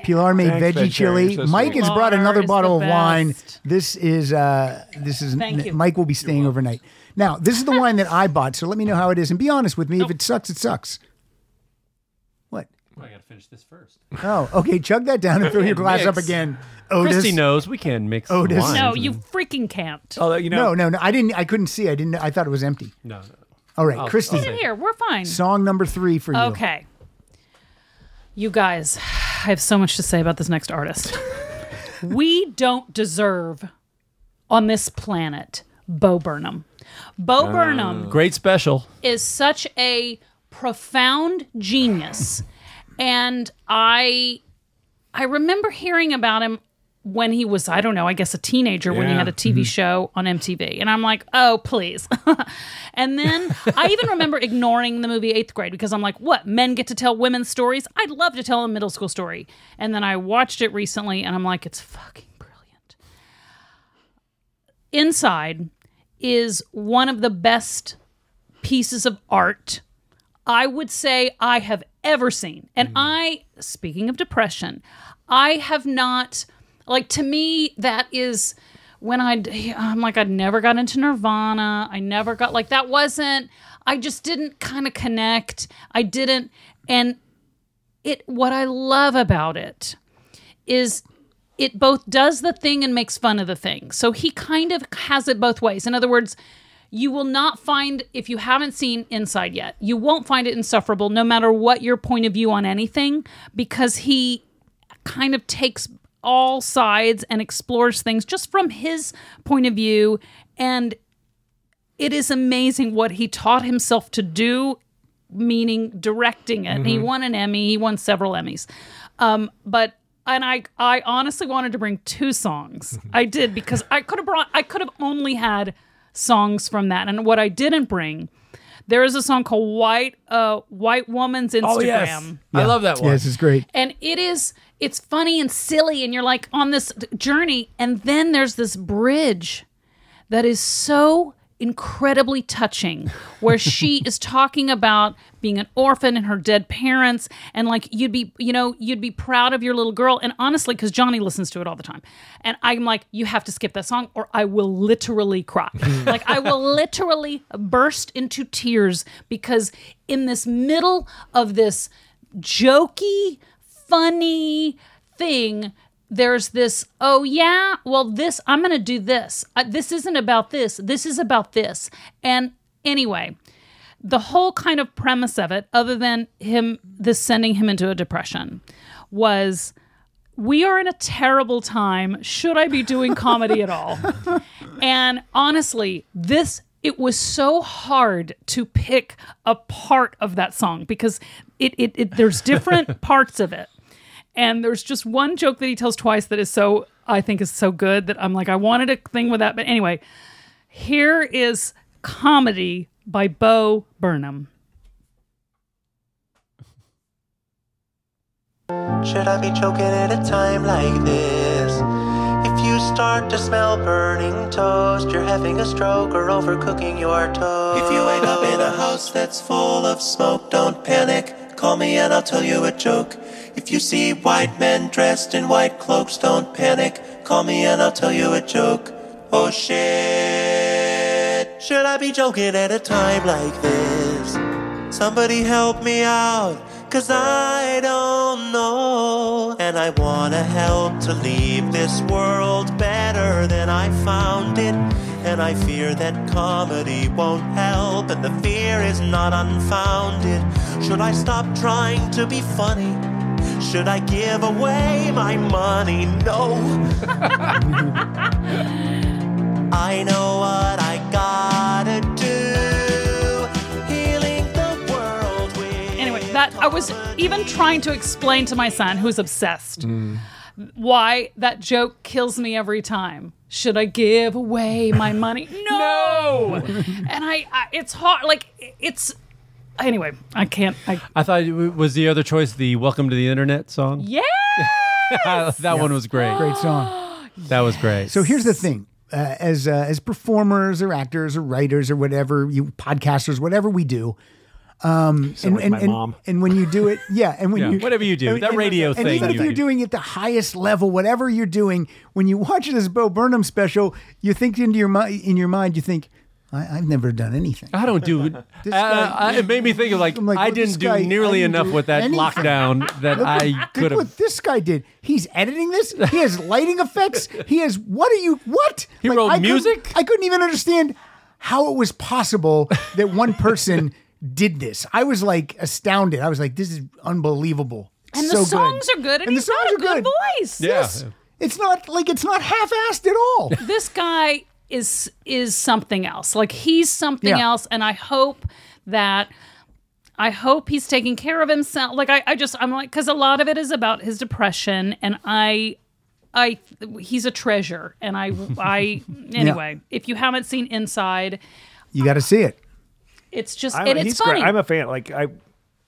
Pilar made Thanks, veggie vegetarian. chili. So Mike sweet. has brought Pilar another is bottle the of wine. This is uh this is Thank you. Mike will be staying overnight. Now, this is the wine that I bought, so let me know how it is and be honest with me. If it sucks, it sucks. I gotta finish this first. Oh, okay, chug that down and throw your glass up Mix. again. Otis. Christy knows we can mix. Oh, some Otis. wines No, and- you freaking can't. Oh, Oh, No, no, no. I didn't I couldn't see. I didn't I thought it was empty. No, no. All right, Oh, I'll- Christy. Get it here. We're fine. Song number 3 for you. Okay. You guys, I have so much to say about this next artist. we don't deserve on this planet Bo Burnham. Bo Oh. Burnham Oh. Great special. is such a profound genius and i i remember hearing about him when he was i don't know i guess a teenager when he Yeah. had a tv Mhm. show on mtv and i'm like oh please and then i even remember ignoring the movie eighth grade because i'm like what men get to tell women stories i'd love to tell a middle school story and then i watched it recently and i'm like it's fucking brilliant inside is one of the best pieces of art I would say I have ever seen. And I, speaking of depression, I have not, like, to me, that is when I, I'm like, I never got into Nirvana. I never got, like, that wasn't, I just didn't kind of connect. I didn't. And it, what I love about it is it both does the thing and makes fun of the thing. So he kind of has it both ways. In other words, you will not find, if you haven't seen Inside yet, you won't find it insufferable, no matter what your point of view on anything, because he kind of takes all sides and explores things just from his point of view. And it is amazing what he taught himself to do, meaning directing it. He Mm-hmm. Mhm. won an Emmy, he won several Emmys. Um, but and I I honestly wanted to bring two songs. I did because I could have brought I could have only had songs from that. And what I didn't bring, there is a song called White uh White Woman's Instagram. Oh, yes. I love that one. Yes, it's great. And it is it's funny and silly and you're like on this journey and then there's this bridge that is so incredibly touching where she is talking about being an orphan and her dead parents and like you'd be you know you'd be proud of your little girl and honestly cuz Johnny listens to it all the time and I'm like you have to skip that song or I will literally cry like I will literally burst into tears because in this middle of this jokey funny thing there's this oh yeah well this i'm gonna do this Uh, this isn't about this this is about this and anyway the whole kind of premise of it other than him this sending him into a depression was we are in a terrible time should i be doing comedy at all and honestly, this it was so hard to pick a part of that song because it, it, it there's different parts of it. And there's just one joke that he tells twice that is so I think is so good that I'm like I wanted a thing with that but anyway, here is comedy by Bo Burnham. Should I be choking at a time like this? If you start to smell burning toast, you're having a stroke or overcooking your toast. If you wake up in a house that's full of smoke, don't panic. Call me and I'll tell you a joke. If you see white men dressed in white cloaks, don't panic. Call me and I'll tell you a joke. Oh shit. Should I be joking at a time like this? Somebody help me out, cause I don't know. And I wanna help to leave this world better than I found it. and I fear that comedy won't help, and the fear is not unfounded. Should I stop trying to be funny? Should I give away my money? No. I know what I gotta do. Healing the world with. Anyway, that I was even trying to explain to my son, who's obsessed, Mm. why that joke kills me every time. Should I give away my money? No. and I, I, it's hard. Like it's. Anyway, I can't. I, I thought it was the other choice the Welcome to the Internet song. yeah. that one was great. Great song. That was great. So here's the thing: uh, as uh, as performers or actors or writers or whatever you podcasters, whatever we do, um, Sound like my and, mom. and when you do it, yeah, and when Yeah, you whatever you do, that radio and thing even if you you're do. doing it the highest level, whatever you're doing, when you watch this Bo Burnham special, you think into your mind, in your mind, you think, I- I've never done anything. I don't do. uh, guy- I- it made me think of like, I'm like, I look, this didn't do guy- nearly I didn't enough do with that anything. lockdown that Look what- I could Look have. what this guy did. He's editing this. He has lighting effects. He has what are you what? He wrote I couldn't- music? I couldn't even understand how it was possible that one person did this. I was like astounded. I was like, this is unbelievable. And So the good. songs are good, And and, the he's got songs a are good, good. voice. Yeah. Yes. It's not like it's not half-assed at all. this guy is is something else. Like he's something Yeah. else, and I hope that I hope he's taking care of himself. Like I, I just I'm like because a lot of it is about his depression, and I. I he's a treasure and I I anyway if you haven't seen Inside You got to see it. it's just I'm, and he's it's great. funny I'm a fan. Like I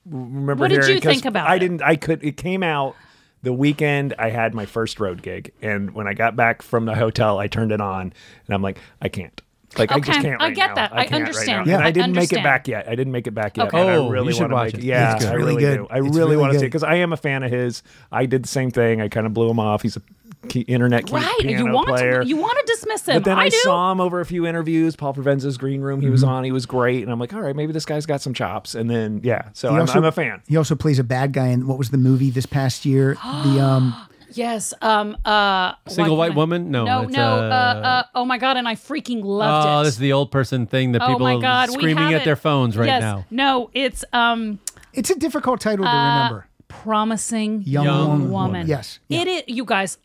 remember. What did hearing- you 'cause think about I it? didn't. I could. It came out the weekend I had my first road gig, and when I got back from the hotel, I turned it on, and I'm like, I can't. Like I just Okay, can't. I right get now. that. I I, can't right understand. now. Yeah. And I I didn't make understand. it back yet. I didn't make it back yet. Okay. And I Oh, you really should want to watch make it. Yeah, It's I really really good. do. I It's really, really want to see good. it because I am a fan of his. I did the same thing. I kind of blew him off. He's a key, internet key, right piano you want player. to you want to dismiss him But then I, I do saw him over a few interviews. Paul Provenza's Green Room, he was Mm-hmm. on. He was great, and I'm like, all right, maybe this guy's got some chops. And then yeah, so He I'm, also- I'm a fan. He also plays a bad guy in what was the movie this past year? The um Yes. Um. Uh. Single why white can't I- woman? No, No. it's, No. Uh, uh, uh, Oh my god! And I freaking loved Oh, it. this is the old person thing that oh people my god! are we screaming at haven't- their phones right yes. now. No, it's um It's a difficult title to Uh, remember. promising Young young, Woman. woman. Yes. It is. You guys,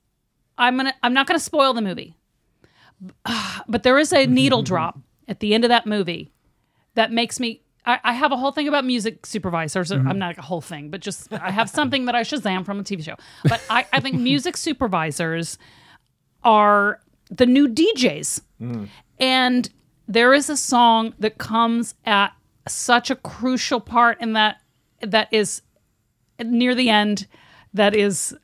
I'm gonna. I'm not gonna spoil the movie, but there is a needle drop at the end of that movie that makes me. I, I have a whole thing about music supervisors. Mm-hmm. I'm not a whole thing, but just I have something that I shazam from a TV show. But I, I think music supervisors are the new DJs. And there is a song that comes at such a crucial part and that that is near the end that is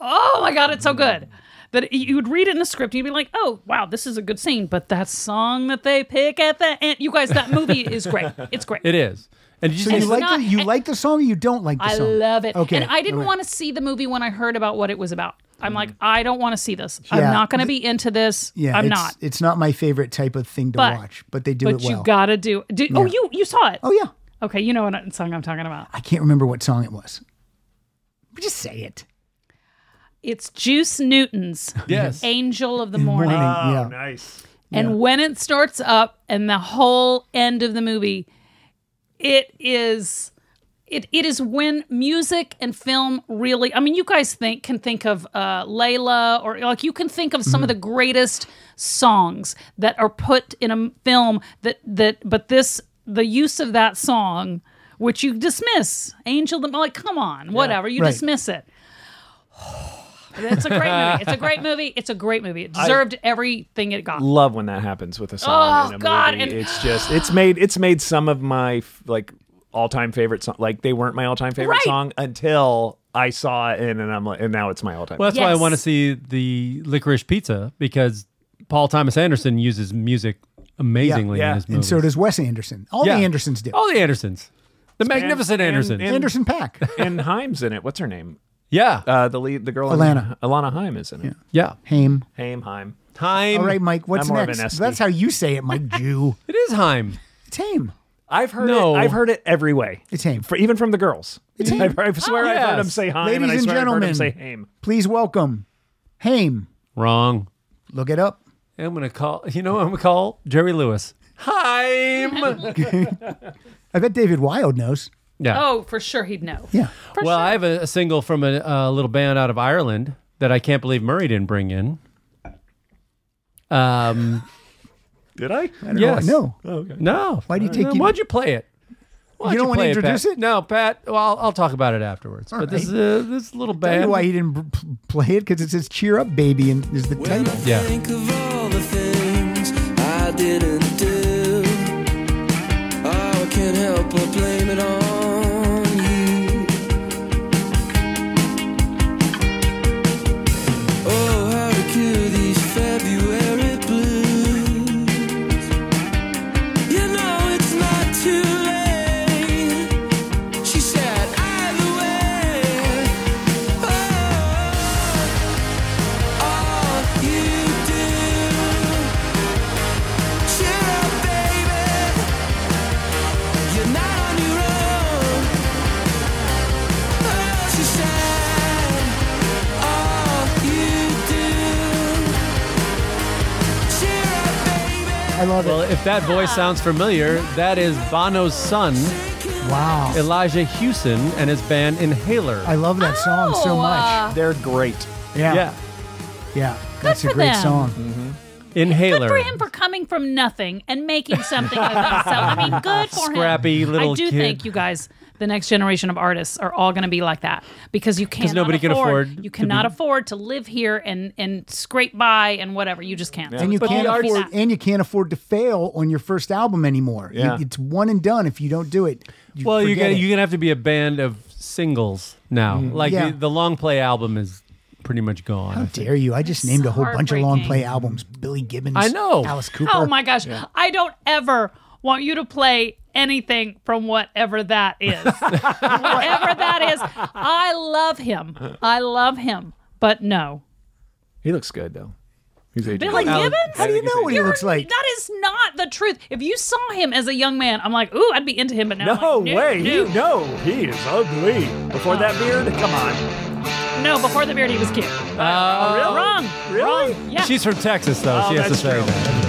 oh my god, it's so good. That you would read it in the script and you'd be like, oh wow, this is a good scene, but that song that they pick at the end you guys, that movie is great. It's great. It is. And you So just you like not- the, you like the song or you don't like the I song? love it. Okay. And I didn't all right. Mm-hmm. want to see the movie when I heard about what it was about. I'm like, I don't want to see this. Yeah. I'm not going to be into this. Yeah, I'm it's, not. It's not my favorite type of thing to But- watch, but they do but it well. you gotta do. do Oh, you you saw it? oh yeah, Okay, you know what song I'm talking about. I can't remember what song it was. But just say it. It's Juice Newton's Yes. "Angel of the Morning," yeah. nice. and when it starts up, and the whole end of the movie, it is. It, it is when music and film really i mean you guys think can think of uh, layla or like you can think of some Mm-hmm. of the greatest songs that are put in a m- film that that but this the use of that song which you dismiss angel the like come on whatever you Right. dismiss it it's a great movie it's a great movie it's a great movie it deserved everything it got Love when that happens with a song. Oh, in a God, movie. and- it's just it's made it's made some of my f- like all time favorite song. Like they weren't my all time favorite Right. song until I saw it in, and I'm like, and now it's my all time. Well, that's why I Yes. want to see the Licorice Pizza because Paul Thomas Anderson uses music amazingly Yeah, in his movies. And so does Wes Anderson. All Yeah. the Andersons do. All the Andersons. The magnificent and- Anderson. and- Anderson Pack. and Haim's in it. What's her name? yeah. Uh, the lead, the girl, in- Alana. Alana Haim is in it. yeah. Haim. Haim, Haim. Heim. All right, Mike. What's more of an next? SD. That's how you say it, Mike Jew. It is Heim. It's Haim. I've heard No. it. I've heard it every way. It's Haim. For, even from the girls. It's Haim. I've- I, swear I've heard Oh, yes. him say Haim, Ladies and I and swear I've heard gentlemen, him say Haim. please welcome Haim. Wrong. Look it up. I'm gonna call. You know, what I'm gonna call Jerry Lewis. Heim. I bet David Wild knows. Yeah. Oh, for sure he'd know. Yeah. well, I have a, a single from a, a little band out of Ireland that I can't believe Murray didn't bring in. Um, did I? Yeah. Yes. No. Oh, okay. No. Why do you think you- Why'd you play it? You don't wanna play introduce Pat? No, Pat. Well, I'll, I'll talk about it afterwards. but this is uh, this little Tell you band. why he didn't b- p- play it because it says "Cheer Up, Baby" and is the title. Yeah. Think of all the things I didn't do. Oh, I can't help but blame it on you. Oh, how to cure these February blues. You know it's not too late. She said, either way. Oh. I love well, if that voice sounds familiar, that is Bono's son. Wow. Elijah Hewson and his band Inhaler. I love that song Oh, so Uh. much. They're great. Yeah. Yeah. Yeah. That's a for great them. song. Mm-hmm. Inhaler. Good for him for coming from nothing and making something of himself. I mean, good for him. Scrappy little I do kid. think you guys, the next generation of artists, are all going to be like that because you can't. nobody can afford to You cannot be- afford to live here and and scrape by and whatever. You just can't. And you All can't of afford that. and you can't afford to fail on your first album anymore. You- Yeah. it's one and done if you don't do it. well, you're forget gonna it. you're gonna have to be a band of singles now. Mhm. Like Yeah. the, the long play album is pretty much gone. How dare you? I just named a whole bunch of long play albums. Billy Gibbons. I know. Alice Cooper. Oh my gosh! I don't ever want you to play anything from whatever that is. whatever that is, I love him. I love him. But no, He looks good though. He's aging. Billy well. Gibbons? I think he's aging. That is not the truth. If you saw him as a young man, I'm like, ooh, I'd be into him. But now, No I'm like, way. No, He, no, he is ugly. Before that beard, come on. no, before the beard, he was cute. Uh, Wrong. Really? Wrong. Yeah. She's from Texas though. Oh, she has to that's say true. that.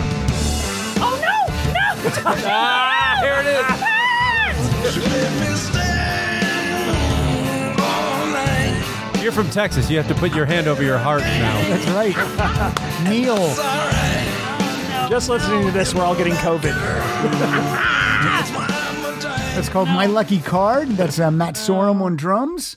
Oh no! No! Ah, here it is. You're from Texas. You have to put your hand over your heart Oh, now. That's right. Neil. Just listening to this, we're all getting COVID. That's called My Lucky Card. That's uh, Matt Sorum on drums.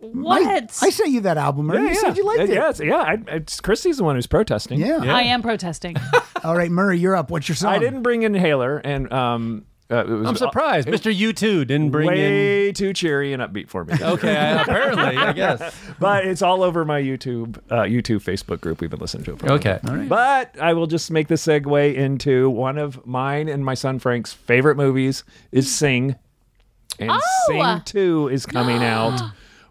What? I, I sent you that album. Right? you said you liked yeah, it. Yeah, it's- yeah. I, it's, Christy's the one who's protesting. Yeah. I am protesting. All right, Murray, you're up. What's your song? I didn't bring inhaler, and um, uh, it was I'm surprised. Mr. U2 didn't bring in. way too cheery and upbeat for me. Okay, I- apparently, I guess. but it's all over my YouTube, uh, YouTube, Facebook group. We've been listening to it. For a Okay. while. But I will just make the segue into one of mine and my son Frank's favorite movies is Sing, and Sing Two is coming out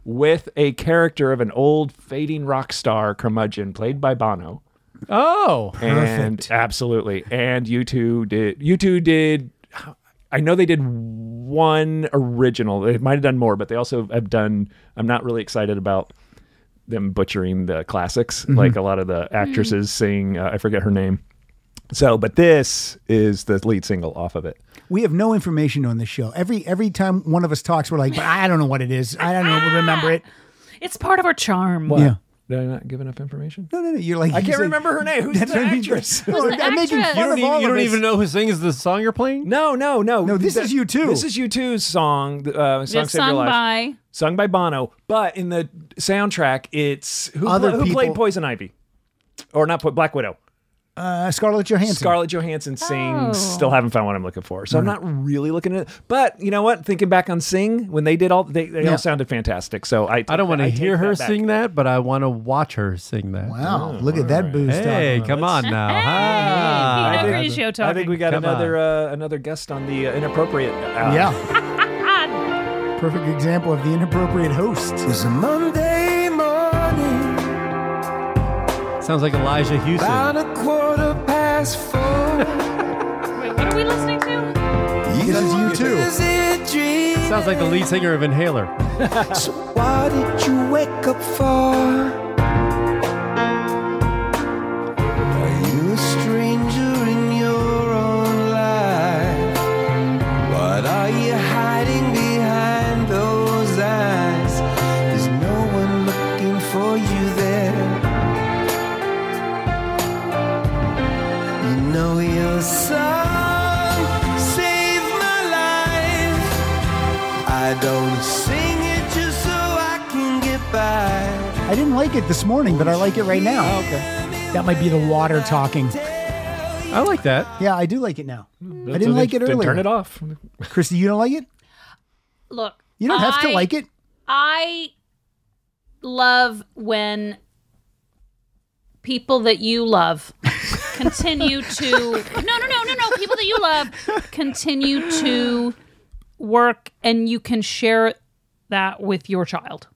with a character of an old fading rock star curmudgeon played by Bono. Oh. And absolutely. And you two did. You two did. I know they did one original. They might have done more, but they also have done. I'm not really excited about them butchering the classics, Mm-hmm. like a lot of the actresses Mm-hmm. sing. Uh, I forget her name. So, but this is the lead single off of it. We have no information on this show. Every every time one of us talks, we're like, but I don't know what it is. I don't know, remember it. it's part of our charm. Yeah. Did I not give enough information? No, no, no. You're like, I he's can't like- remember her name. Who's That's the what I mean. actress? No, Who's the I'm making actress? fun You of don't, all even, you of don't us. even know who sings the song you're playing? No, no, no. No, this Th- is U2. This is U2's song. Uh, song It's Saved Your sung Life. by. sung by Bono, but in the soundtrack, it's who, Other pla- who people- played Poison Ivy, or not Po- Black Widow. Uh, Scarlett Johansson. Scarlett Johansson sings. Oh. Still haven't found what I'm looking for, so Mm-hmm. I'm not really looking at. it. But you know what? Thinking back on Sing, when they did all, they, they Yeah. all sounded fantastic. So I, I don't want to hear her sing That. Oh, that, but I want to watch her sing that. Wow. look at that boost. Hey, up. come on now. Hey, Ah. Pino Grigio back. I talking. think we got Come another uh, another guest on the uh, inappropriate. Uh, Yeah. Perfect example of the inappropriate host. It's a Monday morning, Sounds like Elijah Houston. about a quarter past four. Wait, what are we listening to? This is you too. Is it dream? Sounds like the lead singer of Inhaler. So what did you wake up for? Are you so song saved my life. I don't sing it just so I can get by. I didn't like it this morning, but I like it right now. Okay. That might be the water talking. I like that. Yeah, I do like it now. I then- didn't like it then earlier. turn it off. Christy, you don't like it? Look, You don't have to I- like it. I love when people that you love continue to no no no no no people that you love continue to work and you can share that with your child.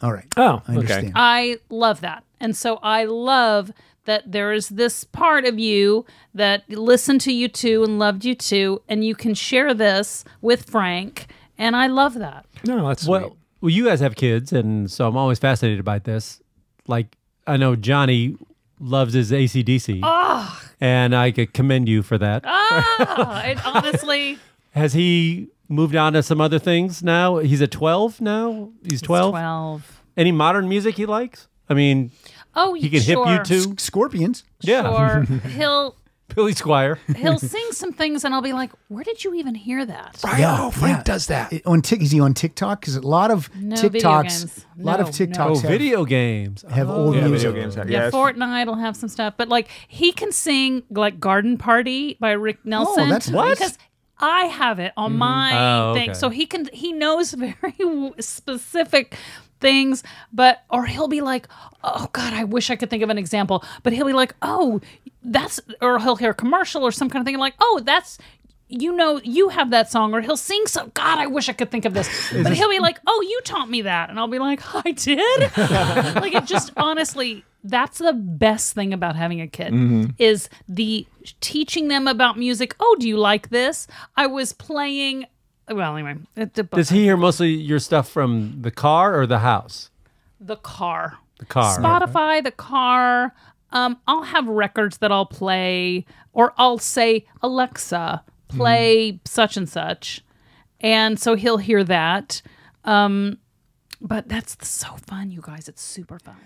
All right. Oh, I understand. I love that. And so I love that there is this part of you that listened to you too and loved you too and you can share this with Frank and I love that. No, that's well. Well, you guys have kids, and so I'm always fascinated by this. Like, I know Johnny loves his ACDC, Ah. and I could commend you for that. Ah, it honestly Has he moved on to some other things now? He's at 12 now. He's 12. 12. Any modern music he likes? I mean, Oh, he could sure. hip you to S- Scorpions. Yeah, Sure. he'll Billy Squire. he'll sing some things and I'll be like, "Where did you even hear that?" Yeah, Frank does that. on Tik is he on TikTok? Because a lot of No, video TikToks, games. a lot of No, TikToks no. Oh, have- video games. have Oh. old Yeah, music. video games have- Yeah, Yes. Fortnite will have some stuff, but like he can sing like "Garden Party" by Rick Oh, Nelson. that's nice. because I have it on my Oh, thing, okay. so he can he knows very w- specific things. But or he'll be like, "Oh God, I wish I could think of an example," but he'll be like, "Oh, that's," or he'll hear a commercial or some kind of thing, like, "Oh, that's." You know, you have that song, or he'll sing some. God, I wish I could think of this. But he'll be like, "Oh, you taught me that," and I'll be like, "I did." like it just honestly that's the best thing about having a kid Mm-hmm. Mhm. is the teaching them about music oh do you like this i was playing well anyway it, did- Does he hear mostly your stuff from the car or the house? the car The car. spotify the car um, i'll have records that i'll play or i'll say alexa play Mm. such and such and so he'll hear that um, but that's so fun you guys it's super fun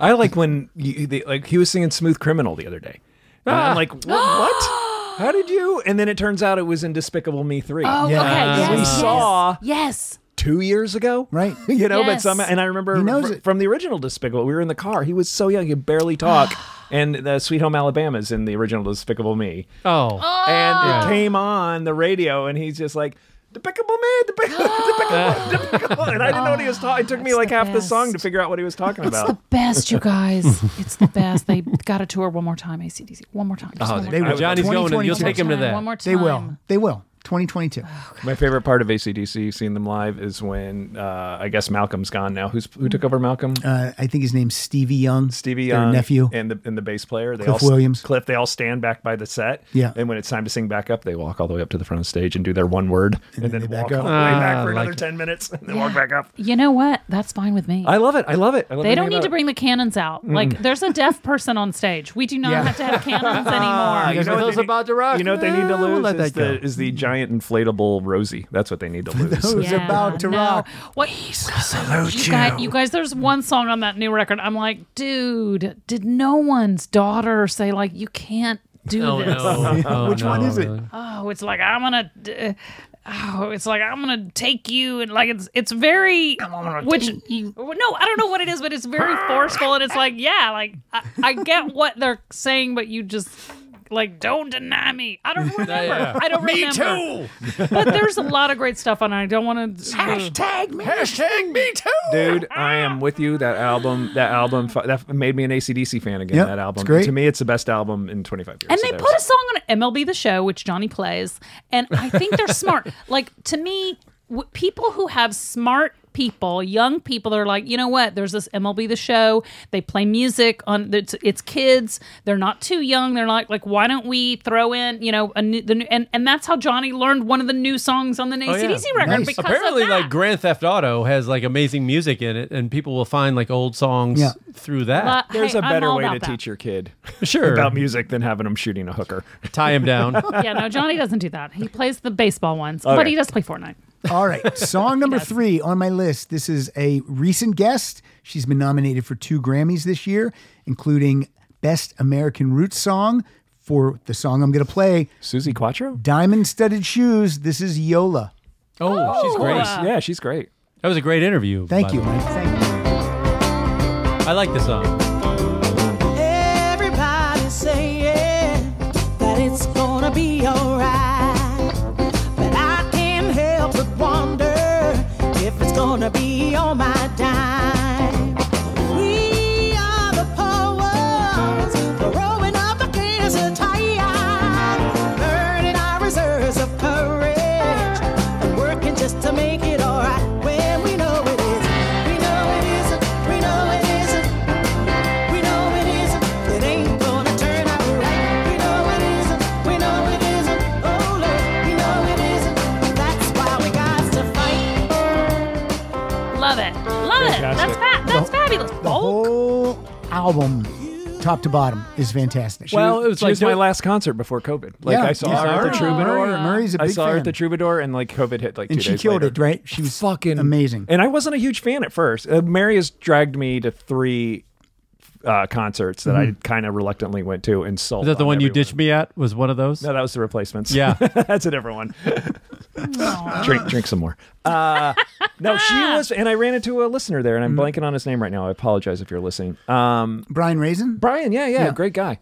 I like when you, they, like he was singing "Smooth Criminal" the other day. And Ah. I'm like, what, what? How did you? And then it turns out it was in Despicable Me three. Oh, okay. Yes, we yes, saw Yes. two years ago, right? you know, but Yes. some and I remember He knows fr- from the original Despicable. We were in the car. He was so young, he could barely talk. and the Sweet Home Alabama's in the original Despicable Me. Oh, and it came on the radio, and he's just like. Despicable me, despicable, despicable, despicable, and I didn't know what he was talking. It took me like half the song to figure out what he was talking It's about. the best, you guys. it's the best. They got to tour one more time, ACDC. One more time. Just Oh, one more they time. will. Johnny's going and you'll take him to that. One more time. They will. They will. 2022. My favorite part of ACDC, seeing them live, is when uh, I guess Malcolm's gone now. Who's who took over Malcolm? Uh, I think his name's Stevie Young. Stevie their Young, nephew. and the and the bass player. They Cliff all, st- Williams. Cliff. They all stand back by the set. Yeah. And when it's time to sing back up, they walk all the way up to the front of the stage and do their one word, and, then, walk up. all the way Ah, back for I another like it. ten minutes, and then Yeah. walk back up. You know what? That's fine with me. I love it. I love it. I love they don't everything need to about bring the cannons out. Like, Mm-mm. there's a deaf person on stage. We do not Yeah. have to have cannons it. Ah, anymore. you know what they need- about to rock. You know what they need to Ah, we'll lose let is, that go. the, is the giant inflatable Rosie. That's what they need to lose. Who's about to no. rock? What? salute you, Guys, you. you guys, there's one song on that new record. I'm like, dude, did no one's daughter say like you can't do Oh, this? no. Oh, Which one no, is it? really. Oh, it's like I'm gonna. d- Oh, it's like I'm gonna take you and like it's it's very which no I don't know what it is but it's very forceful and it's like yeah like I, I get what they're saying but you just like don't deny me I don't remember yeah. I don't Me remember but there's a lot of great stuff on it. I don't want to hashtag me. Hashtag me too. Dude, I am with you. That album, that album, fu- that made me an ACDC fan again. Yep, that it's album, great. to me, it's the best album in 25 years. And So they that put a was- song on MLB The Show, which Johnny plays, and I think they're smart. Like to me, w- people who have smart people, young people, they're like, you know what? There's this MLB The Show. They play music on. It's, it's kids. They're not too young. They're like, like why don't we throw in, you know, a new, the new, and and that's how Johnny learned one of the new songs on the Oh, yeah. ACDC record because apparently, of that. like Grand Theft Auto has like amazing music in it, and people will find like old songs Yeah. through that. Well, There's hey, a I'm better all way about to that. teach your kid Sure. about music than having them shooting a hooker. Tie him down. yeah, no, Johnny doesn't do that. He plays the baseball ones, but Okay. he does play Fortnite. All right. Song number three on my list. This is a recent guest. She's been nominated for two Grammys this year, including Best American Roots Song for the song I'm going to play. Susie Quattro? Diamond Studded Shoes. This is Yola. Oh, she's Oh, great. uh, Yeah, she's great. That was a great interview. Thank by you, the way. I like the song. Everybody's saying that it's gonna be alright. But I can't help but wonder if it's gonna be on my dime. We are the poets, growing up against the tide, burning our reserves of courage, and working just to make it alright. When we know it is, we know it isn't, we know it isn't. We know it isn't. It ain't gonna turn out right. We know it isn't. We know it isn't. Oh Lord, we know it isn't. That's why we got to fight. Love it. Love it. That's Fantastic. fa- that's The- fabulous. The whole album, top to bottom, is fantastic. well, it was, like my last concert before COVID. Like Yeah, I saw yeah. her at the Murray- Troubadour. Murray- Murray's a I big saw her fan. at the Troubadour, and like COVID hit like two and she days killed later. it, right? She was fucking amazing. And I wasn't a huge fan at first. Uh, Mary has dragged me to three uh, concerts that Mhm. I kind of reluctantly went to and sold. Is that the on one you everyone. ditched me at? Was one of those? No, that was the replacements. Yeah. that's a different one. drink, drink some more. Uh, no, she was, and I ran into a listener there, and I'm blanking on his name right now. I apologize if you're listening. Um, Brian Raisin. Brian, yeah, yeah, Yeah. great guy.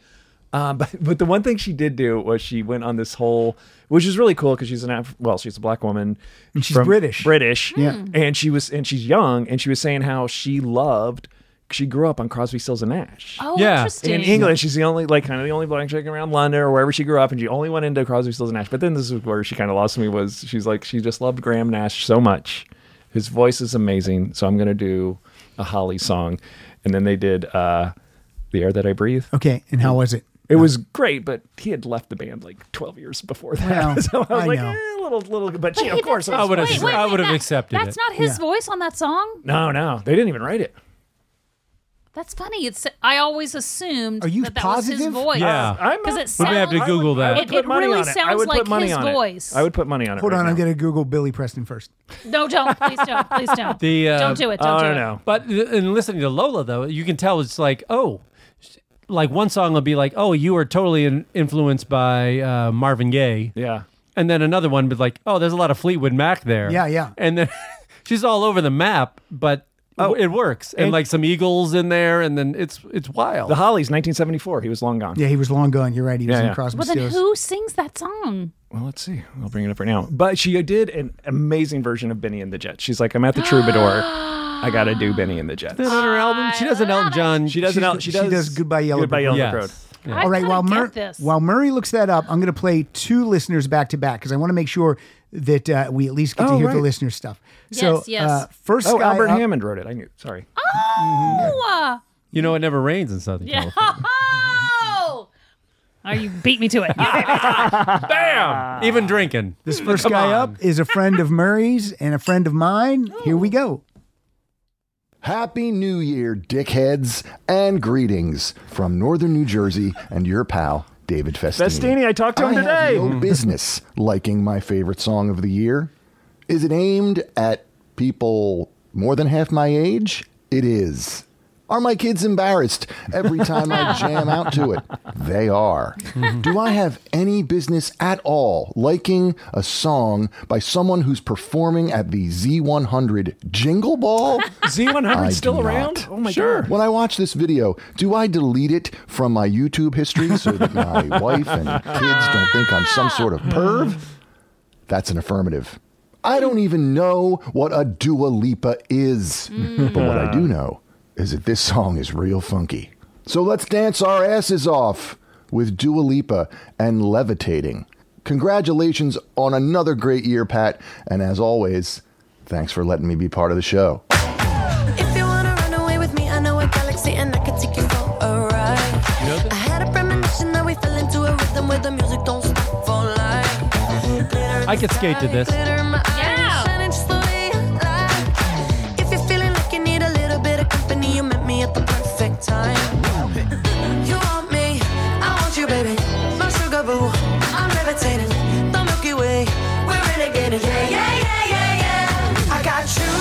Um, but, but the one thing she did do was she went on this whole, which is really cool because she's an Af- well, she's a black woman and she's British, British, Yeah. Hmm. And she was, and she's young, and she was saying how she loved. She grew up on Crosby, Stills, and Nash. Oh, Yeah. interesting. In England, she's the only, like, kind of the only black chick around London or wherever she grew up, and she only went into Crosby, Stills, and Nash. But then this is where she kind of lost me. Was she's like, she just loved Graham Nash so much. His voice is amazing. So I'm gonna do a Holly song, and then they did uh, the air that I breathe. Okay, and how was it? It was great, but he had left the band like 12 years before that. Well, so I was I like, know. eh, little, little, but, But yeah, he- of course, that's- I would have, wait, wait, I wait, would have that- accepted That's it. not his voice on that song. No, no, they didn't even write it. That's funny. It's I always assumed Are you that that was his positive? voice. Yeah. I'm- because it We sounds, may have to I Google would- that. I would It, put it money really on it. I sounds would put like money his on it. voice. I would put money on it. Hold right on, now. I'm going to Google Billy Preston first. No, don't. Please don't. Please don't. The uh, don't do it. Don't do it. But th- in listening to Lola though, you can tell it's like oh, sh- like one song will be like oh you were totally in- influenced by uh, Marvin Gaye. Yeah. And then another one would like oh there's a lot of Fleetwood Mac there. Yeah, yeah. And then she's all over the map, but w- it works. And, And- like some Eagles in there, and then it's it's wild. The Hollies, 1974. He was long gone. Yeah, he was long gone. You're right. He was Yeah, in yeah. Crosby, Well, then Stills. who sings that song? Well, let's see. I'll bring it up right now. But she did an amazing version of Benny and the Jets. She's like, I'm at the Troubadour. I gotta do Benny and the Jets. Then on her album, she does an Elton John. She does an El- she does- Goodbye Yellow Goodbye Brick Yellow Road. Brick Yes. Road. Yeah. All right, I while, couldn't Mur- get this. while Murray looks that up, I'm going to play two listeners back to back because I want to make sure that uh, we at least get to Oh, hear the right. listener stuff. so, Uh, first oh, guy Albert up- Hammond wrote it. I knew. Sorry. Mm-hmm. Oh, You know it never rains in Southern yeah. California. Oh, you beat me to it. Bam! Even drinking. This first guy up is a friend of Murray's and a friend of mine. Here we go. Happy New Year, dickheads, and greetings from northern New Jersey and your pal, David Festini. Festini, I talked to him have today. no business liking my favorite song of the year. Is it aimed at people more than half my age? It is. Are my kids embarrassed every time I jam out to it? They are. Do I have any business at all liking a song by someone who's performing at the Z100 Jingle Ball? Z100 I still do not. around? Oh my god. When I watch this video, do I delete it from my YouTube history so that my wife and kids don't think I'm some sort of perv? That's an affirmative. I don't even know what a Dua Lipa is, Mm. but what I do know is that this song is real funky. So let's dance our asses off with Dua Lipa and Levitating. Congratulations on another great year, Pat, and as always, thanks for letting me be part of the show. If you wanna run away with me, I know a galaxy and I can take you for a ride. I had a premonition that we fell into a rhythm where the music don't stop for life. I could skate to this. Glitter in my eyes, shining just the way I like. If you're feeling like you need a little bit of company, you met me at the perfect time. You want me, I want you, baby. My sugar boo, I'm levitating. The Milky Way, we're renegading. Yeah, yeah, yeah, yeah, yeah. I got you,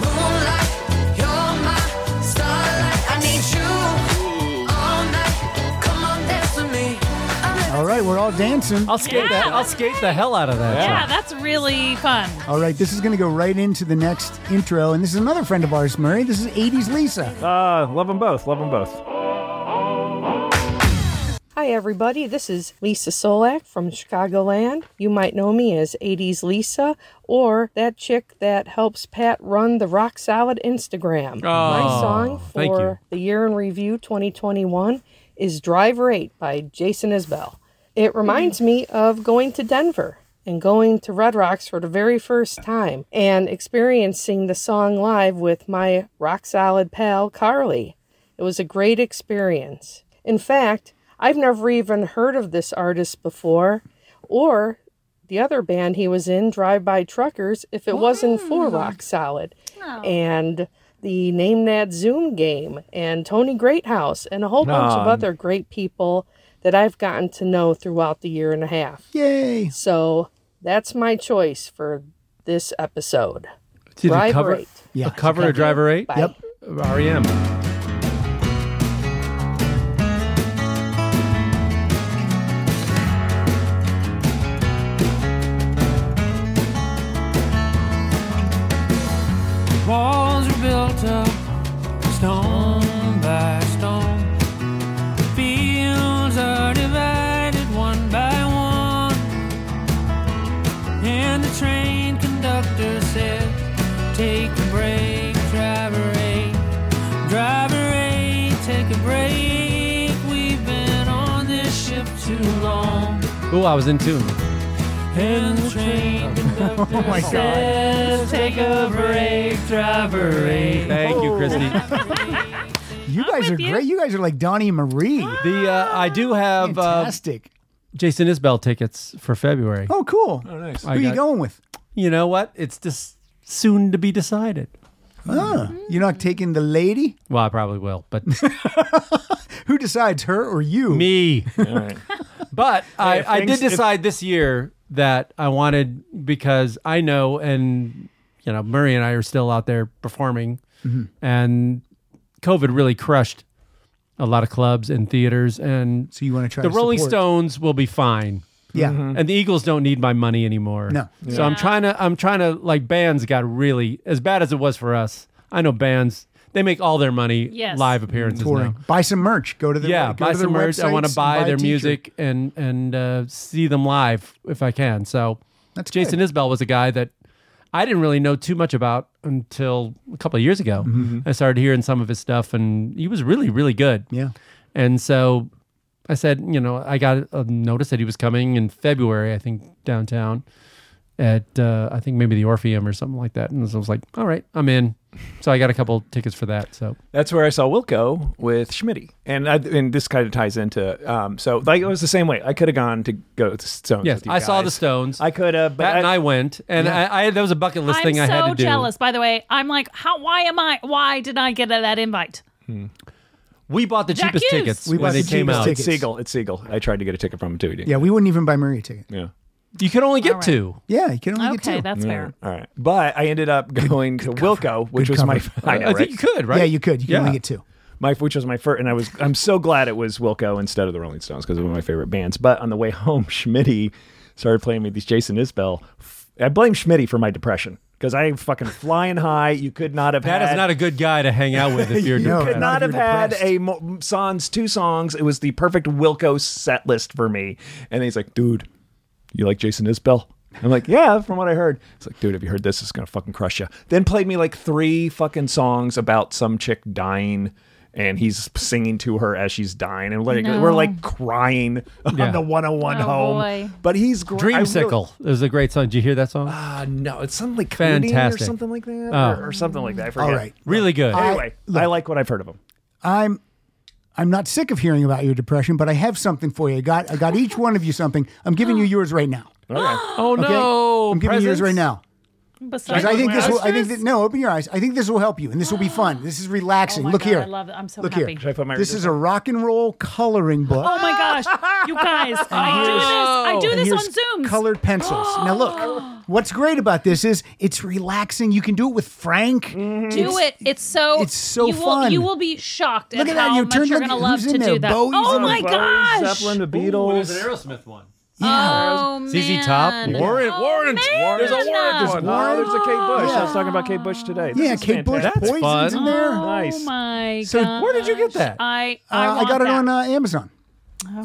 moonlight. You're my starlight. I need you all night. Come on, dance with me. we're all dancing. I'll skate that. I'll skate the hell out of that. yeah, that's really fun. All right, this is going to go right into the next intro, and this is another friend of ours, Murray. This is '80s Lisa. Uh, love them both. Love them both. Hi, everybody. This is Lisa Solak from Chicagoland. You might know me as 80s Lisa or that chick that helps Pat run the Rock Solid Instagram. My Oh, song thank you. for the year in review 2021 is Driver 8 by Jason Isbell. It reminds me of going to Denver and going to Red Rocks for the very first time and experiencing the song live with my rock solid pal Carly. It was a great experience. In fact, I've never even heard of this artist before or the other band he was in, Drive By Truckers, if it wasn't Mm. for Rock Solid. Oh. And the Name That Zoom game, and Tony Greathouse, and a whole bunch of Ah. other great people that I've gotten to know throughout the year and a half. Yay! So that's my choice for this episode. Did Drive a cover, Rate. a cover of Driver Eight. E Yep. REM. Walls are built up stone by stone. Fields are divided one by one. And the train conductor said, Take a break, driver eight. Driver eight, take a break. We've been on this ship too long. Ooh, I was in tune. And the train conductor Oh my God. says, Take a break, driver eight. Thank you, Christy. You guys are great. You guys are like Donnie and Marie. The uh, I do have fantastic. Jason Isbell tickets for February. oh, cool. Oh, nice. Who I are you got- going with? You know what? It's just soon to be decided. Ah, you're not taking the lady? Well, I probably will, but Who decides, her or you? Me. But I, I did things- if- decide this year that I wanted because I know, and you know, Murray and I are still out there performing, Mm-hmm. Mhm. and COVID really crushed a lot of clubs and theaters, and so you want to try the to Rolling support. Stones will be fine. Yeah. Mhm. and the Eagles don't need my money anymore. No. so I'm Yeah. trying to, I'm trying to like bands got really as bad as it was for us. I know bands they make all their money Yes. live appearances now Touring. Buy some merch. Go to the yeah, go buy to their some merch. I websites want to and buy, a their t-shirt. music and and uh, see them live if I can. So That's Jason Isbell was a guy that I didn't really know too much about until a couple of years ago. Mhm. I started hearing some of his stuff, and he was really really good. Yeah, and so I said, you know, I got a notice that he was coming in February, I think downtown at uh, I think maybe the Orpheum or something like that. And so I was like, all right, I'm in. So I got a couple tickets for that. So That's where I saw Wilco with Schmitty, and I, and this kind of ties into um. So like it was the same way. I could have gone to go to Stones. Yes, with you I saw guys. the Stones. I could have, but Pat I- and I went, and Yeah. I, I that was a bucket list I'm thing so I had to do. jealous. By the way, I'm like, how? Why am I? Why did I get that invite? We bought the Jack cheapest Hughes. tickets We when bought they the came cheapest out. tickets. It's Siegel. It's Siegel. I tried to get a ticket from him too. He didn't. Yeah, we wouldn't even buy Murray a ticket. Yeah. You can only get All right. two. Yeah, you can only get two. Okay, that's Yeah. fair. All right, but I ended up going to Wilco, which was my. cover. I, know, I think right? you could, right? Yeah, you could. You can only get two. My which was my first, and I was. I'm so glad it was Wilco instead of the Rolling Stones because it was one of my favorite bands. But on the way home, Schmitty started playing me these Jason Isbell. I blame Schmitty for my depression because I am fucking flying high. You could not have Pat had. is not a good guy to hang out with if you're. you depressed. could not have had a mo- songs two songs. It was the perfect Wilco set list for me. And he's like, dude, you like Jason Isbell? I'm like, yeah, from what I heard. It's like, dude, have you heard this? It's gonna fucking crush you. Then played me like three fucking songs about some chick dying, and he's singing to her as she's dying, and like No. we're like crying Yeah. on the 101 Oh, home. boy. But he's gr- I really- Dreamsicle is a great song. Did you hear that song? Ah, no, it's something like Codeine fantastic or something like that, Oh. or, or something like that. I forget. All right. really good. Anyway, I, like what I've heard of him. I'm I'm not sick of hearing about your depression, but I have something for you. I got I got each one of you something. I'm giving you yours right now. Okay. oh no! I'm giving you yours right now. Because Besides I think this will. I think Roosters? that no. Open your eyes. I think this will help you, and this will be fun. This is relaxing. Oh my Look God, here. I love it. I'm so Look happy. here. Should I put my this is a rock and roll coloring book. Oh my gosh, you guys! I do this. I do And this here's on Zooms. Colored pencils. now look. What's great about this is it's relaxing. You can do it with Frank. Do it. It's so. it's so you Will, fun. you will be shocked Look at, at that. how You much turned- you're look going to at love who's to in do there. that. Bowie- oh Bowie, my gosh! Zeppelin, the Ooh, there's Beatles. an Aerosmith one. Oh ZZ Top, man. Oh, Warren, Warren, Warren. There's a Warren. There's one. Oh, there's a Kate Bush. Yeah. I was talking about Kate Bush today. Yeah, This is Kate Bush fantastic. Poison's in there. Oh Nice. my So gosh. where did you get that? I Uh, I, I, want got it that. on uh, Amazon.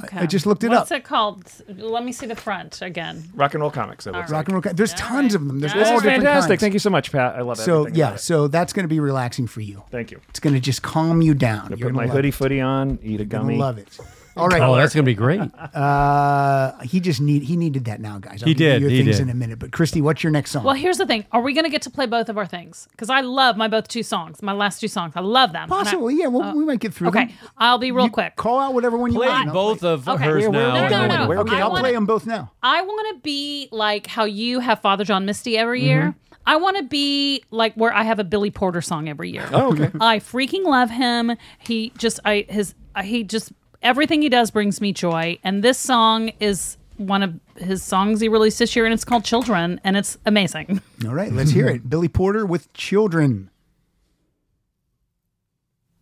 Okay. I just looked it What's up. it called? Let me see the front again. Rock and roll comics. It All looks Rock and roll. Ca- There's tons of them. There's This all is different fantastic. kinds. Thank you so much, Pat. I love So everything. yeah, so that's going to be relaxing for you. Thank you. It's going to just calm you down. You're Put gonna my love hoodie it. footy on, eat a gummy. love it. All right. Oh, that's gonna be great. Uh, he just need he needed that now, guys. I'll He give you did, Your he things did. in a minute, but Christy, what's your next song? Well, here's the thing. Are we going to get to play both of our things? Because I love my both two songs, my last two songs. I love them. And I- Possibly, yeah. Well, we might get through. uh, okay, them. I'll be real quick. Call out whatever one you Play want. both of Okay. hers Where- where now. are we and then going? we'll Where are do we the other going? I one. wanna- Play them both now. I want to be like how you have Father John Misty every year. Mm-hmm. I want to be like where I have a Billy Porter song every year. Oh, okay. I freaking love him. He just I his I- he just everything he does brings me joy. And this song is one of his songs he released this year, and it's called Children, and it's amazing. All right, let's hear it. Billy Porter with Children.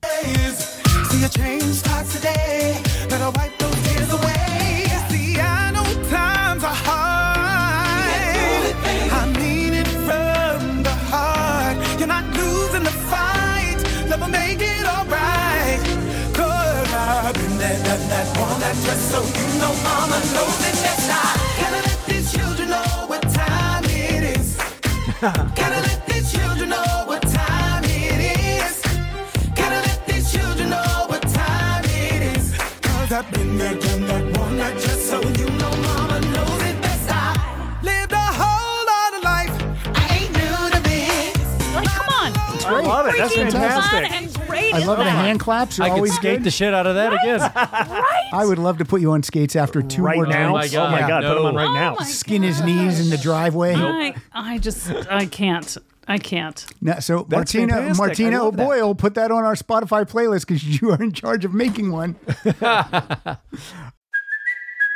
See a change starts today. Better wipe those tears away. See, I know times are hard. I mean it from the heart. You're not losing the fight. Love will make it alright. Good, I've been there, done that, worn that dress. So you know mama knows it best. I gotta let these children know what time it is. gotta let these children know what time it is. Gotta let these children know what time it is. Cause I've been there, done that, one night just so you know mama knows it best. I lived a whole lot of life. I ain't new to this. Like, come on. I love it. That's Freaking fantastic. fun and great I in love the that. hand claps. Are I could always skate good. the shit out of that again. I would love to put you on skates after two Right more now? Oh my drinks. God, Oh my God, put 'em on no. right now. Skin his knees in the driveway. I, I just I can't I can't. Now, so That's Martina fantastic. Martina I love that. O'Boyle put that on our Spotify playlist because you are in charge of making one.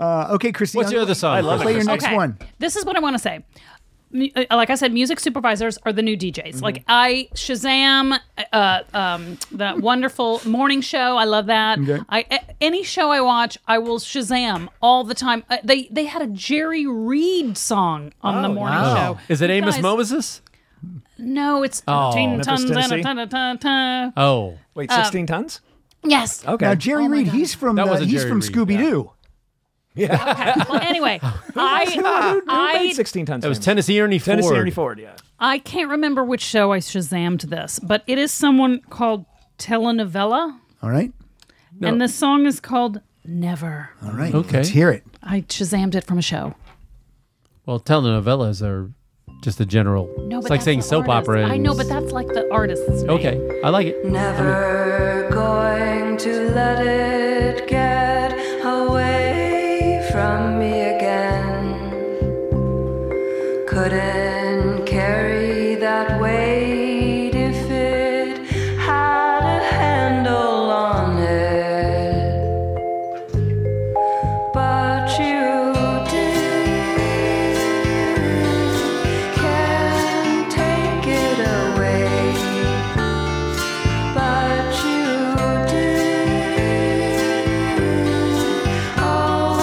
Uh, okay, Christine. What's your other song? I love it, Play your Christine. next Okay. one. This is what I want to say. M- uh, Like I said, music supervisors are the new DJs. Mm-hmm. Like I Shazam, uh, um, that wonderful morning show. I love that. Okay. I a- any show I watch, I will Shazam all the time. Uh, they they had a Jerry Reed song on the morning show. Oh, Is it You Amos guys- Moses? No, it's Oh. 15 Memphis, tons and a Tennessee? ton, a ton, a ton. Oh. Wait, Um, 16 tons? Yes. Okay. Now Jerry Reed, he's from That the, was a he's Jerry from Reed, Scooby Doo. Well, anyway, Who Oh I uh, made I 16 tons. That was Tennessee Ernie Ford. Tennessee Ernie Ford, yeah. I can't remember which show I Shazammed this, but it is someone called Telenovela, All right. No. and the song is called Never. All right. Okay. Let's hear it. I Shazammed it from a show. Well, telenovelas are just the general. No, but it's like that's saying the soap artist. opera. I know, is- but that's like the artist's name. okay. I like it. Never going to let it get away from me again. Couldn't carry that weight if it had a handle on it. But you did. Can't take it away. But you did. Oh,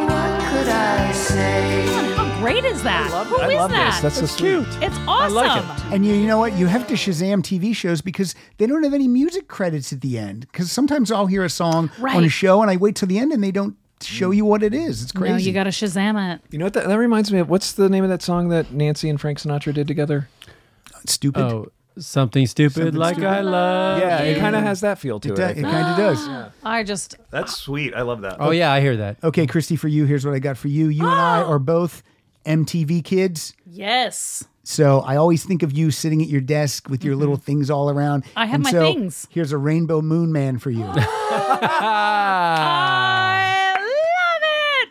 what could I say? How great is that? Who is I love this. that? That's That's so cute. sweet. It's awesome. And you, you know what? You have to Shazam TV shows because they don't have any music credits at the end. Because sometimes I'll hear a song on a Right. show and I wait till the end and they don't show you what it is. It's crazy. No, you got to Shazam it. You know what? That, that reminds me of what's the name of that song that Nancy and Frank Sinatra did together? Stupid. Oh, something stupid like I love. Yeah, it you. kind of has that feel to it. do- I it think. kinda does. I just That's sweet. I love that. Oh, I hear that. Okay, Christy, for you, here's what I got for you. You and I are both MTV kids. Oh! yes. Mm-hmm. So I always think of you sitting at your desk with your little things all around. I have And my so things. Here's a rainbow moon man for you. I love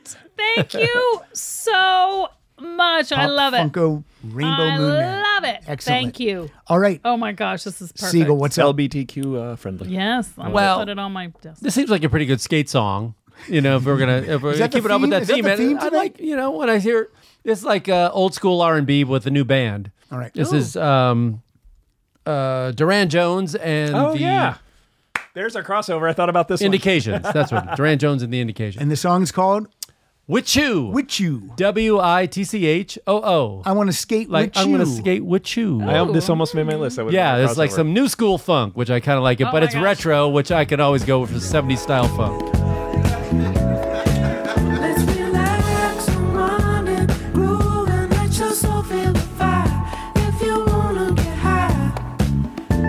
it. Thank you so much. I Pop love it. Funko rainbow I moon man. love it. Excellent. Thank you. All right. Oh my gosh, this is perfect. Siegel, what's up? LBTQ uh, friendly. Yes, I'm Well- gonna put it on my desk. This seems like a pretty good skate song. You know, if we're gonna if we're Is gonna that the keep it up with theme? that Is that theme, the and theme I like you know when I hear it's like uh, old school R and B with a new band. All right, this Ooh. is um, uh, Duran Jones and Oh, the yeah. There's our crossover. I thought about this. one. Indications. That's what it is. Duran Jones and the Indications. And the song's called Witchu. Witchu. W i t c h o o. I want to skate like with I'm gonna you. skate with you. I hope this almost made my list. That would've yeah, been a it's like crossover. some new school funk, which I kind of like it, Oh but my it's gosh. retro, which I can always go with the 70s style funk. Let's relax and run and groove and let your soul feel the fire. If you wanna get high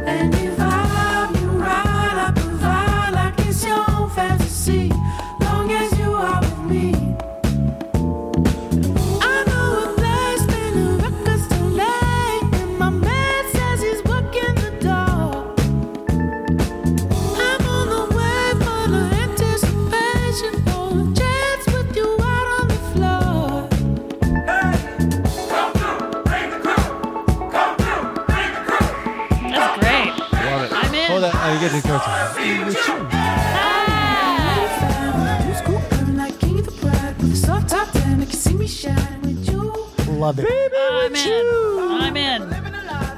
and you vibe, you ride, I provide like it's your own fantasy. Long as you are with me. I know a place, been a record store late, and my man says he's working the door. I'm on the way for the anticipation for a chance with you out on the floor. That's great. Love it. I'm in. Hold on, I get the Mm. Love it. I'm in. I'm in.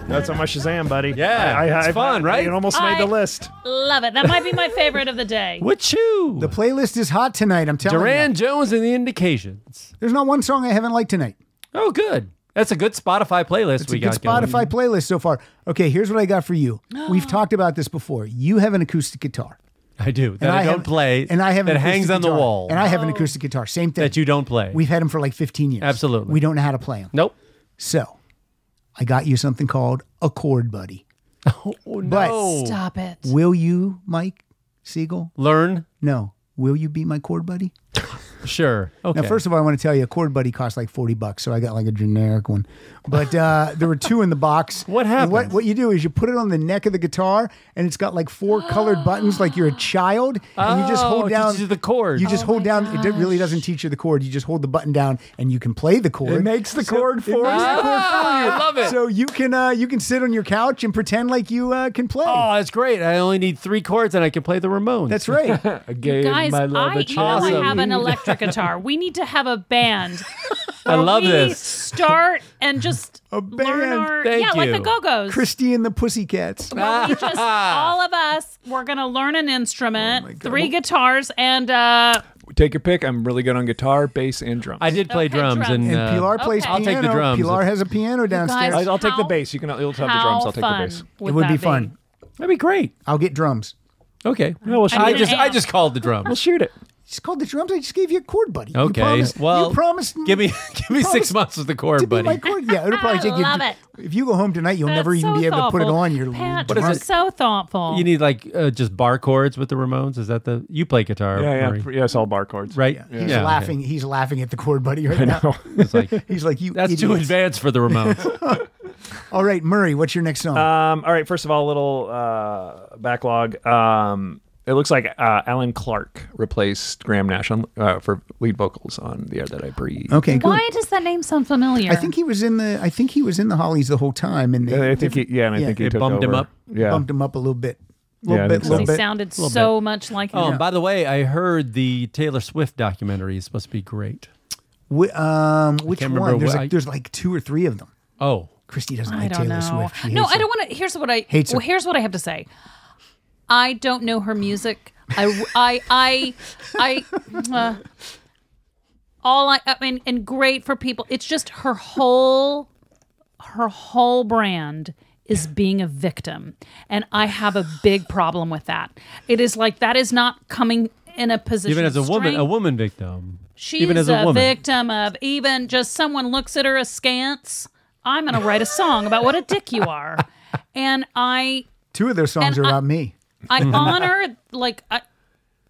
That's on my Shazam, buddy. Yeah, I, I, it's I- fun, I- right? It almost made the I- list. Love it. That might be my favorite of the day. Witchu. The playlist is hot tonight. I'm telling you. Duran Jones and the Indications. There's not one song I haven't liked tonight. Oh, good. That's a good Spotify playlist It's we a good got going. Spotify playlist so far. Okay, here's what I got for you. We've talked about this before. You have an acoustic guitar. I do. That I, don't have- play. And I have an that acoustic hangs on the guitar. wall. And I have an acoustic guitar. Same thing. that you don't play. We've had them for like 15 years. Absolutely. We don't know how to play them. Nope. So I got you something called a chord buddy. Oh, But Stop it. will you, Mike Siegel? Learn. No. Will you be my chord buddy? Sure. Okay. Now, first of all, I want to tell you, a cord buddy costs like forty bucks, so I got like a generic one. But uh, there were two in the box. What happened? What, what you do is you put it on the neck of the guitar, and it's got like four colored buttons, like you're a child, and you just Oh, hold it down teaches you the chord. Oh You just hold down. It do- really doesn't teach you the chord. You just hold the button down, and you can play the chord. It makes the chord for you. makes the chord for Ah, you. I love it. So you can uh, you can sit on your couch and pretend like you uh, can play. oh, that's great. I only need three chords and I can play the Ramones. That's right. I gave Guys, my love I, a you know, chance. I have an Awesome. electric guitar. We need to have a band. I where love we this. Start and just learn band. our Thank yeah, like you. the Go Go's. Christy and the Pussycats. Where we just all of us we're gonna learn an instrument, three guitars, and uh, Take your pick. I'm really good on guitar, bass, and drums. I did play drums, drums. and, And uh, Pilar plays I'll piano. take the drums. Pilar has a piano downstairs. I'll, I'll take the how- bass. You can. You'll have the how drums. I'll take the fun bass. would it would that be fun. That'd be great. I'll get drums. Okay. No, we'll shoot I it. just I just called the drums. We'll shoot it. It's called the drums. I just gave you a chord, buddy. You Okay. promised, well, you promised give me give me six promised months with the chord, to be buddy. my chord. Yeah, it'll probably I take you. love it. If you go home tonight, you'll never That's even so be able to put it thougl. on. You're Pat, What is that's it? so thoughtful. you need like uh, just bar chords with the Ramones. Is that the you play guitar? Yeah, yeah, Marie, yeah. It's all bar chords. right. He's laughing. He's laughing at the chord, buddy. Right now, It's like he's like, "You that's too idiots." advanced for the Ramones. All right, Murray, what's your next song? Um, all right. First of all, a little uh, backlog. Um, it looks like uh, Alan Clark replaced Graham Nash on, uh, for lead vocals on "The Air That I Breathe." okay, good. Why does that name sound familiar? I think he was in the. I think he was in the Hollies the whole time, and And they I think he, yeah, and I Yeah. think he It took bumped him over. up. Yeah, bumped him up a little bit. Yeah, Little I bit, think so. little he bit. sounded Little so much like Oh, him. and by the way, I heard the Taylor Swift documentary is supposed to be great. Wh- um, which can't remember one? There's what like, I- there's like two or three of them. Oh, Christy doesn't I like don't Taylor know. Swift. She no, hates I her. don't want to. Here's what I Hates her. well, here's what I have to say. I don't know her music. I I I I. Uh, all I, I mean, and great for people. It's just her whole, her whole brand is being a victim, and I have a big problem with that. It is like that is not coming in a position. even as of a woman, strength. a woman victim. She's even as a, a, woman. victim of even just someone looks at her askance. I'm going to write a song about what a dick you are. And I Two of their songs And are I- about me. I honor like I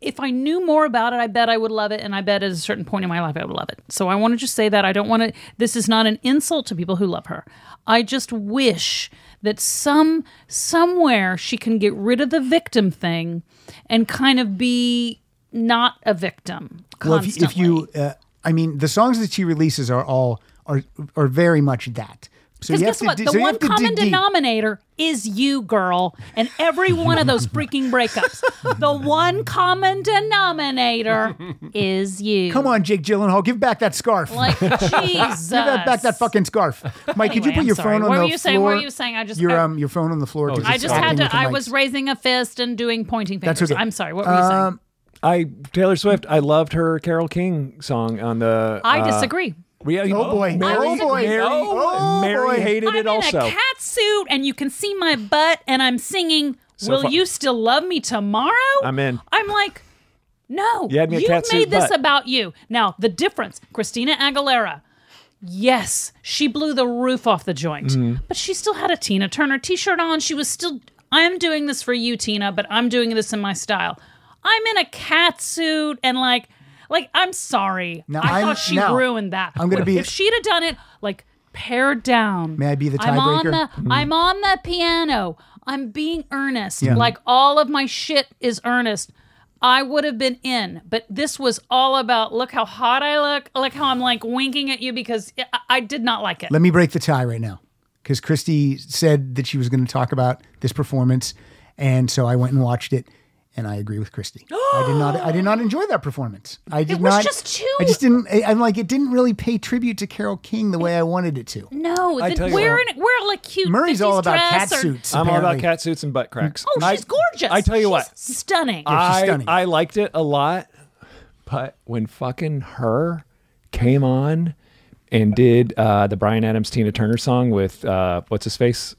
if I knew more about it, I bet I would love it. And I bet at a certain point in my life, I would love it. So I want to just say that. I don't want to, this is not an insult to people who love her. I just wish that some, somewhere she can get rid of the victim thing and kind of be not a victim Well, if, constantly. you- if you, uh, I mean, the songs that she releases are all are are very much that. So Because you have guess to what? di- the so you one have to common dig deep. denominator is you, girl, and every one of those freaking breakups. The one common denominator is you. Come on, Jake Gyllenhaal, give back that scarf. Like, give that back that fucking scarf. Mike, could you Anyway, put I'm your sorry. phone on What the were you floor? saying? What were you saying? I just- your I- um your phone on the Oh, floor. 'cause I it's just had acting with to. the I mics. was raising a fist and doing pointing fingers. That's Uh, okay. I'm sorry. What were you saying? I Taylor Swift. I loved her Carol King song on the. I uh, disagree. we- Oh, boy. Mary, Oh, boy. Mary, Oh, Mary boy. hated I'm it in also. a cat suit and you can see my butt and I'm singing. So Will far- you still love me tomorrow? I'm in. I'm like, no. You had me at have cat made suit, this but- about you. Now the difference, Christina Aguilera. Yes, she blew the roof off the joint, Mm. Mm-hmm. Mhm. but she still had a Tina Turner T-shirt on. She was still. I'm doing this for you, Tina, but I'm doing this in my style. I'm in a cat suit and like, like I'm sorry. Now, I I'm- thought she now, ruined that. I'm gonna be- If she'd have done it like pared down, May I be the I'm on tiebreaker? the Mhm. I'm on the piano. I'm being earnest. Yeah. Like all of my shit is earnest. I would have been in, but this was all about look how hot I look, look how I'm like winking at you because I, I did not like it. Let me break the tie right now because Christy said that she was going to talk about this performance, and so I went and watched it, and I agree with Christy. I did not. I did not enjoy that performance. I did was not. just too- I just didn't. I, am like it didn't really pay tribute to Carol King the way I wanted it to. No, I the, tell you we're what. in we're like cute. Murray's all 50s about cat dress or- suits. I'm all about apparently. cat suits and butt cracks. Oh, I- she's gorgeous. I tell you what. Stunning. uh, I, I liked it a lot, but when fucking her came on and did uh, the Brian Adams Tina Turner song with uh, what's his face?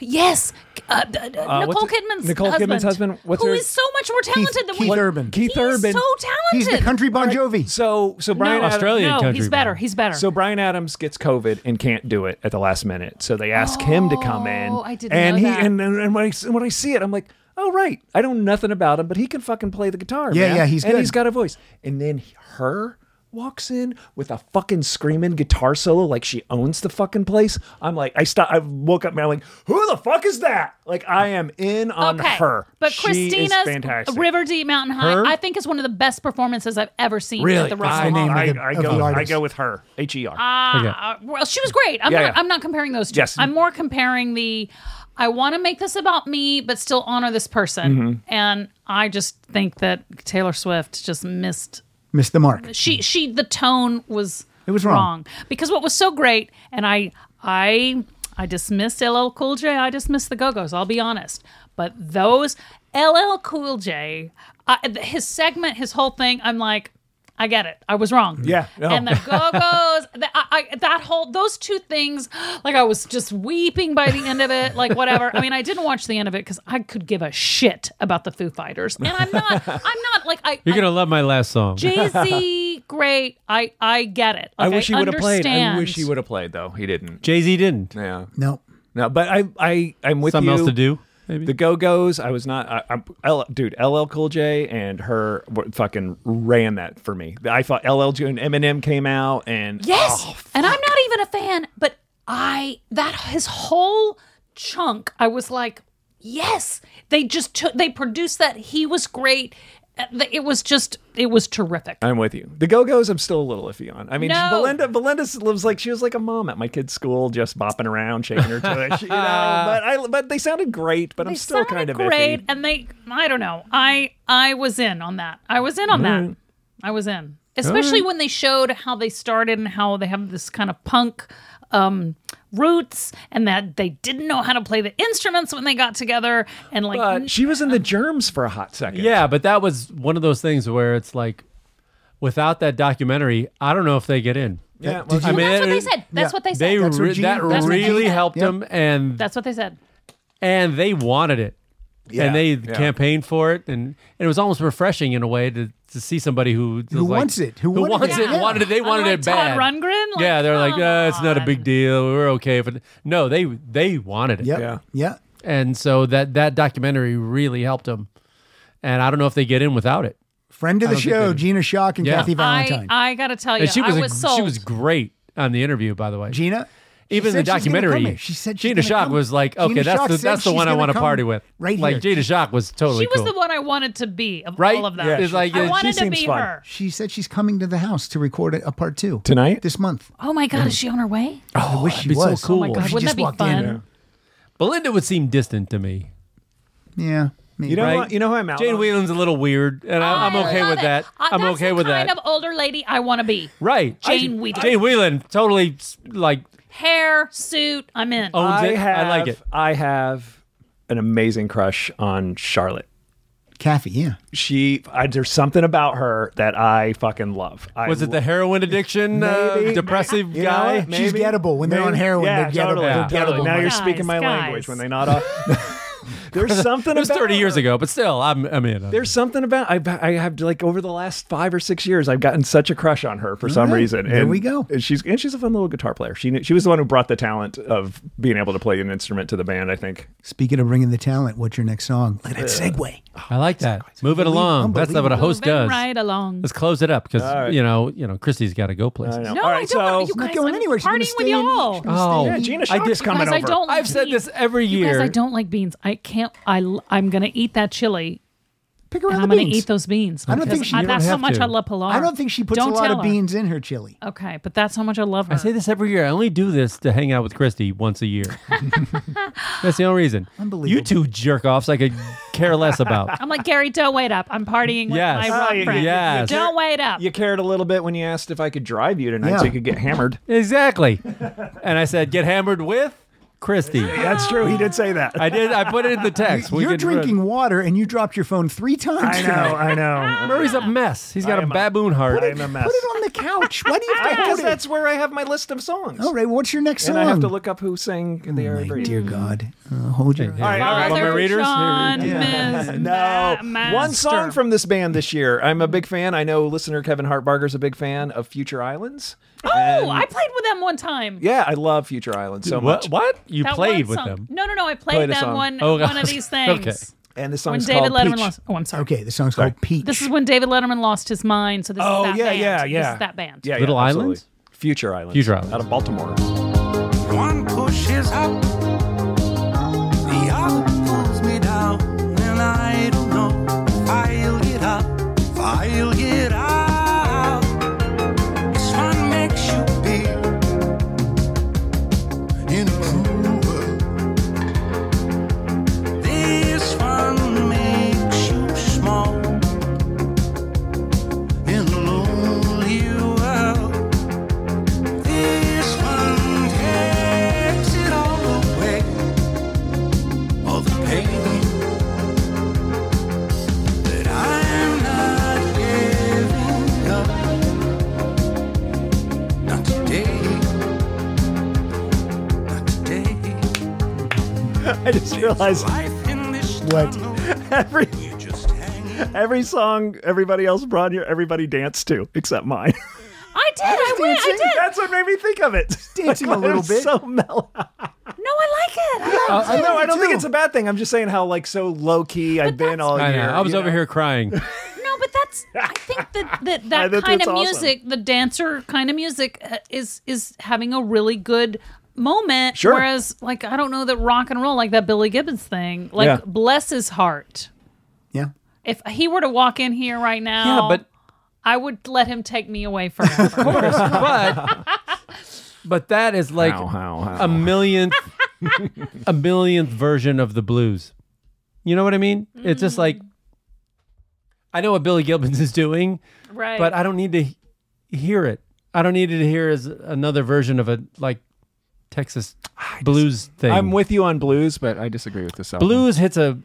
Yes, uh, d- d- Uh, what's Nicole it- Kidman's Nicole husband, Kidman's husband, what's who her- is so much more talented than Keith we. Urban. Keith Urban. so talented. He's the country Bon Jovi. So so Brian uh, No, Adams, Australian no, country he's better, Bon. he's better. So Brian Adams gets COVID and can't do it at the last minute. So they ask him to come in. Oh, I didn't and know he that. and and, and when, I, s- when I see it, I'm like, oh right, I know nothing about him, but he can fucking play the guitar. Yeah, man. yeah, he's and good. he's got a voice. And then her walks in with a fucking screaming guitar solo like she owns the fucking place. I'm like, I stop. I woke up and I'm like, who the fuck is that? Like I am in on okay. her. But She is Christina's fantastic. River Deep Mountain High, Her? I think, is one of the best performances I've ever seen at the Rock I, Hall. I, the- I of the go, I artist. go with her. H E R. Ah, uh, well, she was great. I'm, Yeah, not, yeah. I'm not comparing those two. Yes. I'm more comparing the. I want to make this about me, but still honor this person. Mhm. Mm-hmm. And I just think that Taylor Swift just missed Missed the mark. she she the tone was It was wrong. because what was so great and i i i dismissed ll cool j i dismissed the go-go's i'll be honest but those ll cool j I, his segment his whole thing i'm like i get it i was wrong Yeah, no. and the go-go's the, I, I, that whole those two things like i was just weeping by the end of it like whatever i mean i didn't watch the end of it because i could give a shit about the foo fighters and i'm not i'm not like i You're gonna love my last song. Jay Z, great. I I get it. I Like, wish he would have played. I understand. wish he would have played though. He didn't. Jay Z didn't. Yeah. No. No, but I I I'm with Something you. else to do, The Go Go's. I was not. I, I'm L, dude. LL Cool J and her were- fucking ran that for me. I thought LL J and Eminem came out and Yes, oh, and I'm not even a fan, but I that his whole chunk, I was like, yes, they just took, they produced that. He was great. Uh, th- It was just, it was terrific. I'm with you. The Go Go's, I'm still a little iffy on. I mean, No. Belinda, Belinda lives like she was like a mom at my kid's school, just bopping around, shaking her to it. You know, but I, but they sounded great. But I'm They still kind sounded of great, iffy. and they, I don't know, I I was in on that. I was in on that. Alright. I was in, especially Alright. when they showed how they started and how they have this kind of punk um roots and that they didn't know how to play the instruments when they got together and like "Mm, um, But she was in the Germs for a hot second. Yeah, but that was one of those things where it's like, without that documentary, I don't know if they get in. Yeah, Did well, you- that's what they said. That's what they said. They That's what re- Gene- that That's what they really said. helped Yeah. them, and that's what they said. and they wanted it, Yeah, and they yeah. campaigned for it, and, and it was almost refreshing in a way to, to see somebody who Who was like- wants it? Who wanted wants it? it? Yeah. Wanted it? They wanted Unlike it Todd bad. Rundgren, like, yeah, they're like, come uh, it's not a big deal. We're okay, but no, they they wanted it. Yeah. Yeah. And so that that documentary really helped them. and I don't know if they get in without it. Friend of I the don't think show, Gina Shock and Yeah. Kathy Valentine. I, I got to tell you, And she was Oh, I a- was sold. she was great on the interview, by the way. Gina, even the She said she's gonna come documentary. here. She said she's Gina gonna Shock come. was like, okay, Gina that's Shock the said that's the she's one I gonna want to come party with. Right like here. Gina Shock was totally she was cool. the one I wanted to be of Right? all of them. Yeah, It's she- like, I uh, she wanted to seems be fun. her. She said she's coming to the house to record a, a part two tonight, this month. Oh my God, is she on her way? Oh, I wish she be so was. cool. Oh my She God, just wouldn't that be walked fun? in. Belinda would seem distant to me. Yeah. You know what? You know who I'm out Jane on? Whelan's a little weird, and I, I'm okay love with it. that. Uh, I'm that's okay the with kind that. of older lady I want to be. right. Jane Whelan. Jane Whelan totally s- like Hair, suit, I'm in. owns Oh, I it. have, Oh, I like it. I have an amazing crush on Charlotte. Kathy, yeah. She, I, there's something about her that I fucking love. I Was it the lo- heroin addiction, uh, Maybe. depressive You know guy? what? Maybe. Maybe. Yeah, totally. Totally. Now you're Guys, speaking my guys. language when they nod off. There's something. It was about 30 years her. ago, but still, I'm uh, I'm in. on it. There's something about I. I have like over the last five or six years, I've gotten such a crush on her for All some right. reason. There and we go. And she's and she's a fun little guitar player. She knew- she was the one who brought the talent of being able to play an instrument to the band. I think. Uh, Speaking of bringing the talent, what's your next song? Look at that Yeah. segue. I like that. Move it Unbelievable. along. That's not what a host Moving does. right along. Let's close it up because All right. you know you know Christy's got to go places. No, I don't. wanna- you She's not guys, going I'm anywhere. She's gonna partying with stay in- y'all. she's Oh. gonna stay in. You guys, I don't like I've said beans. this every You guys, year. I don't like beans. I can't. I l- I'm gonna eat that chili. Pick and around I'm the gonna beans. eat those beans. I don't think because she. that's how much I love pilar. I don't think she puts Don't a lot tell of her. beans in her chili. Okay, but that's how much I love her. I say this every year. I only do this to hang out with Christy once a year. That's the only reason. Unbelievable. You two jerk offs I could care less Oh. about. I'm like Gary. Don't wait up. I'm partying with Yes. my rock Oh, you- friend. you- you- Don't wait up. You cared a little bit when you asked if I could drive you tonight so Yeah. you could get hammered. exactly. And I said, get hammered with Christy. That's true. He did say that. I did. I put it in the text. We You're get rid- drinking water and you dropped your phone three times. I know, tonight. I know. Murray's a mess. He's got a baboon heart. I'm a mess. Put it on the couch. Why do you have to Because put it? that's where I have my list of songs. All right, well, what's your next and song? I have to look up who sang in the oh Air Dear God, uh, hold your. All right, all right. Father Want my readers? John Here we go. Miss no, Ma- one Master. song from this band this year. I'm a big fan. I know listener Kevin Hartbarger's a big fan of Future Islands. Oh, Oh, I played with them one time. Yeah, I love Future Islands so What- much. what? You That one song. No, no, no. I played, Played a them song. one Oh, one of these things. okay. And the when song's David called Letterman Peach. lost. Oh, I'm sorry. Okay, the song's called Pete. This is when David Letterman lost his mind. So this Oh, is that yeah, band. yeah, This yeah. is that band. Yeah, Little yeah, Islands? absolutely. Future Islands. Future Islands. Out of Baltimore. One pushes up, the other pulls me down, and I don't know if I'll get up, if I'll get out. This one makes you big, improver. This one makes you small, in a lonely world. This one takes it all away, all the pain that I'm not giving up. Not today, not today. I just realized what every every song everybody else brought here, everybody danced to except mine. I did. I, went. I did. That's what made me think of it. Dancing Like, a little I'm bit. So mellow. No, I like it. I like Uh, I it. know. I don't think it's a bad thing. I'm just saying how like so low key I've been all I, know. year. I was you over know? here crying. No, but that's. I think that that, I that think kind of that's awesome. music, the dancer kind of music, uh, is is having a really good moment. Sure. Whereas, like, I don't know that rock and roll, like that Billy Gibbons thing, like Yeah. bless his heart. Yeah. If he were to walk in here right now, Yeah, but I would let him take me away forever. but but that is like a millionth a millionth version of the blues. You know what I mean? It's just like I know what Billy Gibbons is doing, Right. But I don't need to he- hear it. I don't need to hear as another version of a like Texas blues thing. I'm with you on blues, but I disagree with this album. blues hits a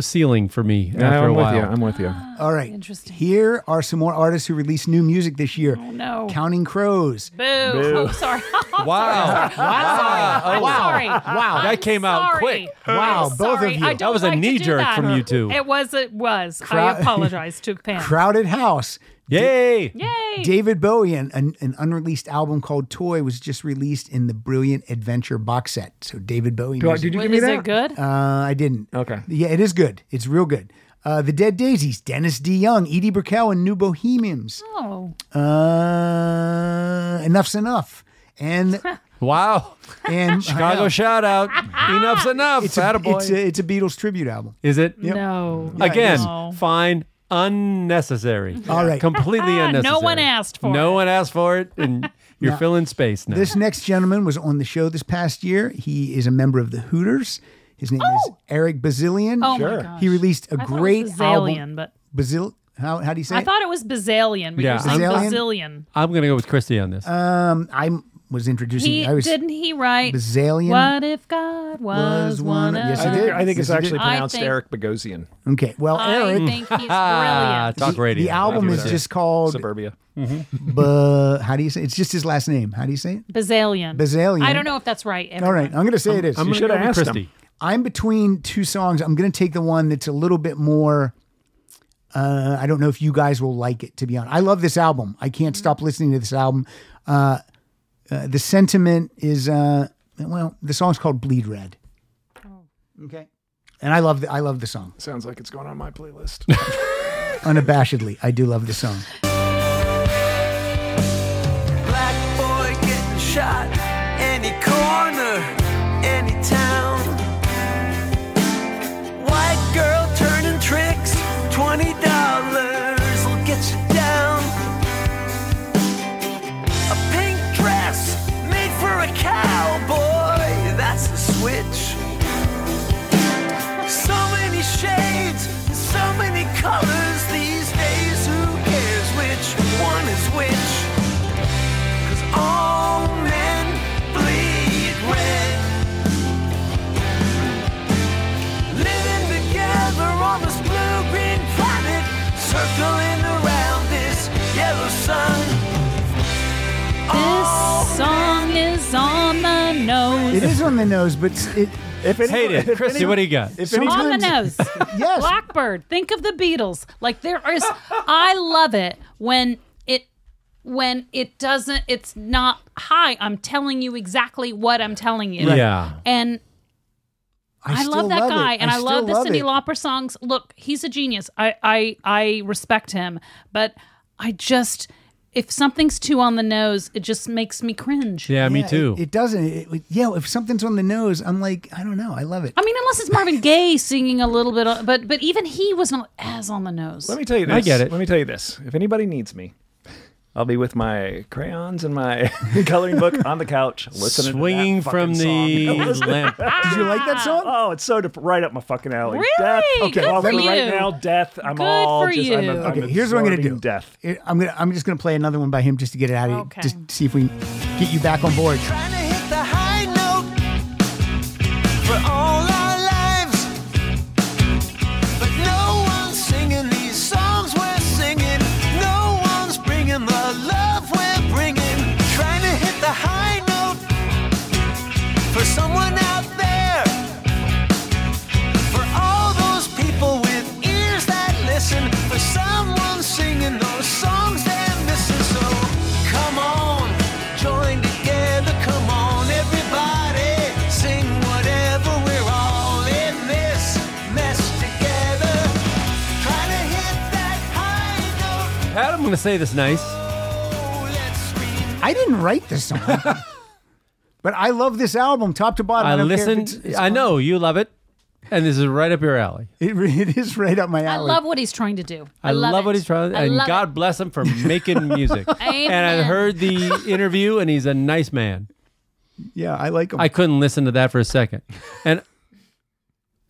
ceiling for me after Yeah, I'm a with while. you. I'm with you. Ah, All right. Interesting. Here are some more artists who released new music this year. Oh no. Counting Crows. Boo. Oh, sorry. I'm Wow. sorry. I'm sorry. oh, I'm Wow. sorry. Wow. I'm That came out sorry. quick. I'm Wow, both of sorry. you. I don't That was a like to do knee-jerk that. from you two. It was. It was. Crow- I apologize to fans. Crowded House. Yay! Yay! David Bowie, an, an, an unreleased album called Toy, was just released in the Brilliant Adventure box set. So David Bowie. Do I- music. did you Wait, give me is it that? good? Uh, I didn't. Okay. Yeah, it is good. It's real good. Uh, the Dead Daisies, Dennis D. Young, Edie Burkell, and New Bohemians. Oh. Uh, enough's enough. And wow. And Chicago shout out. Enough's enough. It's a, Attaboy. it's, a, it's a Beatles tribute album. Is it? No. Again, No. fine. Unnecessary. All right. Completely unnecessary. Ah, No one asked for No one asked for it, and you're Now, filling space now. This next gentleman was on the show this past year. He is a member of the Hooters. His name is Eric Bazillion. Oh my Sure. gosh. He released a I thought it was great Bazillion, album. but- Bazil, how, how do you say I it? thought it was Bazillion, but Yeah, you're saying I'm- Bazillion. I'm going to go with Christy on this. Um, I was introducing. He I was didn't he write Bazillion? What if God was, one of I think, us? I think it's Yes, he did. actually I pronounced think- Eric Bogosian. Okay. Well, I Eric. think he's brilliant. Talk the, radio. The album Thank you, is sir. just called Suburbia. Bu- how do you say? It's just his last name. How do you say it? Bazillion. Bazillion. I don't know if that's right. All right, I'm going to say it is. I'm You gonna should go have with asked Christy. him. I'm between two songs. I'm going to take the one that's a little bit more. Uh, I don't know if you guys will like it. To be honest, I love this album. I can't stop listening to this album. Uh, uh, the sentiment is uh, well. The song's called "Bleed Red," Okay. and I love the, I love the song Sounds like it's going on my playlist. unabashedly. I do love the song. Black boy getting shot any corner, any town. White girl turning tricks, twenty dollars will get you down. A pink dress made for a cowboy, that's a switch. So many shades, so many colors these days. Who cares which one is which? Cause all men bleed red. Living together on this blue green planet, circling around this yellow sun. This song is on the nose. It is on the nose, but it. If anyone- Hate it. if Christy, anyone- what do you got? if on anyone- the nose. yes. Blackbird. Think of the Beatles. Like there is I love it when it when it doesn't it's not hi, I'm telling you exactly what I'm telling you. Right. Yeah. And I I, still love that love it. guy, and I I, love still the love Cindy it. Lauper songs. Look, he's a genius. I, I I respect him, but I just if something's too on the nose, it just makes me cringe. Yeah, It, it doesn't. It, it- yeah, if something's on the nose, I'm like, I don't know. I love it. I mean, unless it's Marvin Gaye singing a little bit, of, but but even he was not as on the nose. Let me tell you this. I get it. Let me tell you this. If anybody needs me, I'll be with my crayons and my coloring book on the couch, listening Swinging to that from fucking song. the Listen- lamp. Did you like that song? Oh, it's so dip- right up my fucking alley. Really? Death. Good Okay, well, for right you. now, death. I'm Good all for just. I'm, you. a, I'm Okay, here's what I'm gonna absorbing do. Death. It- I'm gonna. I'm just gonna play another one by him just to get it out of you. Okay. Just see if we can get you back on board. Trying to hit the high note for all our lives. But no one's singing these songs we're singing. No one's bringing the love we're bringing. Trying to hit the high note for someone out there. For all those people with ears that listen. For someone singing those songs they're missing. So come on, join together. Come on, everybody. Sing whatever. We're all in this mess together. Try to hit that high note. Pat, I'm going to say this nice. I didn't write this song, but I love this album, top to bottom. I, don't care if listened. it's- it's I on- know you love it, and this is right up your alley. It, re- it is right up my I alley. love what he's trying to do. I, love, what he's trying, I and love God bless him for making music. And I Amen. heard the interview, and he's a nice man. Yeah, I like him. I couldn't listen to that for a second, and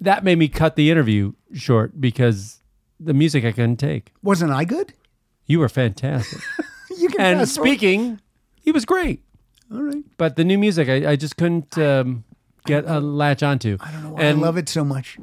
that made me cut the interview short because the music I couldn't take. Wasn't I good? You were fantastic. You can and fast forward. speaking, he was great. All right. But the new music, I, I just couldn't um, get a latch onto. I don't know. I love it so much.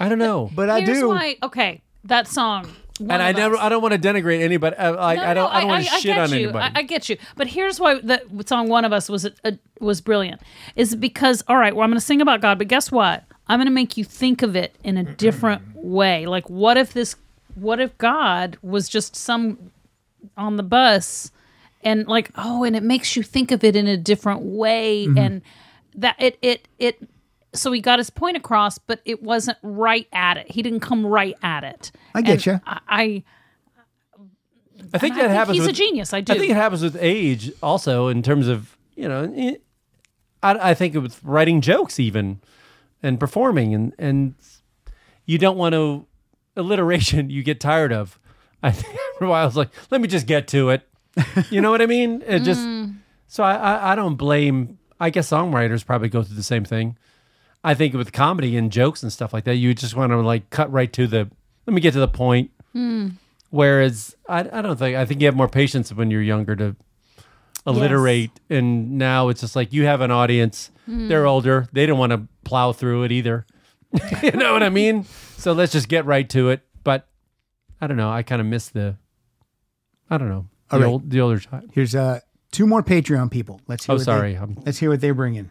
I don't know, but Here's why. Okay, that song. One and I of never, Us. I don't want to denigrate anybody. I, I, No, I don't, no, I don't want to I shit get on you. anybody. I, I get you. But here's why the song "One of Us" was uh, was brilliant. Is because all right, well, I'm going to sing about God, but guess what? I'm going to make you think of it in a different way. Like, what if this? What if God was just some on the bus, and like, Mm-hmm. oh, and it makes you think of it in a different way, Mhm. and that it it it so he got his point across, but it wasn't right at it. He didn't come right at it. I get And you. I, I I think And I that think happens. he's a with- genius, I do. I think it happens with age also in terms of you know, eh, I, I think with writing jokes even and performing and and you don't want to alliteration. You get tired of. I think after a while I was like, let me just get to it. You know what I mean? It just Mm. so I, I I don't blame. I guess songwriters probably go through the same thing. I think with comedy and jokes and stuff like that, you just want to like cut right to the. Let me get to the point. Hmm. Whereas I, I don't think I think you have more patience when you're younger to alliterate, and now it's just like you have an audience. Mm. Hmm. They're older. They don't want to plow through it either. you know what I mean? So let's just get right to it. But I don't know. I kind of miss the. I don't know. All the, right. old, the older time. Here's uh, two more Patreon people. Let's hear. Oh, what they- sorry. I'm- let's hear what they bring in.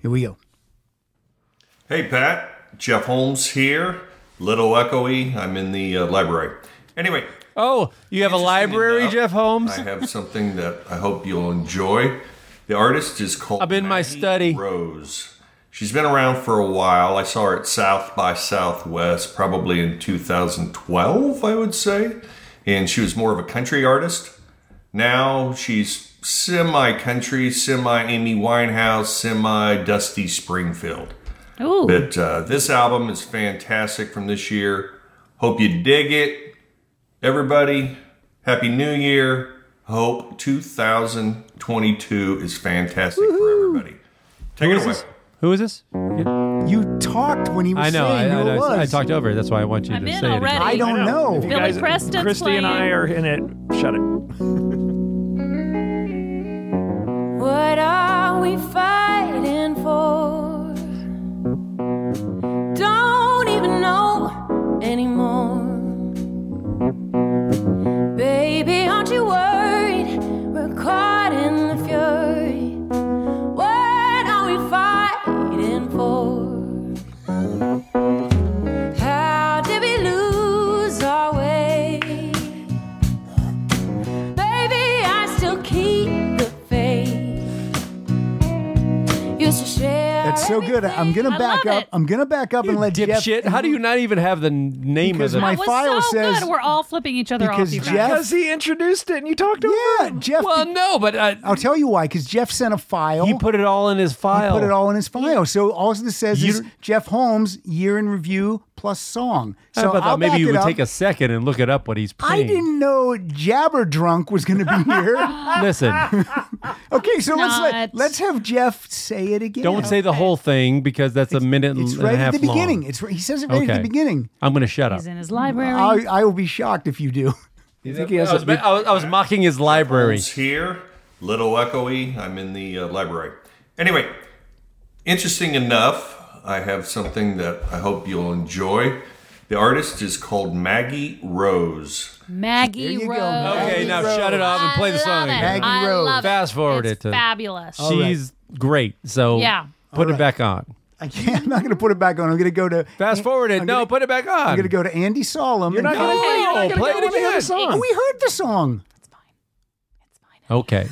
Here we go. Hey, Pat. Jeff Holmes here. Little echoey. I'm in the uh, library. Anyway. Oh, you have a library, Jeff Holmes? I have something that I hope you'll enjoy. The artist is called I'm in my study. Rose. She's been around for a while. I saw her at South by Southwest probably in 2012, I would say. And she was more of a country artist. Now she's semi country, semi Amy Winehouse, semi Dusty Springfield. Ooh. But uh, this album is fantastic from this year. Hope you dig it. Everybody, Happy New Year. Hope 2022 is fantastic for everybody. Take it away. Who is this? You talked when he was I know. I, saying I, who it I- I was. talked over. it. That's why I want you to say it. Again. I don't know. If you guys- Christy and I are in it. Shut it. What are we fighting for? Don't even know anymore. Baby, aren't you worried? We're caught in the fury. What are we fighting for? How did we lose our way? Baby, I still keep the faith. Used to share. That's so good. I'm gonna back up. I'm gonna back up and let Jeff. Dipshit. How do you not even have the n- name Because of it? my was file so says- good. We're all flipping each other because off. you guys. Jeff- Because he introduced it and you talked over yeah, Jeff. Well, no, but uh, I'll tell you why. Because Jeff sent a file. He put it all in his file. He put it all in his file. So all this says You- is Jeff Holmes year in review plus song. How So about that? I'll Maybe back you it would up. take a second and look it up what he's I playing. didn't know Jabber Drunk was going to be here. Listen. okay, so let's Not. let, let's have Jeff say it again. Don't say the whole thing because that's a minute It's and right a at half the long. beginning. It's he says it right at Okay. the beginning. I'm going to shut up. He's in his library. I, I will be shocked if you do. You think he has I was a- ma- I was- I was mocking his library. Holmes here. Little echoey. I'm in the uh, library. Anyway, interesting enough, I have something that I hope you'll enjoy. The artist is called Maggie Rose. Maggie Rose. Okay, now shut it off and play the song. Oh, I love it. again. I love it. Fast forward It's it to fabulous. All right. She's great. So Yeah. put All it back on. I can't, I'm not going to put it back on. I'm going to go to fast forward it. no, put it back on. I'm going to go to Andy Solomon. You're not gonna- No, you're not gonna play go it with the other again. song. We heard the song. Okay.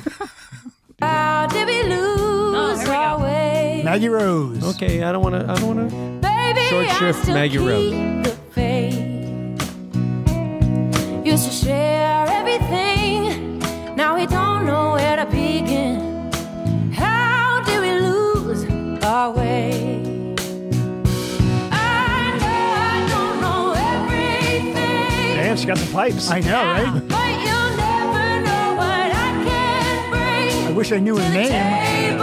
How did we lose our way? Maggie Rose. Okay, I don't want to. I don't want to. Baby, Short I shrift, still Maggie keep Rose. the faith. Used to share everything. Now we don't know where to begin. How did we lose our way? I know I don't know everything, Damn, she got some pipes. I know, right? but you'll never know what I can bring. I wish I knew her name.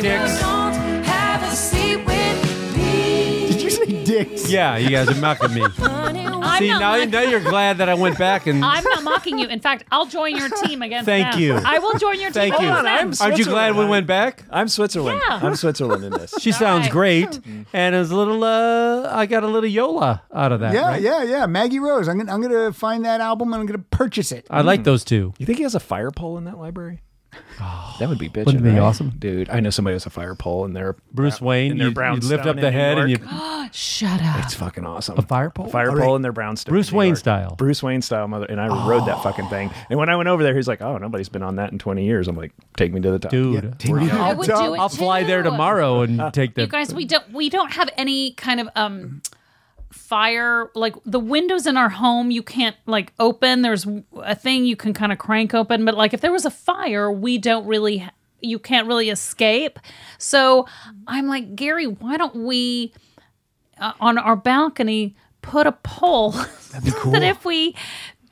Dicks. Don't have a seat with me. Did you say dicks? Yeah, you guys are mocking me. I'm See, not now, now you're glad that I went back and. I'm not mocking you. In fact, I'll join your team against Thank them. you. I will join your team. Thank you. against them. Aren't you glad we went back? I'm Switzerland. Yeah. I'm Switzerland in this. She sounds great, and it was a little. Uh, I got a little Yola out of that. yeah, right? yeah, yeah. Maggie Rose. I'm gonna, I'm gonna find that album and I'm gonna purchase it. Hmm. I like those two. You think he has a fire pole in that library? That would be bitching. Wouldn't it be right? awesome? dude? I know somebody has a fire pole uh, and they're Bruce Wayne, and they're you- you brown. lift up the head and Shut up. It's fucking awesome. A fire pole, fire All pole, right. and their brownstone. Bruce in New Wayne York. style. Bruce Wayne style, mother. And I rode that fucking thing. And when I went over there, he's like, "Oh, nobody's been on that in 20 years." I'm like, "Take me to the top, dude. We're I'll, going. I would do it I'll fly there too. tomorrow and take you the. guys we don't we don't have any kind of um fire like the windows in our home you can't like open there's a thing you can kind of crank open but like if there was a fire we don't really you can't really escape so i'm like gary why don't we uh, on our balcony put a pole so that if we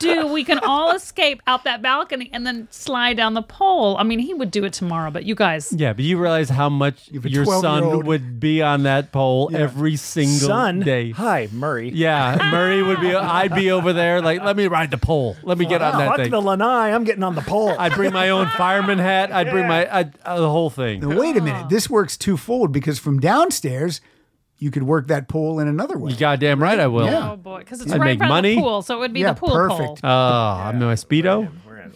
do we can all escape out that balcony and then slide down the pole i mean he would do it tomorrow but you guys Yeah, but you realize how much your son 12-year-old. would be on that pole every single Son, day. hi Murray. Yeah, Murray would be. I'd be over there like, let me ride the pole. Let me get on that Fuck thing. the lanai. I'm getting on the pole. I'd bring my own fireman hat. I'd bring my I'd, uh, the whole thing. Now, wait a minute. This works twofold because from downstairs, you could work that pole in another way. You goddamn right I will. Oh boy, because it's I'd right in make front of money. the pool, so it would be Yeah, the pool perfect. pole. Oh, I'm in my speedo.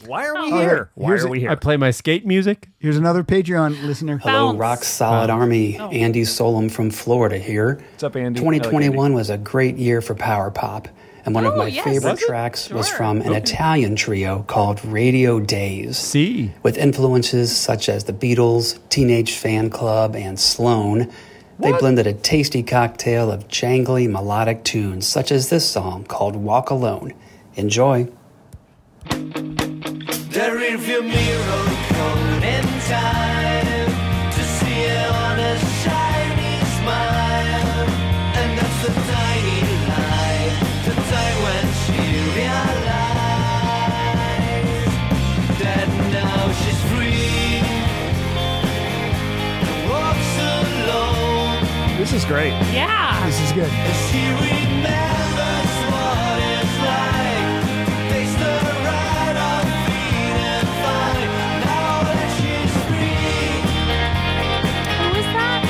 Why are we Oh, here? Why are we here? I play my skate music. Here's another Patreon listener. Hello, Rock Solid Army. Oh. Andy Solom from Florida here. What's up, Andy? I like 2021 was a great year for power pop, and one of Oh, my yes. favorite Was it? tracks was from an Italian trio called Radio Days. See, with influences such as the Beatles, Teenage Fan Club, and Sloan. They blended a tasty cocktail of jangly melodic tunes, such as this song called Walk Alone. Enjoy. There is a miracle in time to see it on a shiny smile, and that's the tiny lie, the time when she realized that now she's free, and walks alone. This is great. Yeah. This is good. And she remembers what it's like to face the right of feet and find now that she's free. Who is that?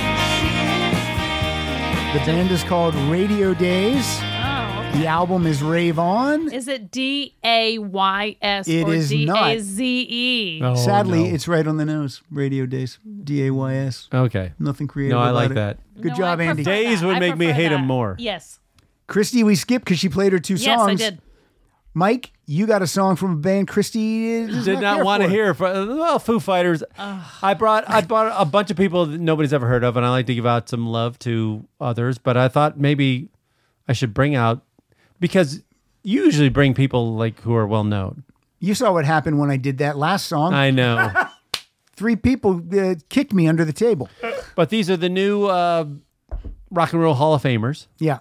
The band is called Radio Days. Oh. The album is Rave On. Is it D A Y S It or is D not. A Z E? Oh, Sadly, it's right on the nose. Radio Days. D A Y S. Okay. Nothing creative. No, I about like it. that. Good job, Andy. Days would make me hate him more. Yes. Christy, we skipped because she played her two Yes, songs. I did. Mike, you got a song from a band Christy is Did not, care want to for. hear. From, well, Foo Fighters. I brought I brought a bunch of people that nobody's ever heard of, and I like to give out some love to others. But I thought maybe I should bring out because you usually bring people like who are well known. You saw what happened when I did that last song. I know. Three people uh, kicked me under the table. But these are the new uh, Rock and Roll Hall of Famers. uh, Yeah.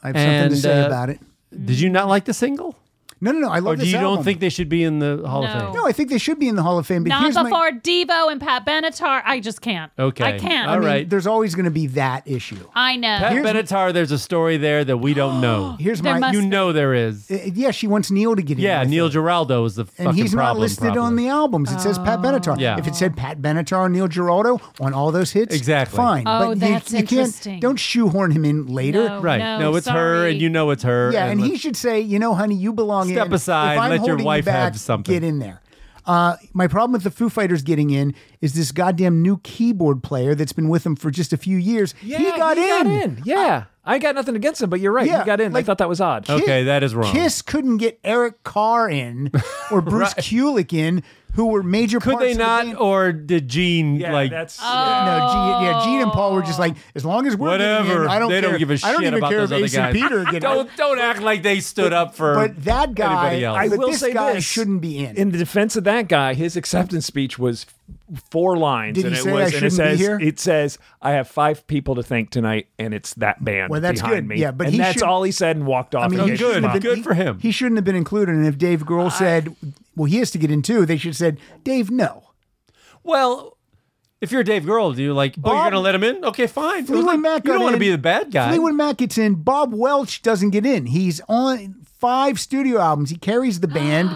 I have something to say about it. Did you not like the single? No, no, no. I love Or do this you album. don't think they should be in the Hall of Fame? No, I think they should be in the Hall of Fame. But Not here's my- before Devo and Pat Benatar. I just can't. Okay. I can't. All I mean, right. There's always going to be that issue. I know. Pat Benatar, there's a story there that we don't know. Here's There my- must You be. know there is. Uh, yeah, she wants Neil to get in. Yeah, I Neil think. Giraldo is the fucking And he's not problem, listed probably. on the albums. It says Pat Benatar. Yeah. If it said Pat Benatar and Neil Giraldo on all those hits, Exactly. fine. Oh, but you- that's you, interesting. Can't, don't shoehorn him in later. right. No, it's her, and you know it's her. Yeah, and let- he should say, you know, honey, you belong in. Step aside, If I'm let your holding you wife have back, something. Get in there. Uh, my problem with the Foo Fighters getting in is this goddamn new keyboard player that's been with them for just a few years. he got he in. got in. Yeah, I, got nothing against him, but you're right. Yeah, he got in. I thought that was odd. Okay, that is wrong. Kiss couldn't get Eric Carr in or Bruce Kulick in, who were major. Could parts they of not, The band. or did Gene like? No, Gene, yeah, Gene and Paul were just like, as long as we're getting Whatever. in, I don't they care. don't give a I shit don't even about care those if other Ace guys. and Peter get in. don't don't act like they stood up for. But that guy, anybody else. I but will this say guy this, shouldn't be in. In the defense of that guy, his acceptance speech was f- four lines, Did and he it say, "I was and shouldn't it be says here"? it says I have five people to thank tonight, and it's that band Well, that's behind good. me. Yeah, but and he that's should- all he said and walked off. I mean, and he gave him shouldn't up. have been- he- He shouldn't have been included. And if Dave Grohl said, "Well, he has to get in too," they should have said, "Dave, no." Well, if you're Dave Grohl, do you like? oh, you're Bob- gonna let him in? Okay, fine. Go let- Fleetwood Mac. you got don't want to in. be the bad guy. Fleetwood Mac gets in. Bob Welch doesn't get in. He's on five studio albums. He carries the band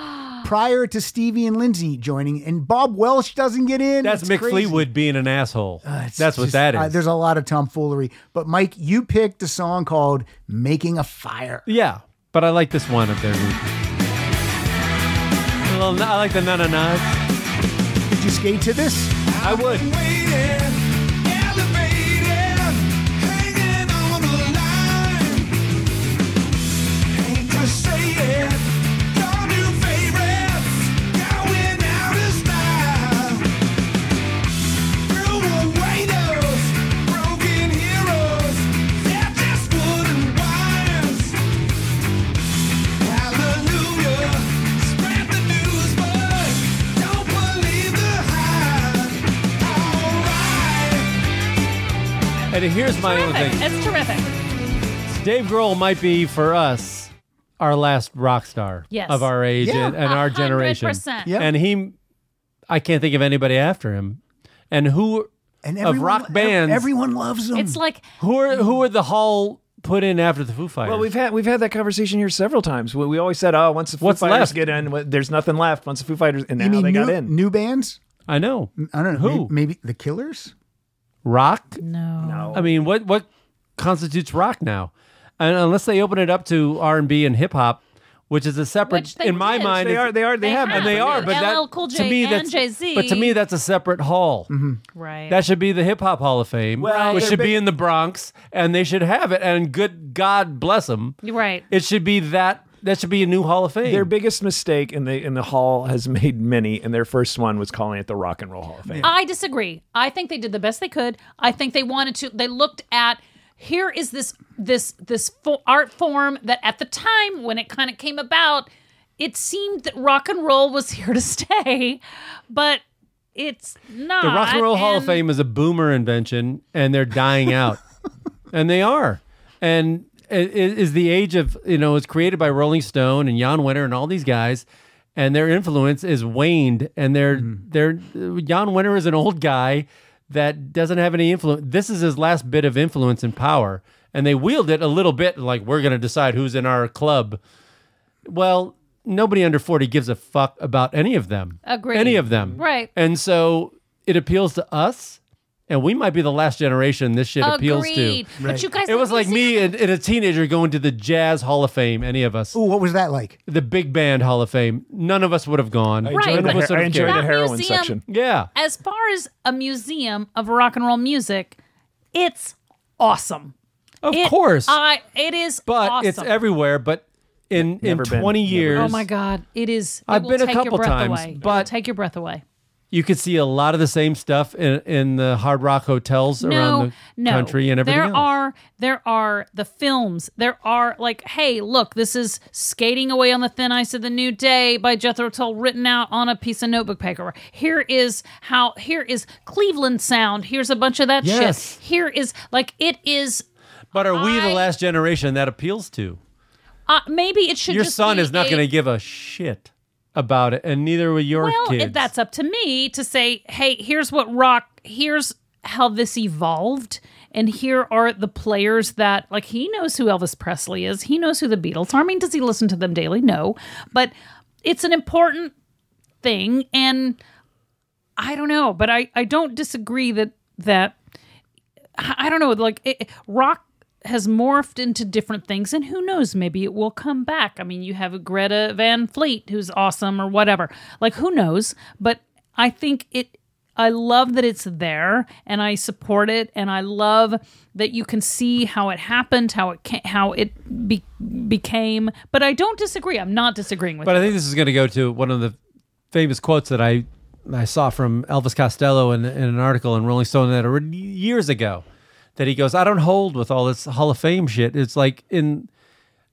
prior to Stevie and Lindsey joining, and Bob Welch doesn't get in. That's It's Mick crazy. Fleetwood being an asshole. It's That's what just- that is. uh, there's a lot of tomfoolery. But Mike, you picked a song called "Making a Fire." yeah, but I like this one of theirs. A little- I like the na na na. Could you skate to this? I would. And here's my own thing. It's terrific. Dave Grohl might be for us our last rock star Yes. of our age Yeah. and, and our generation. 100%. Yeah. And he, I can't think of anybody after him. And who of e-, rock bands? loves them. It's like who are who are the Hall put in after the Foo Fighters? Well, we've had we've had that conversation here several times. We, we always said, "Oh, once the Foo What's Fighters left? get in, wh- there's nothing left." Once the Foo Fighters, and now you mean they new, got in. new bands? I know. I don't know. Who? may- Maybe, the Killers? rock? No. I mean, what what constitutes rock now? And unless they open it up to R and B and hip hop, which is a separate, Which they in my did. mind, They it's- are- they are- they They have have. and they are. But LL that Cool to J me, and that's Jay-Z. But to me, that's a separate hall. Right. That should be the Hip Hop Hall of Fame, Mm-hmm. Well, which they're should be big- in the Bronx, and they should have it. And good God bless them. Right. It should be that. That should be a new Hall of Fame. Their biggest mistake in the in the Hall has made many, and their first one was calling it the Rock and Roll Hall of Fame. I disagree. I think they did the best they could. I think they wanted to. They looked at here is this this this fo- art form that at the time when it kind of came about, it seemed that rock and roll was here to stay, but it's not. The Rock and Roll Hall of and- Fame is a boomer invention, and they're dying out, and they are. And it it is the age of you know it's created by Rolling Stone and Jan Winter and all these guys, and their influence is waned, and they're they're Jan Winter is an old guy that doesn't have any influence. This is his last bit of influence and power, and they wield it a little bit like we're going to decide who's in our club. Well, nobody under forty gives a fuck about any of them. Agreed. Any of them. Right. And so it appeals to us, and we might be the last generation this shit appeals to. Agreed. But Right. you guys it was like like me and, and a teenager going to the Jazz Hall of Fame. Any of us? Ooh, what was that like? The big band Hall of Fame. None of us would have gone. enjoyed Right. None the of us her- would I have enjoyed cared. the That heroin museum- section. Yeah. As far as a museum of rock and roll music, it's awesome. Of It- course. I it is. But awesome. it's everywhere. But in in Never been. twenty years, Oh my god, it is. It I've will been a take couple your breath times, away. It will take your breath away. you could see a lot of the same stuff in in the Hard Rock hotels around the country and everything There else. are there are the films. There are like, hey, look, this is Skating Away on the Thin Ice of the New Day by Jethro Tull written out on a piece of notebook paper. Here is how here is Cleveland Sound. Here's a bunch of that Yes. shit. Here is like it is But are we the last generation that appeals to? uh, maybe it should Your just son be is not a- going to give a shit about it, and neither will your well, kids. it- that's up to me to say, hey, here's what rock, here's how this evolved. And here are the players that, like, he knows who Elvis Presley is. He knows who the Beatles are. I mean, does he listen to them daily? No. But it's an important thing. And I don't know, but I, I don't disagree that, that, I I don't know, like, it, rock has morphed into different things and who knows maybe it will come back i mean you have a greta van fleet who's awesome or whatever like who knows but i think it i love that it's there and i support it and i love that you can see how it happened how it ca- how it be- became but i don't disagree i'm not disagreeing with But you. I think this is going to go to one of the famous quotes that I I saw from Elvis Costello in, in an article in Rolling Stone that I read years ago. That he goes, I don't hold with all this Hall of Fame shit. It's like in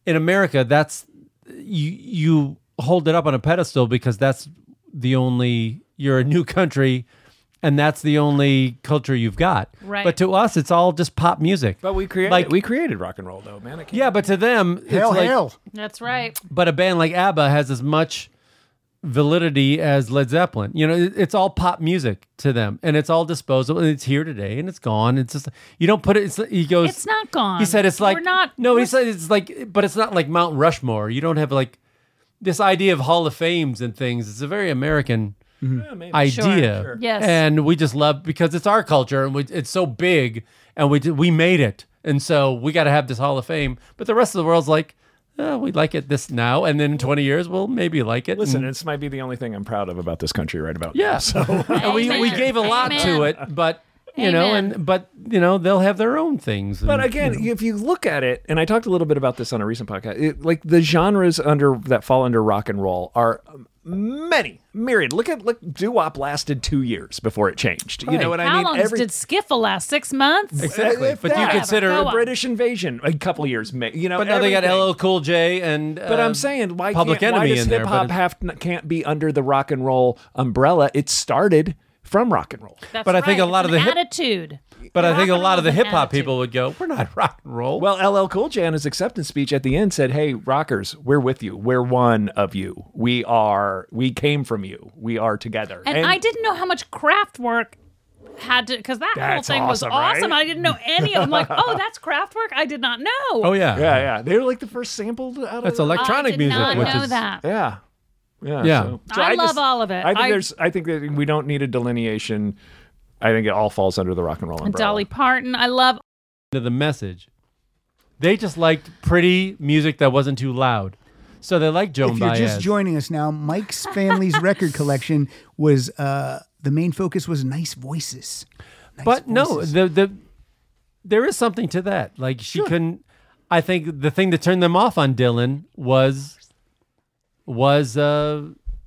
in America, that's you you hold it up on a pedestal because that's the only you're a new country, and that's the only culture you've got. Right. But to us, it's all just pop music. But we created Like- we created rock and roll though, man. Yeah, but to them, Hell, it's like, hell. that's right but a band like ABBA has as much validity as Led Zeppelin. You know, it- it's all pop music to them, and it's all disposable. And it's here today, and it's gone. It's just you don't put it. It's, he goes. it's not gone He said it's like we're not No, he said it's like, but it's not like Mount Rushmore. You don't have like this idea of Hall of Fames and things. It's a very American. Sure, idea, sure. Mm-hmm. Yes. and we just love because it's our culture and we, it's so big, and we we made it, and so we got to have this Hall of Fame. But the rest of the world's like, uh, we like it this now, and then in 20 years we'll maybe like it. Listen, and- this might be the only thing I'm proud of about this country right about Mm. yeah. now. So And we we Amen. gave a lot to Amen. it, but you know, Amen. and but you know, they'll have their own things. But and, again, you know. if you look at it, and I talked a little bit about this on a recent podcast, it, like the genres under that fall under rock and roll are um, many myriad. Look at look, doo wop lasted two years before it changed. You know what How I mean? long did skiffle last? Six months? If that, Go the on. British invasion a couple years, ma- you know. but now they got everything. LL Cool J and But uh, I'm saying, why Public can't, Enemy why does in there? hip hop but, have can't be under the rock and roll umbrella? It started from rock and roll. That's But I think right. a lot It's of the an hip- attitude. but I think a lot of the Rock and roll's an hip hop attitude. people would go, "We're not rock and roll." Well, LL Cool J on his acceptance speech at the end said, "Hey, rockers, we're with you. We're one of you. We are. We came from you. We are together." And, I didn't know how much craft work had to because that whole That's thing was awesome, right? awesome. I didn't know any of. I'm like, oh, that's craft work. I did not know. yeah, yeah. They were like the first sample out of. Oh, That's the- electronic I did music, not which know is that. Yeah. Yeah. Yeah. so- I so love just- all of it. I think I- there's. I think that we don't need a delineation. I think it all falls under the rock and roll And umbrella. Dolly Parton. I love. to the message. They just liked pretty music that wasn't too loud, so they liked Joan if you're Baez. just joining us now, Mike's family's record collection was uh, the main focus was nice voices. but no, the the there is something to that. Like she couldn't. I think the thing that turned them off on Dylan was was uh,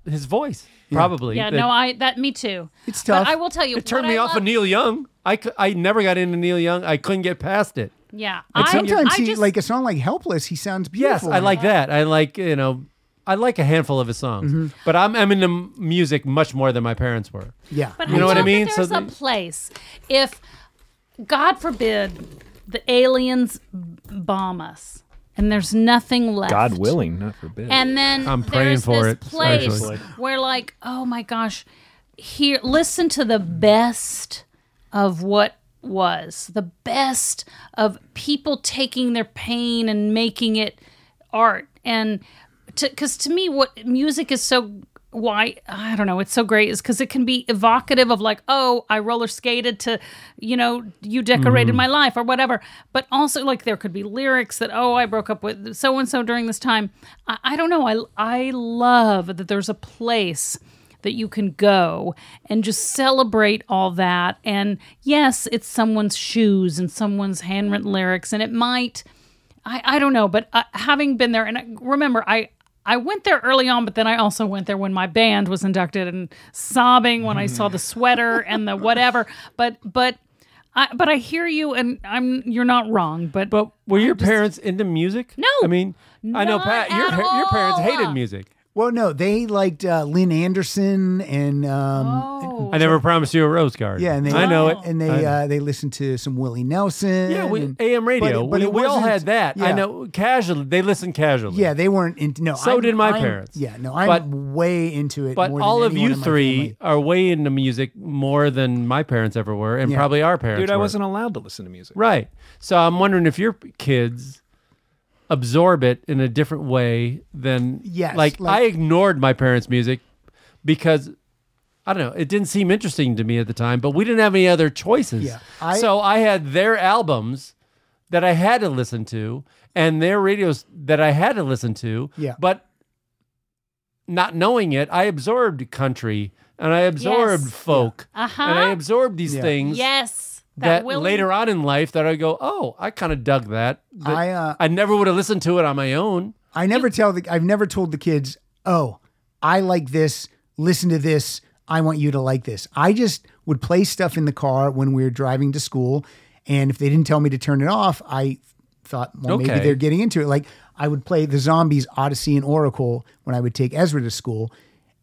his voice, probably. Yeah, That- no, I that me too. It's tough. But I will tell you, it turned what me I off love- of Neil Young. I, cou- I never got into Neil Young. I couldn't get past it. Yeah, And I sometimes I he just, like a song like "Helpless." He sounds Yes, beautiful. I in it. like that. I like you know, I like a handful of his songs. Mhm. But I'm I'm into m- music much more than my parents were. Yeah, But you know I what I love that mean. There's a the- place. If God forbid the aliens b- bomb us, and there's nothing left. God willing, not forbid. And then I'm praying there's for this it, place actually. where, like, oh my gosh, here, listen to the best of what was, the best of people taking their pain and making it art. And because to, me, what music is so why I don't know, it's so great is because it can be evocative of like, oh, I roller skated to, you know, you decorated Mhm. my life or whatever. But also, like, there could be lyrics that, oh, I broke up with so and so during this time. I, I don't know. I, I love that there's a place that you can go and just celebrate all that. And yes, it's someone's shoes and someone's handwritten lyrics, and it might. I, I don't know, but uh, having been there, and I, remember, I I went there early on, but then I also went there when my band was inducted, and sobbing when I saw the sweater and the whatever. But but I but I hear you, and I'm you're not wrong. But but were your parents into music? No, I mean I know Not Pat. Your at pa- your parents all. hated music. Well, no, they liked uh, Lynn Anderson and um, I never promised you a rose garden. yeah, and they Oh. I know it. and they I know. uh, they listened to some Willie Nelson. yeah, we, and- AM radio. but it- but we, it we all wasn't- had that. I yeah. know casually. They listened casually. Yeah, they weren't into no. So I'm- did my I'm- parents. Yeah, no, I'm But- way into it. But more than all of anyone you in my three are way into music more than my parents ever were, and Yeah. probably our parents. Dude, I were. wasn't allowed to listen to music. Right. So I'm wondering if your kids absorb it in a different way than Yes, like, like- I ignored my parents' music because I don't know, it didn't seem interesting to me at the time, but we didn't have any other choices. Yeah, I- so I had their albums that I had to listen to and their radios that I had to listen to. Yeah. But not knowing it, I absorbed country and I absorbed Yes. folk Uh-huh. and I absorbed these Yeah. things Yes, that that, Willie- later on in life that I go, oh, I kind of dug that. That I, uh, I never would have listened to it on my own. I never tell the I've never told the kids, "Oh, I like this. Listen to this. I want you to like this." I just would play stuff in the car when we were driving to school, and if they didn't tell me to turn it off, I thought, "Well, maybe Okay. they're getting into it." Like I would play the Zombies Odyssey and Oracle when I would take Ezra to school,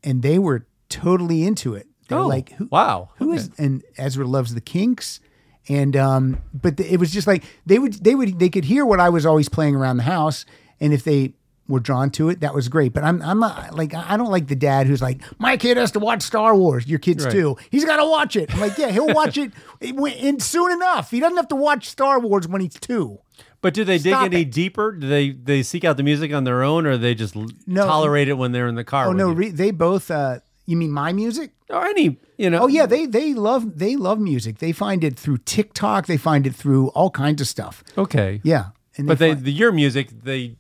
and they were totally into it. They were Oh, like, who, wow. who is?" And Ezra loves the Kinks. And um, but th- it was just like they would they would they could hear what I was always playing around the house, and if they were drawn to it, that was great. But I'm I'm not like I don't like the dad who's like my kid has to watch Star Wars. Your kids Right. too. He's got to watch it. I'm like yeah, he'll watch it w- and soon enough. He doesn't have to watch Star Wars when he's two. But do they Stop dig any deeper? Do they they seek out the music on their own, or they just l- No. tolerate it when they're in the car? Oh with no, you? re- they both. Uh, you mean my music? Or any, you know? Oh yeah, they they love they love music. They find it through TikTok. They find it through all kinds of stuff. okay, Yeah, but they, the, your music they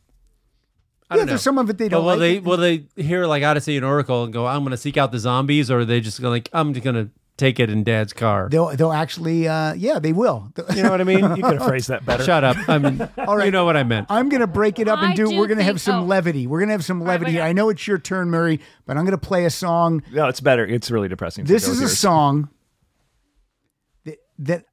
I don't Yeah, there's know. some of it they don't But will like. they will they hear like Odyssey and Oracle and go, I'm gonna seek out the zombies, or are they just gonna like I'm just gonna take it in dad's car? They'll they'll actually uh, yeah they will. You know what I mean? You could have phrased that better. Shut up. I mean, you know what I meant. I'm gonna break it up and I do. do we're gonna have think- some levity. We're gonna have some levity. here. I know it's your turn, Murray, but I'm gonna play a song. No, it's better. It's really depressing. This is a song that that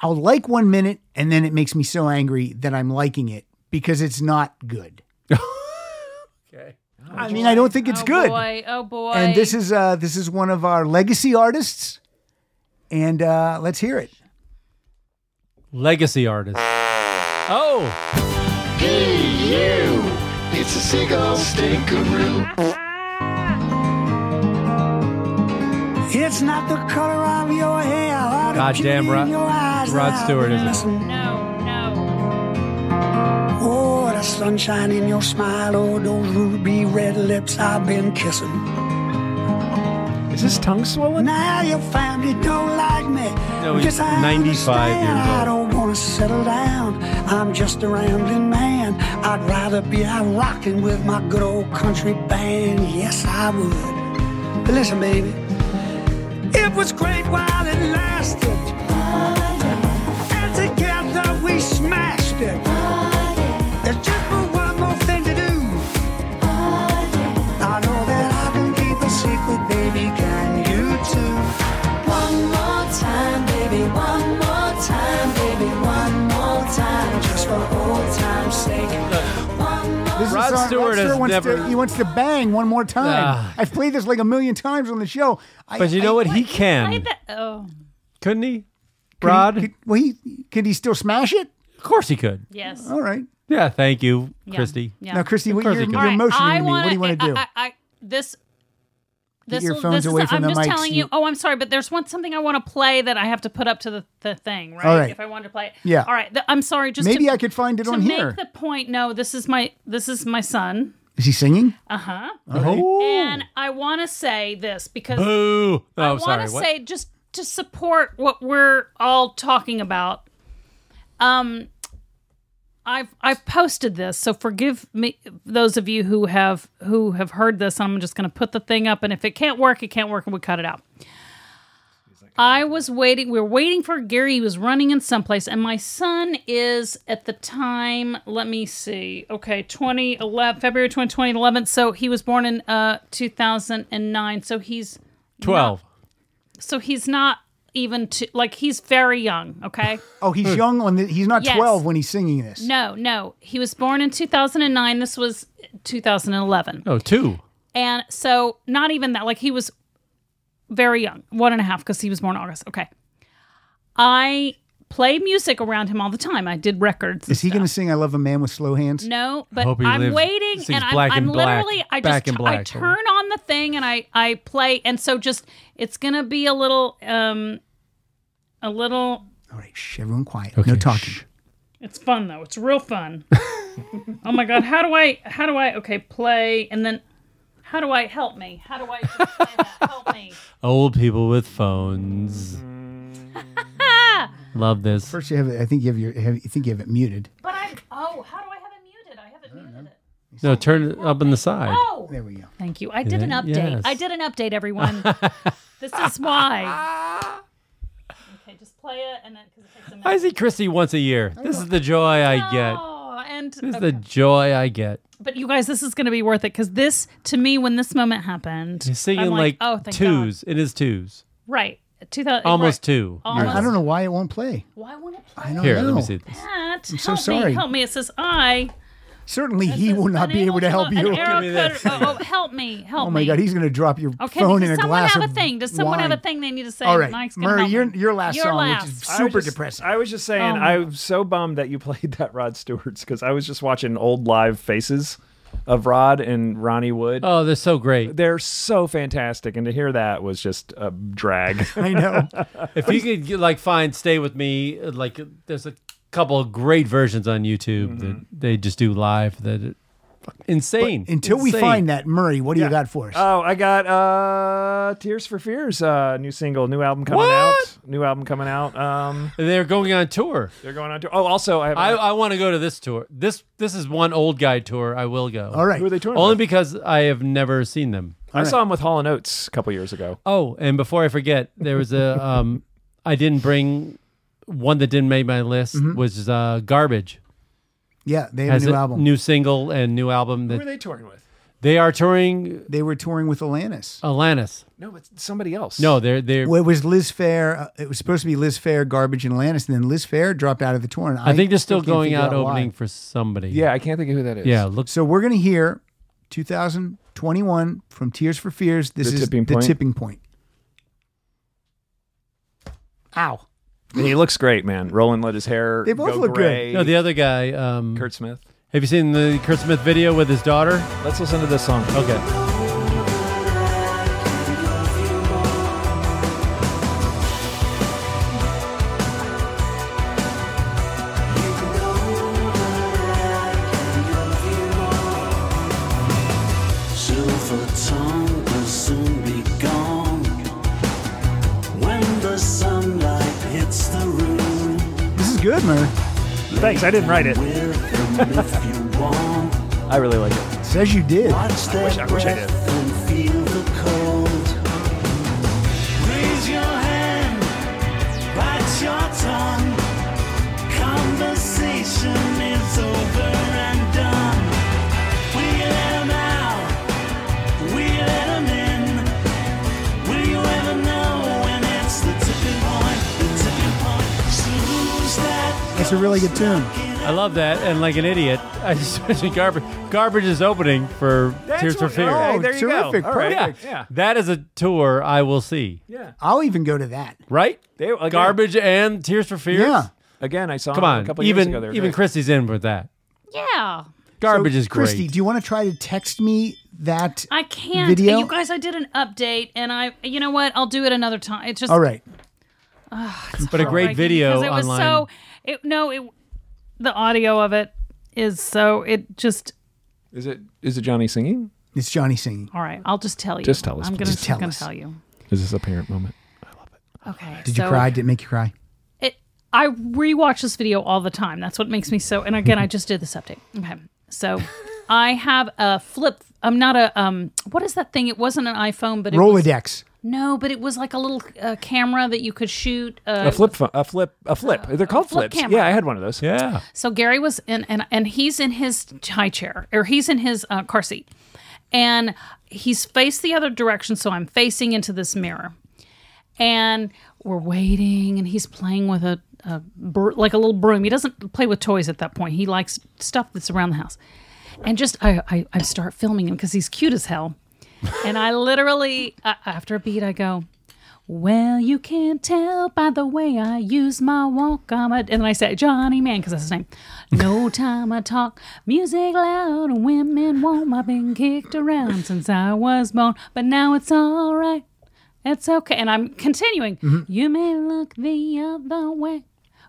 I'll like one minute, and then it makes me so angry that I'm liking it because it's not good. okay. I mean, I don't think it's oh good. Boy, oh boy. And this is uh, this is one of our legacy artists, and uh, let's hear it. Legacy artist. Oh. you. It's a seagull stinkeroo. It's not the color of your hair. or the God damn beauty Rod, in your eyes that Rod I've Stewart been is missing. it? Oh, the sunshine in your smile. Oh, those ruby red lips I've been kissing. Is his tongue swollen? Now your family don't like me. No, he's Guess I 95 years understand. I old. don't want to settle down. I'm just a rambling man. I'd rather be out rocking with my good old country band. Yes, I would. But listen, baby, it was great while it lasted. And together we smashed it. There's just for one more thing to do. I know that I can keep a secret, baby. Can you too? One more time, baby, one more time, baby, one more time, just for old time's sake. One more This is a Rod song- Stewart has wants never- To, he wants to bang one more time. Ah. I've played this like a million times on the show. I, But you know what? He can. Play that- Oh, Couldn't he? Could he- Rod? could- well, he could he still smash it? Of course he could. yes. All right. Yeah, thank you, Yeah, Christy. yeah. Now, Christy, what, you're, he you're could. All right, motioning I to me. What do you want to wanna- do? I, I, I- this. This, your will- phones this away is, from I'm the just mics, telling you- you. Oh, I'm sorry, but there's one something I want to play that I have to put up to the, the thing, right? All right. If I wanted to play it. Yeah. All right. th- I'm sorry. Just Maybe to- I could find it to on make here. the point. No, this is my this is my son. Is he singing? Uh huh. All right. Ooh. And I want to say this because Oh. Boo! I Oh, want sorry. to What? say just to support what we're all talking about. Um, I've I've posted this, so forgive me those of you who have who have heard this. I'm just going to put the thing up, and if it can't work, it can't work, and we cut it out. I was waiting. We were waiting for Gary. He was running in someplace, and my son is at the time. Let me see. Okay, 2011, February 20, 2011. So he was born in uh 2009. So he's 12. so he's not even too, like he's very young. Okay. Oh, Hmm. he's young on the. He's not Yes. 12 when he's singing this. No, no. He was born in 2009. This was 2011. Oh, two. And so, not even that. Like, he was very young, one and a half, because he was born in August. Okay. I play music around him all the time. I did records. Is he going to sing "I Love a Man with Slow Hands"? No, but hope he I'm lives- waiting, sings and I'm, Black I'm and Black, literally, I Back just, in I Black. turn on the thing and I, I play, and so just, it's gonna be a little, um, a little. Shh, everyone quiet. no talking. It's fun though. It's real fun. oh my god, how do I? How do I? Okay, play, and then how do I help me? How do I? Old people with phones. Love this. First, you have. it- I think you have your. Have, you think you have it muted. But I'm. Oh, how do I have it muted? I have it Uh-huh. muted. No, turn it up on the side. Oh, there we go. Thank you. I did an Yeah, update. yes. I did an update, everyone. this is why. Okay, just play it, and then because it takes a minute. I see Christy once a year. This is the joy I get. Oh, and This is the joy I get. But you guys, this is going to be worth it because this, to me, when this moment happened, He's singing I'm like, oh, thank God. twos. It is twos. Right. 2000, Almost right. two. Almost. I don't know why it won't play. Why won't it I don't Here, know. let me see this. Pat, I'm so help sorry. Me, help me. It says I. Certainly, he will not be able to help an you. arrow cutter- Oh, oh, help me. Help oh my me. God, he's going to drop your Okay, phone does in a someone glass have of a thing? Does someone have a wine. thing they need to say? All right, Mike's gonna Murray, help your me. your last Your song, last. which is I was super just- depressing. I was just saying, Oh my I'm so bummed that you played that Rod Stewart's because I was just watching old live faces of Rod and Ronnie Wood. Oh, they're so great. They're so fantastic, and to hear that was just a drag. I know. if you could get, like find "Stay with Me," uh, Mm-hmm. like uh, there's a couple of great versions on YouTube that they just do live that it Insane. Until we Insane. find that, Murray, what do you got for us? Oh, I got uh Tears for Fears, uh new single, new album coming out. New album coming out. Um They're going on tour. They're going on tour. Oh, also I have I, I want to go to this tour. This this is one old guy tour. I will go. All right. Who are they touring Only with? because I have never seen them. I saw him with Hall and Oates a couple years ago. Oh, and before I forget, there was a um, I didn't bring one that didn't make my list Mhm. was uh, garbage. Yeah, they have a Has new album. new single, and new album. That Who are they touring with? They are touring. They were touring with Alanis. Alanis. No, it's somebody else. No, they're they're. Well, it was Liz Fair. uh, It was supposed to be Liz Fair, Garbage, and Lannis, and then Liz Fair dropped out of the tour. And I think they're still can't going figure out why. opening for somebody. Yeah, I can't think of who that is. Yeah, look. So we're gonna hear 2021 from Tears for Fears. This The is tipping the point. tipping point. Ow. He looks great, man. Roland let his hair They both go look good. gray. No, the other guy, um, Kurt Smith. Have you seen the Kurt Smith video with his daughter? Let's listen to this song. Okay. Silver tongue will soon be gone when the sunlight hits the room. This is good, man. Thanks, I didn't write it. I really like it. Says you did. I wish I, wish I did. And feel the cold. Raise your hand, bite your tongue. Conversation is over and done. We let 'em out, we let 'em in. Will you ever know when it's the tipping point? The tipping point. So who's that? It's a really good tune. I love that. And like an idiot, I just mentioned garbage. Garbage is opening for Tears for what- Fears. oh, Hey, there you go. terrific. All right. Perfect. Yeah. Yeah. That is a tour I will see. Yeah. I'll even go to that. Right? They- again- garbage and Tears for Fears. Yeah. Again, I saw Come him on. a couple even years ago. They were even great. Christy's in with that. Yeah. Garbage So, is great. Christy, do you want to try to text me that I can't. video? You guys, I did an update, and I, you know what? I'll do it another time. It's just All right. Ugh, But a great heartbreaking video because it was online. so. It, no, it. The audio of it is so. It just. Is it is it Johnny singing? It's Johnny singing. All right, I'll just tell you. Just tell us, I'm gonna, please. Just tell I'm gonna us. tell you. Is this a parent moment? Okay. Did you so- cry? Did it make you cry? it I rewatch this video all the time. That's what makes me so and again I just did this update. Okay. So I have a flip I'm not a um what is that thing? It wasn't an iPhone but it was Rolodex. No, but it was like a little uh, camera that you could shoot uh, a flip, phone, a flip, a flip. They're called flip flips. camera. Yeah, I had one of those. Yeah. So Gary was in, and and he's in his high chair, or he's in his uh, car seat, and he's faced the other direction. So I'm facing into this mirror, and we're waiting, and he's playing with a, a br- like a little broom. He doesn't play with toys at that point. He likes stuff that's around the house, and just I I, I start filming him because he's cute as hell, and I literally uh, after a beat I go. Well, you can tell by the way I use my walk. I'm a, and then I say Johnny Man because that's his name. No time I talk, music loud, and women warm. I've been kicked around since I was born, but now it's all right. It's okay, and I'm continuing. Mhm. You may look the other way.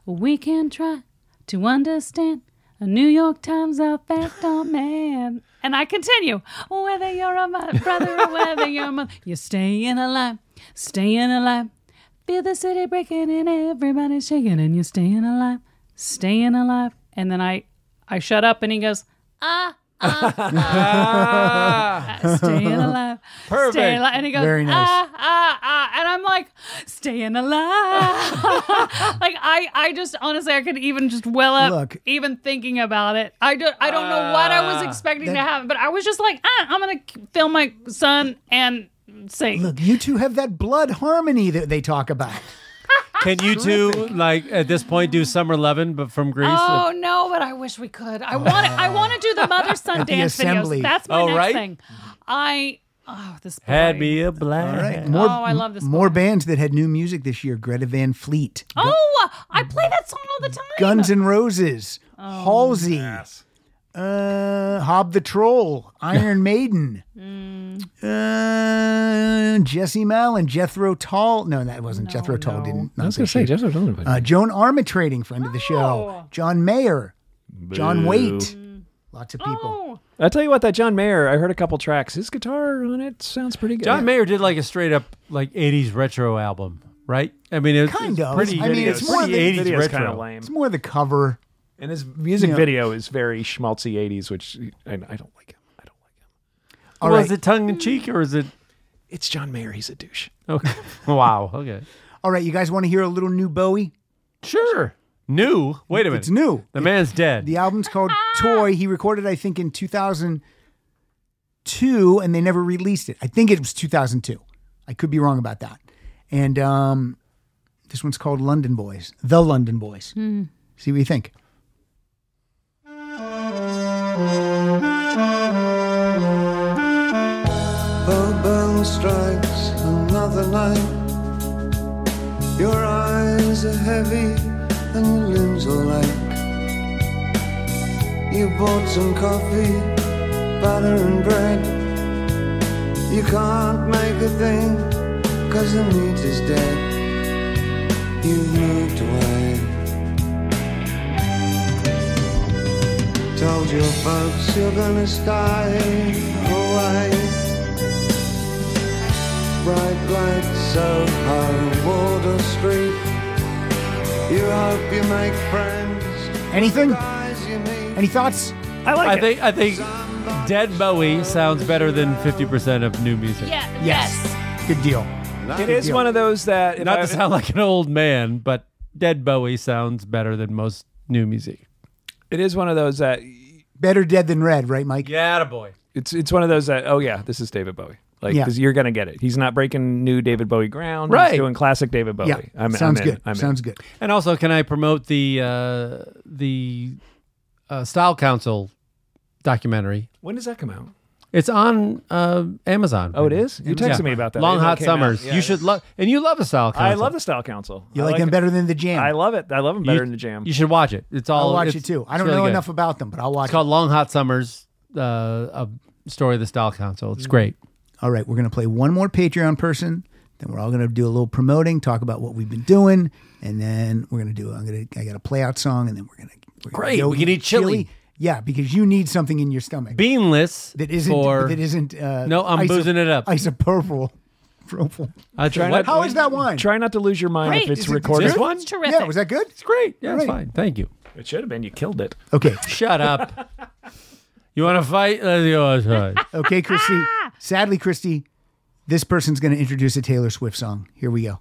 We can try to understand. A New York Times effect on man. And I continue. Whether you're a mo- brother or whether you're a mother, you're staying alive, staying alive. Feel the city breaking and everybody's shaking, and you're staying alive, staying alive. And then I, I shut up, and he goes, ah, ah, ah, ah, staying alive, Perfect. staying alive. And he goes, Very nice. ah, ah, ah, and I'm like, staying alive. like I, I just honestly, I could even just well up, Look. even thinking about it. I don't, I don't know what I was Ah. expecting to That- happen, but I was just like, ah, I'm gonna k- film my son and sing. Look, you two have that blood harmony that they talk about. Can you two like at this point do Summer Levin but from Greece? Oh no, but I wish we could. I want to. I want to do the mother son uh, At the dance assembly. videos. That's my Oh, next right? thing. I oh this Had me a blast. All right. Oh, I love this More bands that had new music this year. Greta Van Fleet, oh I play that song all the time. Guns N' Roses, Oh. Halsey, uh, Hob the Troll, Iron Maiden, uh, Jesse Malin, Jethro Tull. No, that wasn't Jethro Tull. Didn't. I was gonna say Jethro Tull. Uh, Joan Armatrading, friend of the show. John Mayer, John Boo. Waite. Lots of people. I tell you what, that John Mayer, I heard a couple tracks. His guitar on it sounds pretty good. John Mayer did like a straight up like '80s retro album, right? I mean, it was Kind it's of. Pretty, I mean, it's more pretty the- 80s video's retro. kinda lame. It's more the cover. And his music You know. video is very schmaltzy '80s, which I, I don't like him. I don't like him. All well, right. is it tongue in cheek or is it? It's John Mayer. He's a douche. Okay. wow. Okay. All right, you guys want to hear a little new Bowie? Sure. New. Wait a minute. It's new. The man's dead. The album's called Toy. He recorded, I think, in 2002, and they never released it. I think it was 2002. I could be wrong about that. And um, this one's called London Boys, The London Boys. Hmm. See what you think. The bell strikes another night. Your eyes are heavy and your limbs are light. You bought some coffee, butter and bread. You can't make a thing, cause the meat is dead. You've moved away. Told your folks you're gonna stay away bright lights Soho, Water Street. You hope you make friends. Anything? Any thoughts? I like I think I think Dead Bowie sounds better than 50% of new music. Yeah. Yes. Good deal. It is one of those that if Not I- to sound like an old man, but Dead Bowie sounds better than most new music. It is one of those that Better dead than red, right, Mike? Yeah, boy. it's it's one of those that oh yeah, this is David Bowie. Like Yeah. 'cause you're gonna get it. He's not breaking new David Bowie ground. Right. He's doing classic David Bowie. Yeah. I'm, Sounds I'm in. good. I'm in. Sounds good. And also, can I promote the uh, the uh, Style Council documentary? When does that come out? It's on uh, Amazon. Oh, it is? You texted me about that. I Long didn't know it Hot came out. Summers. Yeah, you it's- should love, and you love the Style Council. I love the Style Council. You I like, them better than the Jam? I love it. I love him better You- than the Jam. You should watch it. It's all. I'll watch it's- it too. I it's don't really know good. enough about them, but I'll watch. It's called Long Hot Summers, uh, a story of the Style Council. It's great. All right, we're going to play one more Patreon person. Then we're all going to do a little promoting, talk about what we've been doing, and then we're going to do. I'm going to. I got a play out song, and then we're going to. We're gonna Great, go we can eat chili. Yeah, because you need something in your stomach Beanless that isn't for that isn't. Uh, No, I'm boozing it up. Uh, Isopropyl. Propyl. I Try what- not- How is that wine? Try not to lose your mind if Great. it's Is it- recorded. is it- one. It's terrific. Yeah, was that good? It's great. Yeah, it's All right. fine. Thank you. It should have been. You killed it. Okay. Shut up. you want to fight? Let's go outside. Okay, Christy. Sadly, Christy, this person's going to introduce a Taylor Swift song. Here we go.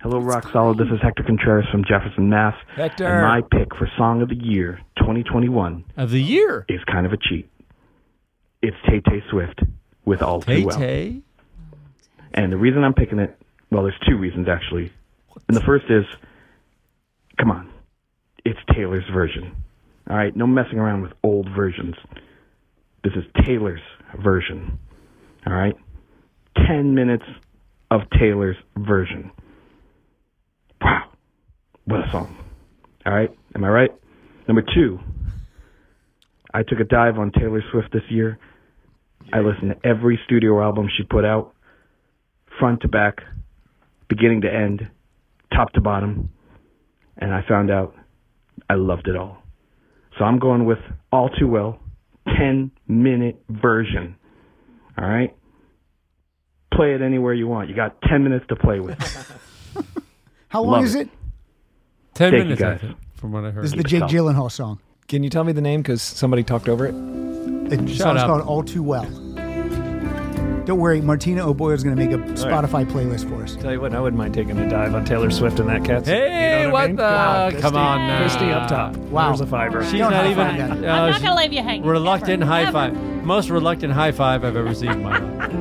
Hello, Rock Solid. This is Hector Contreras from Jefferson, Mass. Hector. And my pick for Song of the Year 2021 of the year is kind of a cheat. It's Tay Tay Swift with All Too Well. Tay-Tay? And the reason I'm picking it, well, there's two reasons actually. And the first is, come on, it's Taylor's version. All right, no messing around with old versions. This is Taylor's version. All right, 10 minutes of Taylor's version. Wow, what a song. All right, am I right? Number two, I took a dive on Taylor Swift this year. I listened to every studio album she put out front to back, beginning to end, top to bottom, and I found out I loved it all. So I'm going with All Too Well, 10 minute version. All right? Play it anywhere you want. You got 10 minutes to play with. How long Love is it? it. Ten Thank you, minutes, I guys. think, from what I heard. This is the Jake Gyllenhaal song. Can you tell me the name? Because somebody talked over it. The Shut song's up. called All Too Well. Don't worry, Martina O'Boyle is going to make a Spotify playlist for us. Tell you what, I wouldn't mind taking a dive on Taylor Swift and that cat. Hey, you know what, what I mean? the- Wow, Christy- come on now. Christy up top. Wow. There's a fiver. She's not even. uh, I'm not she- gonna leave you hanging. Reluctant Never, high never. five. Most reluctant high five I've ever seen in my life.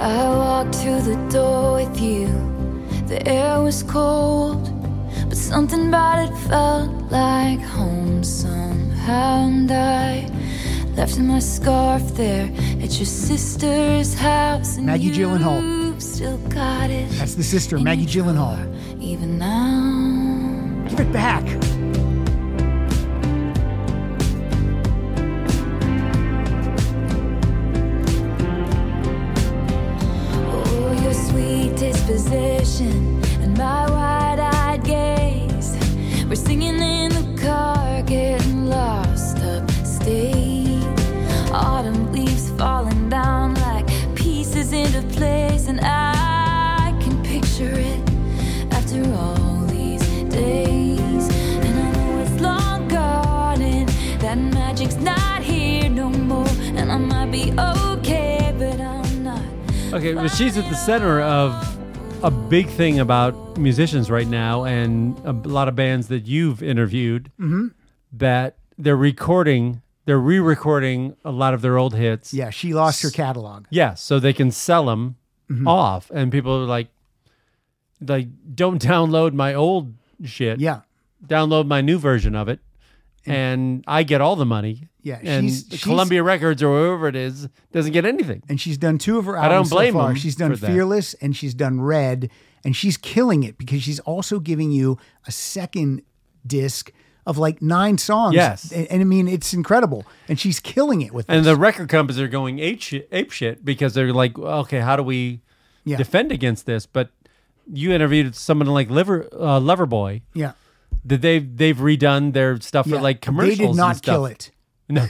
I walked to the door with you. The air was cold, but something about it felt like home somehow. And I left my scarf there at your sister's house. And Maggie you Gyllenhaal. still got it, That's the sister, Maggie Gyllenhaal. even now. Give it back. Oh, your sweet disposition and my wide eyed gaze. We're singing in the car, getting Okay, but she's at the center of a big thing about musicians right now, and a b- lot of bands that you've interviewed Mhm. that they're recording, they're re-recording a lot of their old hits. Yeah, she lost her catalog. Yeah, so they can sell them Mhm. off, and people are like, like, don't download my old shit. Yeah, download my new version of it, and I get all the money. Yeah, and she's- she's- Columbia Records or whoever it is doesn't get anything. And she's done two of her I don't albums blame so far. them She's done for that. Fearless and she's done Red, and she's killing it because she's also giving you a second disc of like nine songs. Yes. and, and I mean it's incredible, and she's killing it with. And the record companies are going ape shit, ape shit because they're like, okay, how do we Yeah. defend against this? But you interviewed someone like Liver uh, Loverboy. Yeah. That they've they've redone their stuff Yeah. for like They did commercials. and not stuff. kill it. No.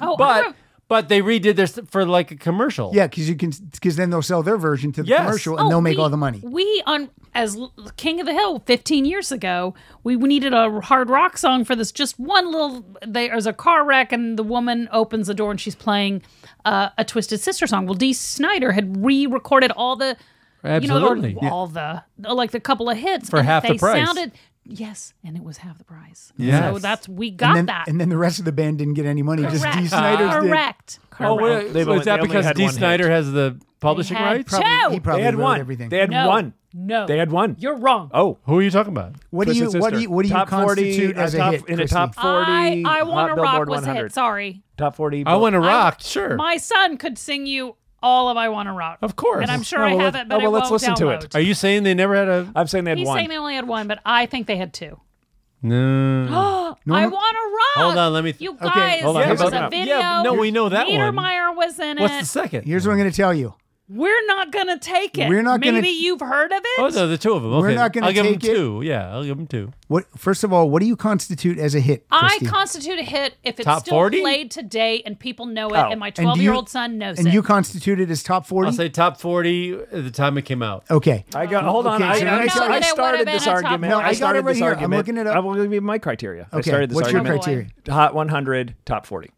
Oh, but but they redid their st- for like a commercial. Yeah, because you can because then they'll sell their version to the Yes. commercial and Oh, they'll make we- all the money. We on as l- King of the Hill 15 years ago, we needed a hard rock song for this. Just one little there's a car wreck and the woman opens the door and she's playing uh, a Twisted Sister song. Well, Dee Snyder had re-recorded all the Absolutely. you know, all the like the couple of hits For and half the they price. Sounded, yes, and it was half the price. Yes. So that's we got and then, that. And then the rest of the band didn't get any money. Just Dee Correct. Snyder's did. Correct. Oh, wait, They've so only- is that they only because had Dee one hit. Snyder has the publishing had rights? Probably- he they had wrote one. everything. They had No. one. No. They had one. You're wrong. Oh, who are you talking about? What do Twisted you- what do Sister. you- what do you top 40, constitute uh, as a top, hit, in a top Christy? forty? I, I hot want to rock Billboard was a 100. hit. Sorry. Top forty. I want to rock. sure. My son could sing you all of I Want to Rock. Of course. And I'm sure Oh, I well, have let- it, but oh, well, it let's won't listen to download. it. Are you saying they never had a? I'm saying they He's saying they only had one, but I think they had two. No. I want to rock. Hold on, let me. You guys, hold on, there how was about a that? video. Yeah, no, we know that one. Niedermeyer was in What's it. the second? Here's what I'm going to tell you. We're not gonna take it. We're not Maybe gonna- you've heard of it. Oh, no, the two of them. We're Okay. not gonna I'll give take them it. two. Yeah, I'll give them two. What first of all, what do you constitute as a hit? I Christy? constitute a hit if it's Top still 40? played today and people know it, Oh. and my And do you- 12 year old son knows and it. you constitute it as top I'll forty. say top forty at the time it came out. Okay. I got. Hold on. Okay, I, so now Oh, I, I sta- know I that it would've started been this a top argument. No, I I got started it right this here. I'm argument. looking it up. I will give you my criteria. I Okay, started this what's your argument. criteria? Hot 100, top 40.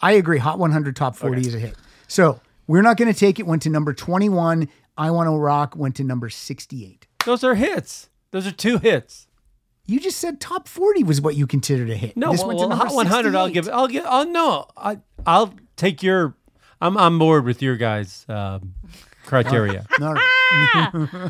I agree. Hot 100 top 40 is a hit. So we're not going to take it. Went to number 21. I Want to Rock went to number 68. Those are hits. Those are two hits. You just said top 40 was what you considered a hit. No, this well, went to well, number Hot 100. I'll 68. give. I'll give. Oh no, I I'll take your. I'm on board with your guys' um, criteria. All Ah! right.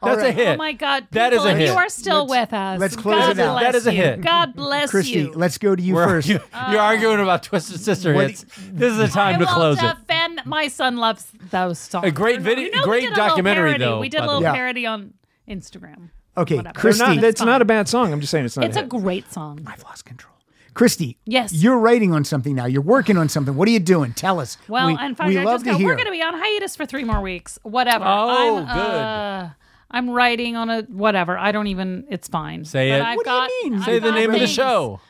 All That's a right. hit. Oh my God. That is a people, hit. You are still with us. let's close God it out. bless That is a you. hit. God bless Christy, you. let's go to you first. You, are arguing about Twisted Sister What- hits. This is the time I to will close it. defend. My son loves those songs. A great You video- know we great did a little documentary, parody. though, We did a by the little way. Yeah. parody on Instagram. Okay, Whatever. Christy. They're Not, it's not a bad song. I'm just saying it's not. It's a a hit. great song. I've lost control. Christy. Yes. You're writing on something now. You're working on something. What are you doing? Tell us. Well, we, and fact, we I love just to got- hear. we're going to be on hiatus for three more weeks. Whatever. Oh, I'm, good. Uh, I'm writing on a whatever. I don't even. It's fine. Say But it. I've What do got, I've Say the got name of the things. show.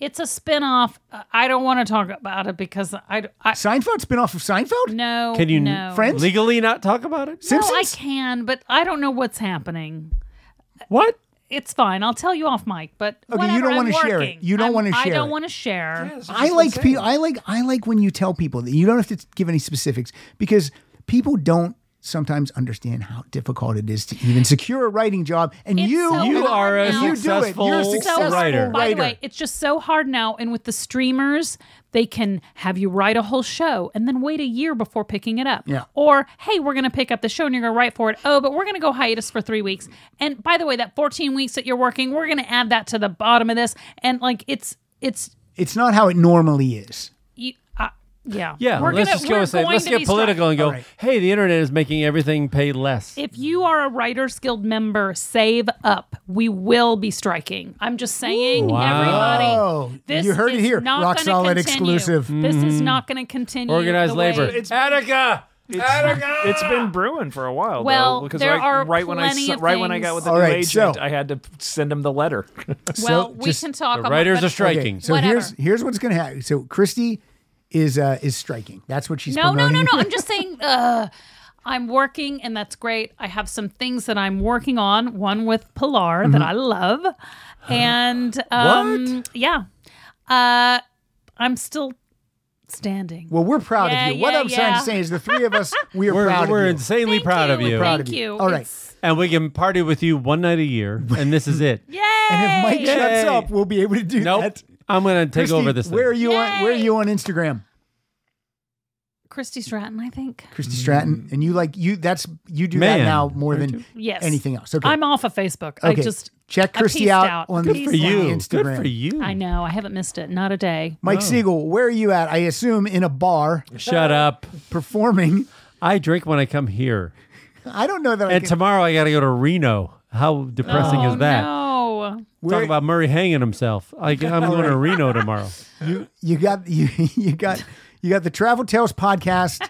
It's a spin-off. Uh, I don't want to talk about it because I. I Seinfeld spin off of Seinfeld? No. Can you Oh, no. Friends? legally not talk about it? No, I can, but I don't know what's happening. What? It's fine. I'll tell you off mic. But Okay, you don't want wanna to share it. You don't wanna I share don't it. want to share. I like people. I like I like when you tell people that you don't have to give any specifics because people don't sometimes understand how difficult it is to even secure a writing job. And you, so You hard are a now. You do it. successful You're a so successful writer. By the way, it's just so hard now. And with the streamers, they can have you write a whole show and then wait a year before picking it up. Yeah. Or, hey, we're going to pick up the show and you're going to write for it. Oh, but we're going to go hiatus for three weeks. And by the way, that 14 weeks that you're working, we're going to add that to the bottom of this. And like, it's, it's, it's not how it normally is. you, uh, yeah. Yeah, We're let's gonna- just go we're and say, going let's to get be political and struck- go, hey, the internet is making everything pay less. If you are a Writers Guild member, save up. We will be striking. I'm just saying, Wow. everybody. This you heard it is here. not Rock gonna solid continue. exclusive. Mm-hmm. This is not going to continue. Organized the way- labor. Attica. Attica. It's been brewing for a while. Well, though, because there right, are right when I s- plenty of right when I things- got with the All new right, agent, so- I had to send him the letter. Well, we can talk. about but- Okay, so here's here's what's going to happen. So Christy is uh, is striking. That's what she's no, no, promoting. no, no. I'm just saying. Uh, I'm working, and that's great. I have some things that I'm working on. One with Pilar that Mhm. I love, and um, yeah, uh, I'm still Outstanding. Well, we're proud Yeah, of you. what yeah, I'm trying yeah. to say is the three of us, we are We're, proud we're of you. insanely proud of you. Proud of you. All right. And we can party with you one night a year, and this is it. And if Mike Yay! shuts up, we'll be able to do nope. that. I'm going to take Christy, over this thing. Where are you on? Where are you on Instagram, Christy Stratton, I think. Christy Stratton? And you like you? That's you do Mm. Man. that now more than Yes. anything else. Okay. I'm off of Facebook. I Okay. just Check I Christy peaced out out on the- Peace Good for out. you. Good Instagram. for you. I know. I haven't missed it. Not a day. Mike Siegel, where are you at? I assume in a bar. Shut up. Performing. I drink when I come here. I don't know that I And can. tomorrow I got to go to Reno. How depressing oh, is that? No. Talk about Murray hanging himself. Like I'm All going to right. Reno tomorrow. you you got you you got you got the Travel Tales podcast.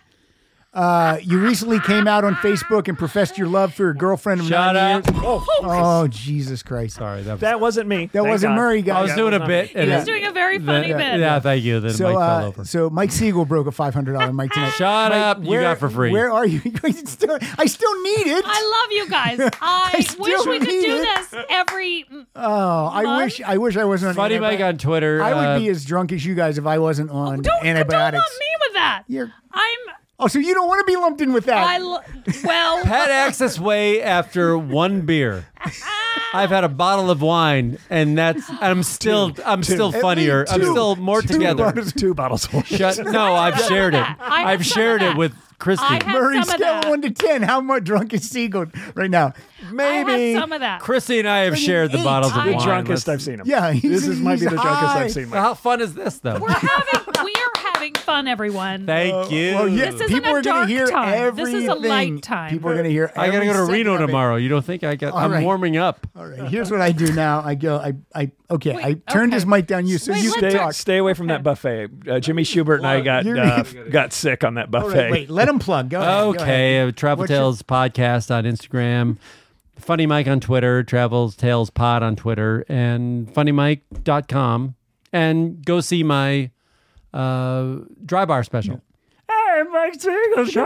Uh, you recently came out on Facebook and professed your love for your girlfriend of Shut nine up. years. Oh, Oh, Jesus Christ! Sorry, that was, That wasn't me. That Thank wasn't God. Murray, guys. I was doing a bit. He and was it- doing a very then- funny bit. Yeah, thank you. Then so, Mike fell uh, over. so Mike Siegel broke a five hundred dollar Mike tonight. Shut Mike, up. You where- got for free. Where are you? It's still- I still need it. I love you guys. I, still wish we could need do it. this every. Oh, I Month? wish I wish I wasn't on Funny Mike antibiotics. on Twitter. I would uh, be as drunk as you guys if I wasn't on Don't, don't lump me antibiotics. with that. I'm. Oh, so you don't want to be lumped in with that? I lo- well. Pat acts this way after one beer. I've had a bottle of wine, and that's I'm still I'm still At least funnier. i I'm two- still more two together. bottles- Two bottles. Shut. No, I've shared it. that. I had I've some of shared it that. with Christy. I had Murray some of scale that. one to ten. How much drunk is Siegel right now? Maybe I had some of that. Christy and I have shared the bottles of The wine. Let's- drunkest I've seen him. Yeah, he's- this is might be he's the drunkest high. I've seen. Well, Mike. How fun is this though? We're having. We are having fun, everyone. Thank you. Oh, Well, yeah, This isn't people a are gonna dark hear time. This everything. is a light time. People are going to hear. I gotta every go to second Reno of it. tomorrow. You don't think I got? All I'm right. warming up. All right, here's what I do now. I go. I. I. Okay. I turned his mic down. You. So Wait, you let can Stay, talk. stay away from that buffet. Uh, Jimmy Schubert and I got You're- uh, got sick on that All buffet. right. Wait. Let him plug. Go. ahead, go ahead. Okay, uh, Travel What's your- Tales podcast on Instagram, Funny Mike on Twitter, Travel Tales Pod on Twitter, and funnymike.com. And go see my uh, dry bar special. Hey, Mike Siegel, see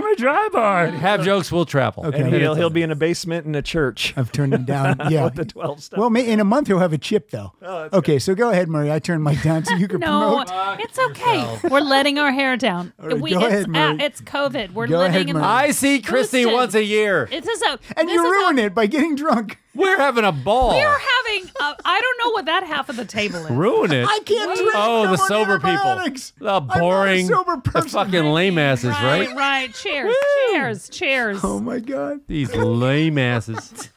my dry bar. Have jokes, we'll travel. Okay. And he'll he'll be in a basement in a church. I've turned him down. Yeah. With the 12 stuff. Oh, Well, may, in a month he'll have a chip though. okay. So go ahead, Murray. I turned Mike down so you can No, promote. it's okay. We're letting our hair down. right, we, go it's, ahead, Murray. out- it's COVID. We're Go living ahead, in. Murray. I see Christy Boosted. once a year. It is a. And this you is a- ruin it by getting drunk. We're having a ball. We are having. I I don't know what that half of the table is. Ruin it. I can't drink. Oh, I'm the on sober antibiotics. people. The I'm not a boring, sober the person. fucking lame asses, Right, right? right. Cheers, cheers, cheers. Oh my God, These lame asses.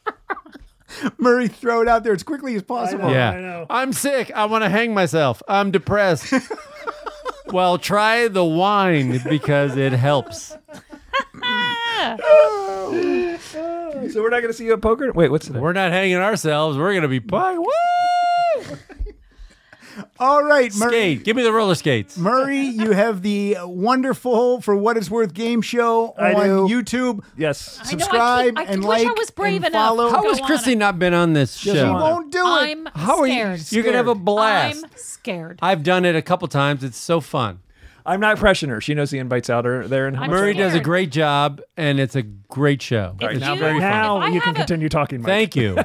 Murray, throw it out there as quickly as possible. yeah. I'm sick. I want to hang myself. I'm depressed. well, try the wine because it helps. Oh. So we're not going to see you at poker. Wait, what's the We're not hanging ourselves. We're going to be pie. Woo! All right, Murray. Skate. Give me the roller skates. Murray, you have the wonderful For What It's Worth game show I on do. YouTube. Yes. I know, I keep- Subscribe I and wish I like was brave and enough. follow. How Go has on Christy it. not been on this She show? won't do it. I'm How are you? scared. You're going to have a blast. I'm scared. I've done it a couple times. It's so fun. I'm not pressuring her. She knows the invites out are there. And how I'm much- Murray does a scared. great job, and it's a great show. If It's you- very fun. now Now I you can have a- continue talking, Mike. Thank you.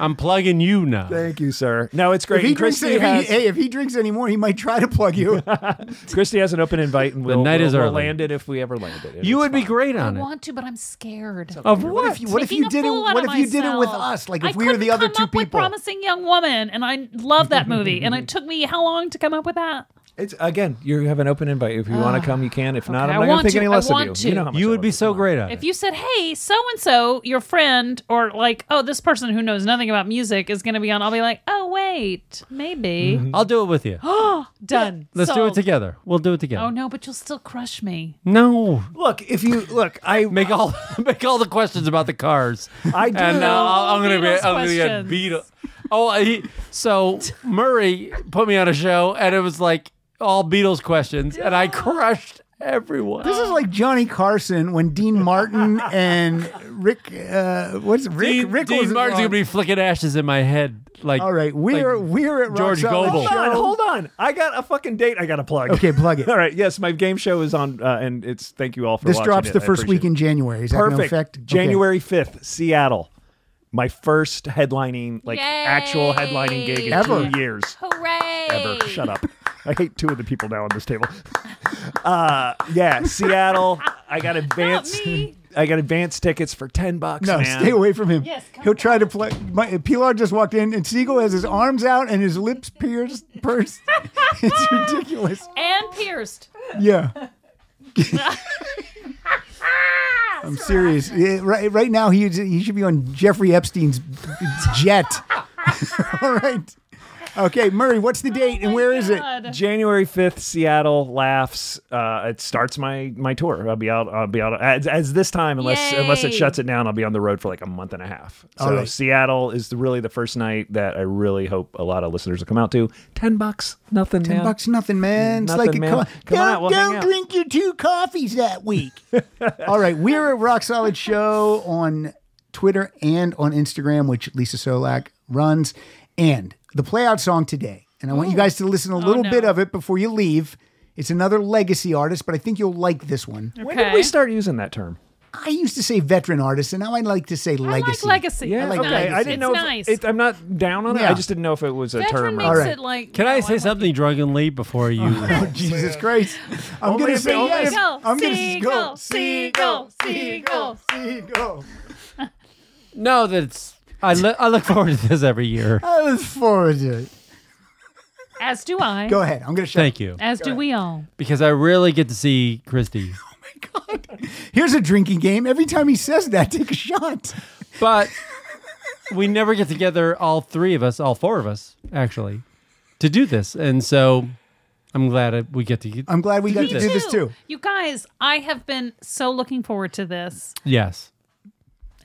I'm plugging you now. Thank you, sir. No, it's If great. he And drinks, Christy any, has, hey, if he drinks anymore, he might try to plug you. Christy has an open invite, and we'll, night we'll, is we'll early. land it if we ever land it. You would be great I on it. want to, but I'm scared. Of what? if you, what if Making you a did it? fool out What of if you did it with myself. us? Like I if we were couldn't the other come two up with people. promising young woman, and I love that movie. and it took me how long to come up with that? It's again. You have an open invite. If you want Ah, to come, you can. If not, okay, I'm not I going to want think to. any I less of want you. to. You know how much You I would love be you. so great at If it. you said, "Hey, so and so, your friend," or like, "Oh, this person who knows nothing about music is going to be on," I'll be like, "Oh, wait, maybe." Oh, I'll do it with you. Done. Mm-hmm. Let's do it Sold. together. We'll do it Oh together. no, but you'll still crush me. No. Look, if you look, I Make all make all the questions about the cars. I do. And now I'll- I'm gonna be Beatles I'm gonna get questions. beat up. Oh, he, so Murray put me on a show, and it was like all Beatles questions, and I crushed everyone. This is like Johnny Carson when Dean Martin and Rick. Uh, what's Rick? Dean, Rick Dean was Martin's gonna be flicking ashes in my head. Like All right, we're like we're at Rock George Solid Gobel. Hold on, Show. hold on. I got a fucking date I got to plug. Okay, plug it. all right. Yes, my game show is on, uh, and it's thank you all for This watching drops it. the I first appreciate week in it. January. Is that going to Perfect. affect Okay. January fifth, Seattle. My first headlining, like actual headlining gig in Ever. two years. Hooray! Ever. Shut up. I hate two of the people now on this table. Uh, yeah, Seattle. I got advance. I got advance tickets for ten bucks. No, man. stay away from him. He'll try to play. My, Pilar just walked in, and Siegel has his arms out and his lips pierced. Pursed. it's ridiculous. And pierced. Yeah. I'm serious. Yeah, right, right now, he he should be on Jeffrey Epstein's jet. All right. Okay, Murray, what's Oh the date and where is it? January fifth, Seattle laughs. Uh, it starts my my tour. I'll be out. I'll be out as, as this time, unless unless Yay. it shuts it down. I'll be on the road for like a month and a half. So All right. Seattle is the, really the first night that I really hope a lot of listeners will come out to. Ten bucks, nothing. Ten man. bucks, nothing, man. Nothing, it's like man. a co- Come on don't, out, we'll hang don't out. drink your two coffees that week. All right, we're a rock solid show on Twitter and on Instagram, which Lisa Solak runs, and the playout song today. And I want you guys to listen a little bit of it before you leave. It's another legacy artist, but I think you'll like this one. When did we start using that term? I used to say veteran artist, and now I like to say legacy. legacy. Yeah, I like okay. legacy. I didn't know. It's if- nice. It, I'm not down on it. Yeah. I just didn't know if it was a Veteran term. makes it like. Can I say something drunkenly before you? Oh, Jesus Christ! I'm Only gonna if- say only yes. if- I'm gonna Seagull, go. seagull, seagull, seagull. No, that's I look I look forward to this every year. I was forward to it. As do I. Go ahead. I'm gonna shut. Thank you. As do we all. Because I really get to see Christy. Here's a drinking game. Every time he says that, take a shot. But we never get together, all three of us, all four of us, actually, to do this. And so I'm glad I- we get to. I'm glad we got to do this too. You guys, I have been so looking forward to this. Yes.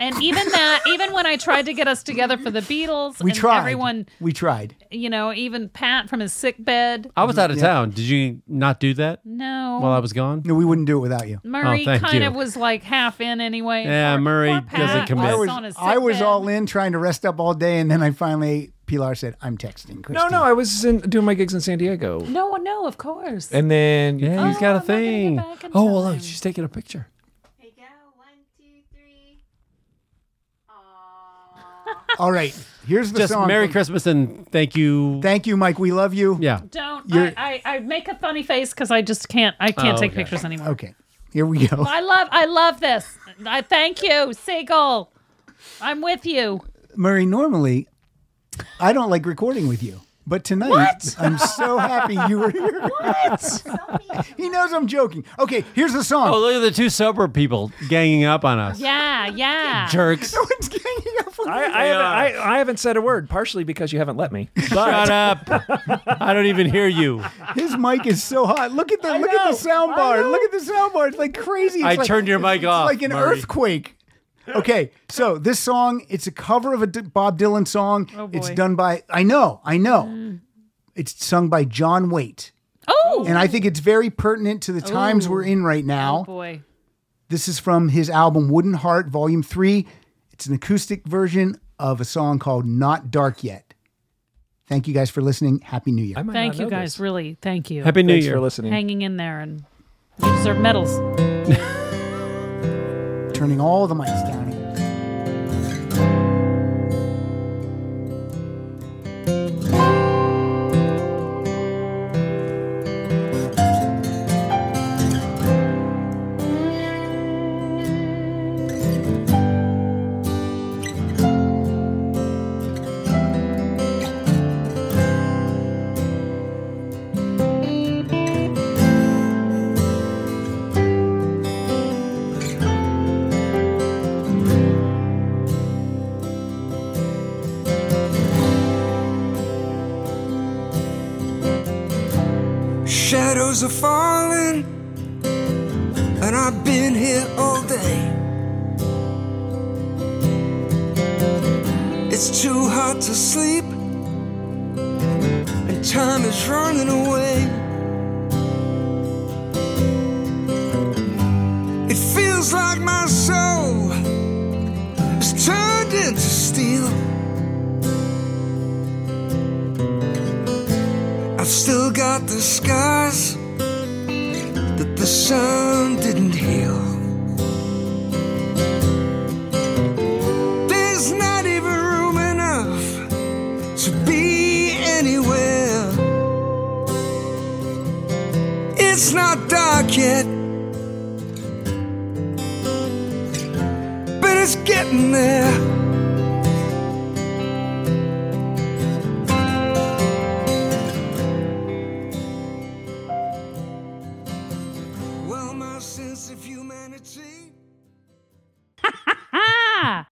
And even that, even when I tried to get us together for the Beatles, We and tried. everyone, We tried. you know, even Pat from his sick bed. I was out of Yeah. town. Did you not do that No. while I was gone? No, we wouldn't do it without you. Murray oh, thank kind you. of was like half in anyway. Yeah, Murray doesn't commit. I on his was, sick I was bed. all in trying to rest up all day, and then I finally, Pilar said, I'm texting. Chris. No, no. I was in, doing my gigs in San Diego. No, no, of course. And then yeah, he's got a thing. Oh, well, look, she's taking a picture. All right. Here's the Just song. Merry from- Christmas and thank you. Thank you, Mike. We love you. Yeah. Don't. You're- I, I, I make a funny face because I just can't. I can't Oh, take okay. pictures anymore. Okay. Here we go. I love. I love this. I thank you, Seagull. I'm with you. Murray, normally I don't like recording with you, but tonight What? I'm so happy you were here. What? he knows I'm joking. Okay, here's the song. Oh, look at the two sober people ganging up on us. Yeah, yeah. Jerks. I, I, haven't, I, I haven't said a word, partially because you haven't let me. Shut up. I don't even hear you. His mic is so hot. Look at the look at the sound bar. Look at the sound bar. It's like crazy. It's I like- turned your mic it's off, Like an Murray. earthquake. Okay, so this song, it's a cover of a D- Bob Dylan song. Oh, It's boy. Mm. done by I know, I know. It's sung by John Waite. Oh. And I think it's very pertinent to the times we're in right now. Oh boy. This is from his album Wooden Heart, Volume 3. It's an acoustic version of a song called Not Dark Yet. Thank you guys for listening. Happy New Year. Thank you guys. Really. Thank you. Happy New Thanks Year. for listening. Hanging in there and you deserve medals. Turning all the mics down. Shadows are falling, and I've been here all day. It's too hard to sleep, and time is running away. It feels like my soul is turned into steel. I've still got the scars that the sun didn't heal. There's not even room enough to be anywhere. is getting there.